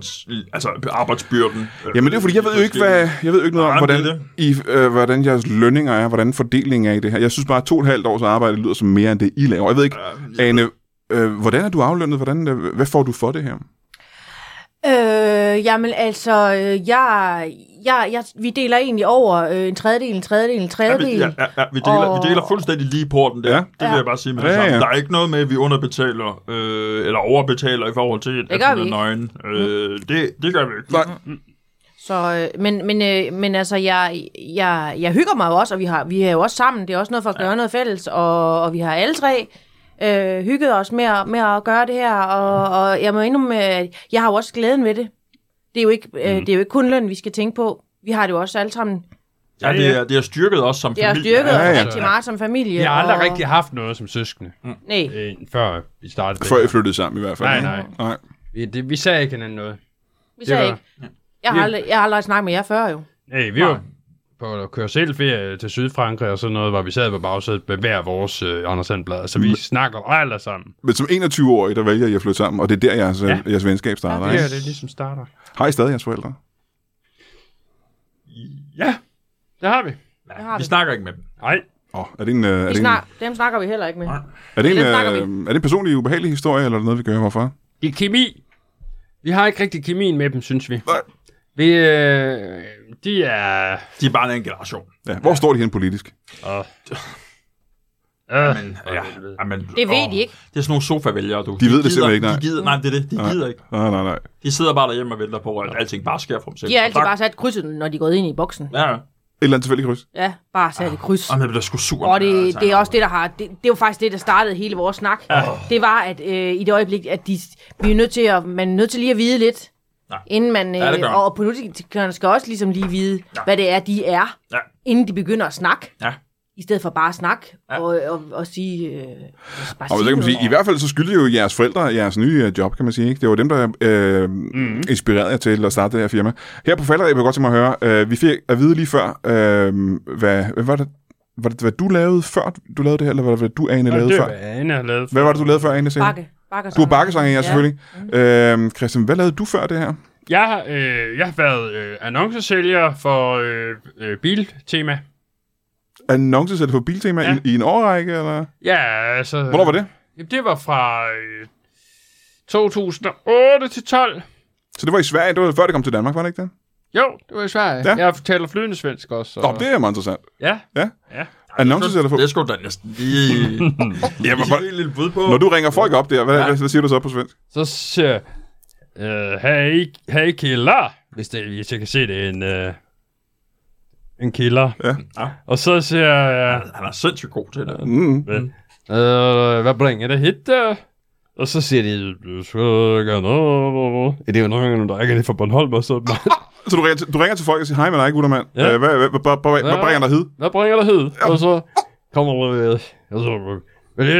[SPEAKER 3] altså, arbejdsbyrden. øh,
[SPEAKER 1] Jamen det er jo fordi, jeg ved jo ikke, hvad, jeg ved jo ikke noget om,
[SPEAKER 3] Nej,
[SPEAKER 1] hvordan,
[SPEAKER 3] men det er
[SPEAKER 1] I, øh, hvordan jeres lønninger er, hvordan fordelingen er i det her. Jeg synes bare, at to og et halvt års arbejde lyder som mere end det, I laver. Jeg ved ikke, Ane, øh, hvordan er du aflønnet? Hvordan, øh, hvad får du for det her?
[SPEAKER 4] Øh, jamen altså, øh, jeg, jeg, jeg, vi deler egentlig over øh, en tredjedel, en tredjedel, en
[SPEAKER 3] Ja,
[SPEAKER 4] tredjedel.
[SPEAKER 3] vi, ja, ja, ja, vi, deler,
[SPEAKER 4] Og-
[SPEAKER 3] vi deler fuldstændig lige porten der.
[SPEAKER 1] Ja.
[SPEAKER 3] Ja. Det vil jeg bare sige med det
[SPEAKER 1] Ja,
[SPEAKER 3] samme.
[SPEAKER 1] ja.
[SPEAKER 3] Der er ikke noget med, at vi underbetaler øh, eller overbetaler i forhold til et
[SPEAKER 4] Det gør vi
[SPEAKER 3] efterløn
[SPEAKER 4] ikke.
[SPEAKER 3] nøgen. Øh, det, det gør vi ikke.
[SPEAKER 1] Nej.
[SPEAKER 4] Så, øh, men, men, øh, men altså, jeg, jeg, jeg hygger mig jo også, og vi, har, vi er jo også sammen. Det er også noget for at gøre noget fælles, og, og vi har alle tre øh, hygget os med, at- med at gøre det her. Og, og jeg må indrømme, øh, jeg har jo også glæden ved det. Det er, jo ikke, øh, det er jo ikke kun løn, vi skal tænke på. Vi har det jo også alle sammen.
[SPEAKER 3] Ja, det, er, det er styrket også som
[SPEAKER 4] Det har
[SPEAKER 3] familie.
[SPEAKER 4] styrket
[SPEAKER 1] Ja,
[SPEAKER 4] os
[SPEAKER 1] ja.
[SPEAKER 4] rigtig meget som familie.
[SPEAKER 5] Vi har aldrig
[SPEAKER 4] og-
[SPEAKER 5] rigtig haft noget som søskende,
[SPEAKER 4] Nej.
[SPEAKER 5] øh, før vi startede.
[SPEAKER 1] Før I flyttede sammen i hvert fald.
[SPEAKER 5] Nej,
[SPEAKER 1] ikke?
[SPEAKER 5] nej.
[SPEAKER 1] nej.
[SPEAKER 5] Vi, det, vi sagde ikke hinanden noget.
[SPEAKER 4] Vi
[SPEAKER 5] var-
[SPEAKER 4] sagde ikke. Jeg har, aldrig, jeg har aldrig snakket med jer før, jo.
[SPEAKER 5] Nej, vi var på at køre selvferie til Sydfrankrig og sådan noget, hvor vi sad på bagsædet med hver vores øh, Anders Sandblad. Så vi snakker aldrig sammen.
[SPEAKER 1] Men som 21-årig, der vælger I at flytte sammen, og det er der, jeres, ja.
[SPEAKER 5] Ja.
[SPEAKER 1] jeres venskab starter.
[SPEAKER 5] Det
[SPEAKER 1] ikke?
[SPEAKER 5] er det, ligesom starter.
[SPEAKER 1] Har I stadig jeres forældre?
[SPEAKER 5] Ja, det har vi.
[SPEAKER 4] Det har
[SPEAKER 3] Vi
[SPEAKER 4] vi.
[SPEAKER 3] snakker ikke med dem.
[SPEAKER 5] Nej,
[SPEAKER 1] Åh, oh, er det en, øh, er
[SPEAKER 4] vi
[SPEAKER 1] det en,
[SPEAKER 4] snak, dem snakker vi heller ikke med.
[SPEAKER 1] er det en,
[SPEAKER 4] Dem snakker vi.
[SPEAKER 1] øh, er det en personlig ubehagelig historie, eller er det noget, vi gør? Hvorfor?
[SPEAKER 5] i kemi. Vi har ikke rigtig kemien med dem, synes vi.
[SPEAKER 1] Nej.
[SPEAKER 5] Vi, øh, de er...
[SPEAKER 3] De er bare en anden generation.
[SPEAKER 1] Ja, hvor står de hen politisk?
[SPEAKER 5] Øh,
[SPEAKER 3] Men, ja, ja, men,
[SPEAKER 4] Det ved
[SPEAKER 3] åh,
[SPEAKER 4] de ikke.
[SPEAKER 3] Det er sådan nogle sofa-vælgere, du. De,
[SPEAKER 1] ved det
[SPEAKER 3] gider-
[SPEAKER 1] simpelthen ikke, nej.
[SPEAKER 3] De gider, nej, det er det. De gider ikke.
[SPEAKER 1] Nej, nej, nej.
[SPEAKER 3] De sidder bare derhjemme og venter på, at alting bare sker for dem selv.
[SPEAKER 4] De har altid
[SPEAKER 3] Tak.
[SPEAKER 4] bare sat krydset, når de er gået ind i boksen.
[SPEAKER 3] Ja, ja.
[SPEAKER 1] Et eller andet tilfældigt kryds.
[SPEAKER 4] Ja, bare sat et kryds.
[SPEAKER 3] Jamen, jeg bliver sgu altså. sur.
[SPEAKER 4] Og det, det er også det, der har... Det, det er jo faktisk det, der startede hele vores snak. Det var, at øh, i det øjeblik, at de, vi er nødt til at, man er nødt til lige at vide lidt,
[SPEAKER 3] Ja.
[SPEAKER 4] inden man... Øh,
[SPEAKER 3] Ja, det gør man.
[SPEAKER 4] og politikerne skal også ligesom lige vide, hvad det er, de er,
[SPEAKER 3] Ja.
[SPEAKER 4] inden de begynder at snakke.
[SPEAKER 3] Ja.
[SPEAKER 4] I stedet for bare at snakke og, og, og sige... Øh, bare
[SPEAKER 1] Og så kan man sige, i hvert fald så skylder jo jeres forældre jeres nye øh, job, kan man sige. Ikke? Det var dem, der øh,
[SPEAKER 5] Mhm.
[SPEAKER 1] mm. inspirerede jer til at starte det her firma. Her på falderæbet kunne jeg godt tænke mig at høre, øh, vi fik at vide lige før, øh, hvad, hvad, var det, var det, hvad du lavede før du lavede det her, eller hvad, hvad du, Ane, lavede
[SPEAKER 5] det
[SPEAKER 1] før?
[SPEAKER 5] er, hvad Anne har lavet.
[SPEAKER 1] Hvad var det, du lavede før, Ane? sagde du?
[SPEAKER 4] Bakke. bakke
[SPEAKER 1] Du var bakkesanger, ja, selvfølgelig. Øh, Christian, hvad lavede du før det her?
[SPEAKER 5] Jeg, har, øh, jeg har været øh, annoncesælger for øh, øh, biltema.
[SPEAKER 1] Annoncesæt for Biltema ja.
[SPEAKER 5] Ja.
[SPEAKER 1] i, i en årrække, eller?
[SPEAKER 5] Ja, altså...
[SPEAKER 1] Hvornår var det?
[SPEAKER 5] Jamen, det var fra øh, 2008 til 12.
[SPEAKER 1] Så det var i Sverige, det var før det kom til Danmark, var det ikke det?
[SPEAKER 5] Jo, det var i Sverige.
[SPEAKER 1] Ja.
[SPEAKER 5] Ja. Jeg taler flydende svensk også. Så.
[SPEAKER 1] Nå, det er meget interessant.
[SPEAKER 5] Ja.
[SPEAKER 1] Ja.
[SPEAKER 5] Ja.
[SPEAKER 1] Annonces eller
[SPEAKER 3] Det er sgu da næsten lige...
[SPEAKER 1] Ja, hvor,
[SPEAKER 3] lige et lille bud på.
[SPEAKER 1] når du ringer folk op der, hvad, ja. hvad siger du så på svensk?
[SPEAKER 5] Så siger jeg, øh, hey, hey killer, hvis, det, hvis jeg kan se, det er en, øh, en killer.
[SPEAKER 1] Ja.
[SPEAKER 5] Og så siger jeg,
[SPEAKER 3] Han er sindssygt god til det.
[SPEAKER 1] Mm.
[SPEAKER 5] øh, hvad bringer det hit der? Og så siger de, du skal gerne over. Ja, det er jo nogen, der ikke er det fra Bornholm og sådan noget.
[SPEAKER 1] Så du ringer, til, du ringer til folk og siger, hej med dig, gutter mand.
[SPEAKER 5] Ja.
[SPEAKER 1] Ja. Øh, hvad, hvad, hvad, hvad, hvad, hvad
[SPEAKER 5] Hvad-
[SPEAKER 1] bringer dig hed?
[SPEAKER 5] Hvad bringer det hit? Og så kommer der, øh, og så, vil I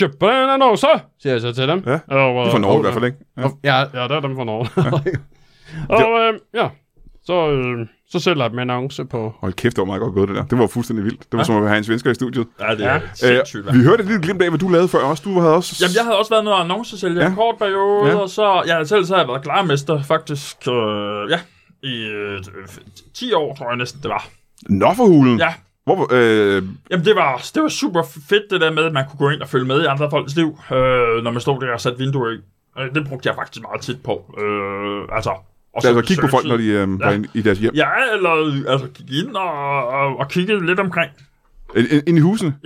[SPEAKER 5] købe en annonce? Siger jeg så til dem.
[SPEAKER 1] Ja.
[SPEAKER 5] Og, øh,
[SPEAKER 1] Det er fra Norge i hvert fald, ikke? Ja.
[SPEAKER 5] Ja, ja, ja der er dem fra Norge. og øh, ja, så, øh, så sælger jeg dem en annonce på.
[SPEAKER 1] Hold kæft, det var meget godt gået, det der. Det var fuldstændig vildt. Det var som at have en svensker i studiet.
[SPEAKER 3] Ja, det er
[SPEAKER 1] Øh,
[SPEAKER 3] sindssygt, hvad?
[SPEAKER 1] vi hørte et lille glimt af, hvad du lavede før også. Du havde også...
[SPEAKER 3] Jamen, jeg havde også været noget annoncesælger ja.
[SPEAKER 1] Ja.
[SPEAKER 3] en kort periode,
[SPEAKER 1] Ja.
[SPEAKER 3] ja. og så... Ja, selv så har jeg været klarmester, faktisk. Øh, ja, i øh, t- 10 år, tror jeg næsten, det var.
[SPEAKER 1] Nå for hulen.
[SPEAKER 3] Ja,
[SPEAKER 1] Hvor, øh,
[SPEAKER 3] Jamen, det var, det var super fedt, det der med, at man kunne gå ind og følge med i andre folks liv, øh, når man stod der og satte vinduer i. Øh, det brugte jeg faktisk meget tit på. Øh, altså, og
[SPEAKER 1] altså kigge på folk, når de øh, var
[SPEAKER 3] Ja.
[SPEAKER 1] inde i deres hjem.
[SPEAKER 3] Ja, eller altså, gik ind og, og, og kiggede lidt omkring.
[SPEAKER 1] Øh, Ind- Ind i husene.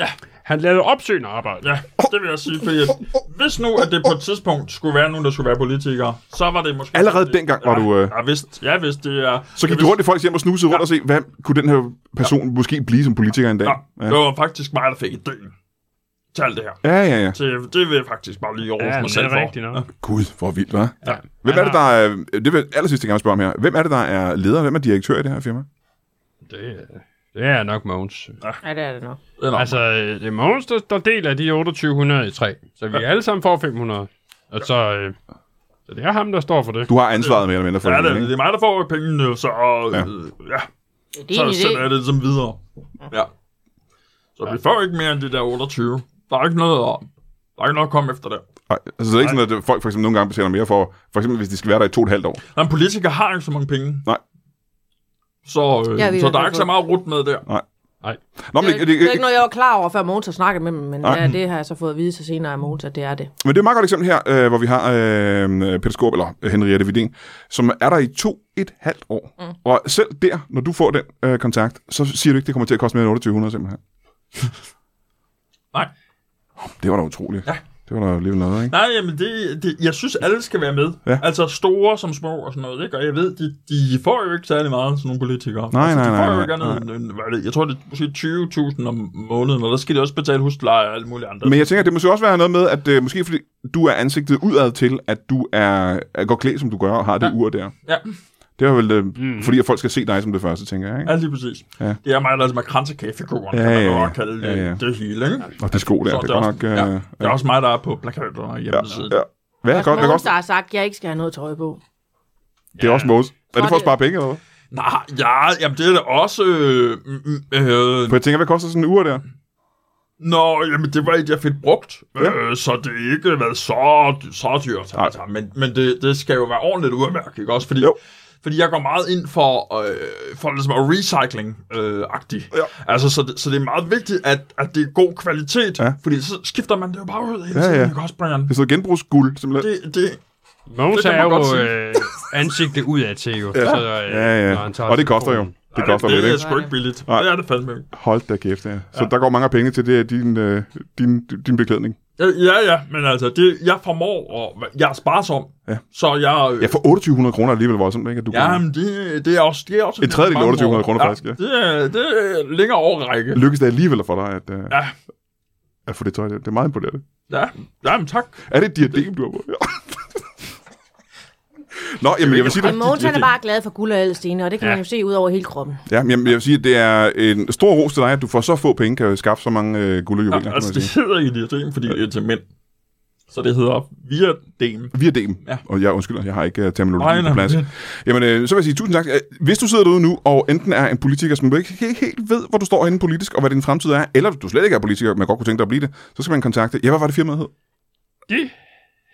[SPEAKER 5] Han lavede opsøgende arbejde.
[SPEAKER 3] Ja, det vil jeg sige, fordi at, hvis nu, at det på et tidspunkt skulle være nogen, der skulle være politikere, så var det måske...
[SPEAKER 1] Allerede dengang var
[SPEAKER 3] ja,
[SPEAKER 1] du, øh,
[SPEAKER 3] Jeg vidste, jeg vidste det er...
[SPEAKER 1] Så gik du
[SPEAKER 3] jeg vidste-
[SPEAKER 1] rundt i folks hjem og snusede rundt og se, hvad kunne den her person måske blive som politiker en dag?
[SPEAKER 3] Ja, det var faktisk mig, der fik idéen til alt det her.
[SPEAKER 1] Ja, ja, ja.
[SPEAKER 3] Så det vil jeg faktisk bare lige rose
[SPEAKER 5] Ja,
[SPEAKER 3] mig
[SPEAKER 5] det
[SPEAKER 3] selv
[SPEAKER 5] er
[SPEAKER 3] for.
[SPEAKER 5] rigtigt nok.
[SPEAKER 1] Gud, hvor vildt, hva'?
[SPEAKER 5] Ja.
[SPEAKER 1] Hvem er det, der er, det vil aller sidste gang spørge om her. Hvem er det, der er leder? Hvem er direktør i det her firma?
[SPEAKER 5] Det, er- det er nok Mogens.
[SPEAKER 4] Nej, det er det nok.
[SPEAKER 3] Eller-
[SPEAKER 5] Altså, øh, det er Mogens, der, der deler de 2800 i tre. Så vi alle sammen får 500. Og så, øh, så det er ham, der står for det.
[SPEAKER 1] Du har ansvaret mere eller mindre for
[SPEAKER 3] Øh, Ja,
[SPEAKER 1] det,
[SPEAKER 3] det, det
[SPEAKER 1] ikke?
[SPEAKER 3] er mig, der får pengene, så øh,
[SPEAKER 1] Ja.
[SPEAKER 3] ja. ja.
[SPEAKER 4] Det er en
[SPEAKER 3] Så
[SPEAKER 4] idé.
[SPEAKER 3] sender jeg det som videre. Ja. Så vi får ikke mere end det der 28. Der er ikke noget at, der er ikke noget at komme efter der.
[SPEAKER 1] Nej, Altså, det er ikke sådan, at folk for eksempel nogle gange betaler mere for, for eksempel hvis de skal være der i to og et halvt år.
[SPEAKER 3] Men politikere har ikke så mange penge.
[SPEAKER 1] Nej.
[SPEAKER 3] Så, øh,
[SPEAKER 4] Ja, vi
[SPEAKER 3] så
[SPEAKER 4] har
[SPEAKER 3] der er
[SPEAKER 4] godt
[SPEAKER 3] ikke så meget rut med der.
[SPEAKER 1] Nå, men
[SPEAKER 4] Det,
[SPEAKER 1] det,
[SPEAKER 4] det, det er ikke noget, jeg var klar over, før Mogens har snakket med dem, men
[SPEAKER 1] Nej.
[SPEAKER 4] ja, det har jeg så fået at vide så senere af Mogens, at det er det.
[SPEAKER 1] Men det er et meget godt eksempel her, øh, hvor vi har øh, Peter Skorp, eller Henriette Vidén, som er der i to et halvt år. Mm. Og selv der, når du får den øh, kontakt, så siger du ikke, det kommer til at koste mere end 2800 simpelthen.
[SPEAKER 3] Nej.
[SPEAKER 1] Det var da utroligt. Ja. Det var da alligevel noget, ikke?
[SPEAKER 3] Nej, jamen det, det, jeg synes, alle skal være med.
[SPEAKER 1] Ja.
[SPEAKER 3] Altså store som små og sådan noget, ikke? Og jeg ved, de, de får jo ikke særlig meget, sådan nogle politikere.
[SPEAKER 1] Nej,
[SPEAKER 3] altså,
[SPEAKER 1] nej,
[SPEAKER 3] de får
[SPEAKER 1] nej,
[SPEAKER 3] jo
[SPEAKER 1] nej,
[SPEAKER 3] ikke andet end- end, hvad er det, jeg tror, det er måske 20.000 om måneden, og der skal de også betale husleje og alt muligt andet.
[SPEAKER 1] Men jeg tænker, det må så også være noget med, at øh, måske fordi du er ansigtet udad til, at du er, er godt klædt, som du gør, og har det ja. ur der.
[SPEAKER 3] Ja.
[SPEAKER 1] Det er vel, øh, mm. fordi at folk skal se dig som det første, tænker jeg, ikke?
[SPEAKER 3] Ja, lige præcis.
[SPEAKER 1] Ja.
[SPEAKER 3] Ja. Det er mig, der er som kransekagefiguren,
[SPEAKER 1] Ja,
[SPEAKER 3] ja, kan man
[SPEAKER 1] ja,
[SPEAKER 3] jo
[SPEAKER 1] ja.
[SPEAKER 3] godt kalde
[SPEAKER 1] Ja,
[SPEAKER 3] ja,
[SPEAKER 1] ja.
[SPEAKER 3] ja. det hele, ikke?
[SPEAKER 1] Og de sko der,
[SPEAKER 3] Så
[SPEAKER 1] det er godt nok... Øh,
[SPEAKER 3] også, ja.
[SPEAKER 1] ja.
[SPEAKER 3] Det er også mig, der er på plakaterne og hjemmesiden.
[SPEAKER 1] ja. ja. Hvad er
[SPEAKER 4] Altså,
[SPEAKER 1] godt? Hvad er godt?
[SPEAKER 4] Mogens, der har sagt, at jeg ikke skal have noget tøj på.
[SPEAKER 1] Det er også Mose. Er det for at
[SPEAKER 4] det-
[SPEAKER 1] spare penge, eller hvad?
[SPEAKER 3] Nej, ja, jamen det er da også... Øh, mm, øh,
[SPEAKER 1] For jeg tænker, hvad koster sådan en ur der?
[SPEAKER 3] nå, jamen det var et, jeg fik brugt,
[SPEAKER 1] Ja.
[SPEAKER 3] ja. øh, så det er ikke været så, så dyrt.
[SPEAKER 1] Nej.
[SPEAKER 3] Altså. Men, men det, det skal jo være ordentligt udmærket, ikke også? Fordi,
[SPEAKER 1] Jo.
[SPEAKER 3] fordi jeg går meget ind for, øh, for ligesom at recycling-agtigt.
[SPEAKER 1] Ja.
[SPEAKER 3] Altså, så det, så det er meget vigtigt, at, at det er god kvalitet,
[SPEAKER 1] Ja.
[SPEAKER 3] ja. fordi så skifter man det jo bare ud
[SPEAKER 1] Ja,
[SPEAKER 3] hele ja, tiden,
[SPEAKER 1] ja.
[SPEAKER 3] ja. ikke også, Brian?
[SPEAKER 1] Det er sådan noget genbrugsguld, simpelthen.
[SPEAKER 3] Det, det,
[SPEAKER 5] Mogens
[SPEAKER 3] det kan
[SPEAKER 5] er
[SPEAKER 3] man godt
[SPEAKER 5] jo
[SPEAKER 3] sige.
[SPEAKER 5] øh, ansigtet udad til, jo. Ja, så, øh,
[SPEAKER 1] Ja,
[SPEAKER 5] når han
[SPEAKER 1] ja.
[SPEAKER 5] tager
[SPEAKER 1] Og det koster jo.
[SPEAKER 5] telefonen.
[SPEAKER 1] Det koster
[SPEAKER 3] det,
[SPEAKER 1] lidt,
[SPEAKER 3] det er
[SPEAKER 1] ikke?
[SPEAKER 3] sgu ikke billigt.
[SPEAKER 1] Nej.
[SPEAKER 3] Nej. Det er det fandme ikke.
[SPEAKER 1] Hold da kæft, ja. Så der går mange penge til det, er din, øh, din, din beklædning.
[SPEAKER 3] Ja, ja, ja, men altså, det, jeg formår, og jeg er sparsom,
[SPEAKER 1] Ja.
[SPEAKER 3] ja. så jeg...
[SPEAKER 1] Ja, for 2800 kroner er alligevel voldsomt, ikke? At du kan
[SPEAKER 3] Jamen, det, det er også... Det er også
[SPEAKER 1] En tredjedel af
[SPEAKER 3] mange
[SPEAKER 1] 2800
[SPEAKER 3] år.
[SPEAKER 1] kroner, faktisk, ja.
[SPEAKER 3] ja. Det, er- det er længere overrække.
[SPEAKER 1] lykkes det alligevel for dig at, øh,
[SPEAKER 3] Ja,
[SPEAKER 1] at få det tøj der. Det er meget imponerende.
[SPEAKER 3] ja. Jamen, tak.
[SPEAKER 1] Er det et diadem, du har på? Ja. Nå, jamen, jeg vil sige
[SPEAKER 4] Men
[SPEAKER 1] det.
[SPEAKER 4] Mogens han er bare glad for guld og ædelstene, og det kan ja. man jo se ud over hele kroppen.
[SPEAKER 1] Ja, men jeg, jeg vil sige, at det er en stor ros til dig, at du for så få penge kan skaffe så mange øh, guld og juveler, kan man
[SPEAKER 3] Altså, det
[SPEAKER 1] sige.
[SPEAKER 3] hedder i det ting, fordi det er til mænd. Så det hedder Viadem.
[SPEAKER 1] Via DM. Ja.
[SPEAKER 3] Ja.
[SPEAKER 1] Og jeg undskylder, jeg har ikke uh, terminologien
[SPEAKER 3] Nej,
[SPEAKER 1] på
[SPEAKER 3] nej,
[SPEAKER 1] plads.
[SPEAKER 3] men-
[SPEAKER 1] Jamen, øh, så vil jeg sige tusind tak. Øh, Hvis du sidder derude nu, og enten er en politiker, som du ikke he- helt ved, hvor du står henne politisk, og hvad din fremtid er, eller du slet ikke er politiker, men godt kunne tænke dig at blive det, så skal man kontakte, ja, hvad var det firmaet hed?
[SPEAKER 5] De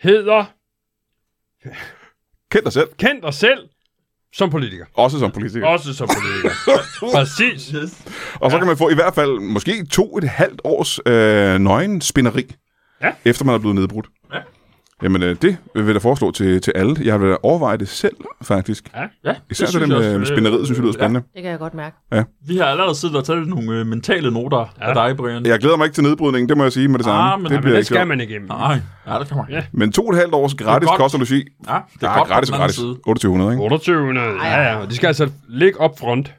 [SPEAKER 5] hedder
[SPEAKER 1] Kend dig selv,
[SPEAKER 5] kendt os selv som politiker.
[SPEAKER 1] også som politiker.
[SPEAKER 5] Også som politiker. Præcis.
[SPEAKER 1] Og så kan man få i hvert fald måske to et halvt års øh, nøgen spineri. ja. efter man er blevet nedbrudt. Ja. Jamen, øh, det vil jeg da foreslå til, til alle. Jeg vil da overveje det selv, faktisk. Ja.
[SPEAKER 3] Ja,
[SPEAKER 1] Især øh, det,
[SPEAKER 3] synes
[SPEAKER 1] det
[SPEAKER 3] jeg
[SPEAKER 1] med, med
[SPEAKER 3] også, øh,
[SPEAKER 1] spænderiet, synes jeg lyder spændende.
[SPEAKER 4] Det kan jeg godt mærke.
[SPEAKER 3] Vi har allerede siddet og taget nogle øh, mentale noter ja. af dig, Brian.
[SPEAKER 1] Jeg glæder mig ikke til nedbrydningen, det må jeg sige med det samme.
[SPEAKER 3] Ah, men-
[SPEAKER 1] det
[SPEAKER 3] ah, men
[SPEAKER 1] bliver
[SPEAKER 5] Det
[SPEAKER 1] ikke
[SPEAKER 5] skal
[SPEAKER 1] sjovt.
[SPEAKER 5] man igennem.
[SPEAKER 3] Nej, ja, det kan man. Ja,
[SPEAKER 1] Men to og et halvt års gratis
[SPEAKER 3] Det er godt.
[SPEAKER 1] kost og logi.
[SPEAKER 3] ja det er
[SPEAKER 1] Ja,
[SPEAKER 3] godt
[SPEAKER 1] gratis
[SPEAKER 3] på
[SPEAKER 1] og
[SPEAKER 3] den anden
[SPEAKER 1] gratis.
[SPEAKER 3] side.
[SPEAKER 1] 2800, ikke?
[SPEAKER 5] 2800, ja, ja. Og Det skal altså ligge op front.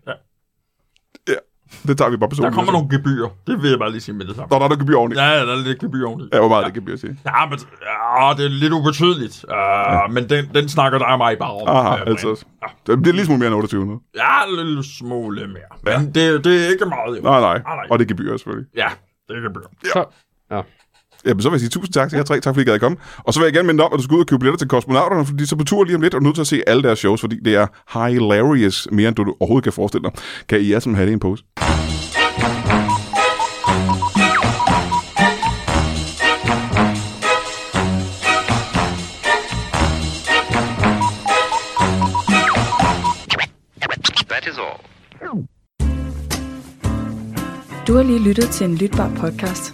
[SPEAKER 1] Det tager vi bare personligt.
[SPEAKER 3] Der kommer nogle gebyrer. Det vil jeg bare lige sige med det samme.
[SPEAKER 1] Nå, der er der gebyr oveni. Ja.
[SPEAKER 3] Ja, ja, der er lidt gebyr oveni.
[SPEAKER 1] ja, hvor meget det gebyr til.
[SPEAKER 3] Ja, men ja, det er lidt ubetydeligt. Uh, ja. Men den, den snakker dig og mig bare om.
[SPEAKER 1] Aha,
[SPEAKER 3] øh, Brian.
[SPEAKER 1] altså. Det bliver lige smule mere end 2800.
[SPEAKER 3] Ja, en lille smule mere. Men det, det er ikke meget. Jo.
[SPEAKER 1] Nej, nej.
[SPEAKER 3] Nej, nej.
[SPEAKER 1] Og det er gebyr selvfølgelig.
[SPEAKER 3] Ja, det er gebyr.
[SPEAKER 5] Så,
[SPEAKER 1] Ja, men så vil jeg sige tusind tak til jer tre. Tak fordi I gad at komme. Og så vil jeg gerne minde dig om, at du skal ud og købe billetter til kosmonauterne, fordi de er så på tur lige om lidt, og du er nødt til at se alle deres shows, fordi det er hilarious mere, end du overhovedet kan forestille dig. Kan I jer som have det i en pose?
[SPEAKER 7] Du har lige lyttet til en lytbar podcast.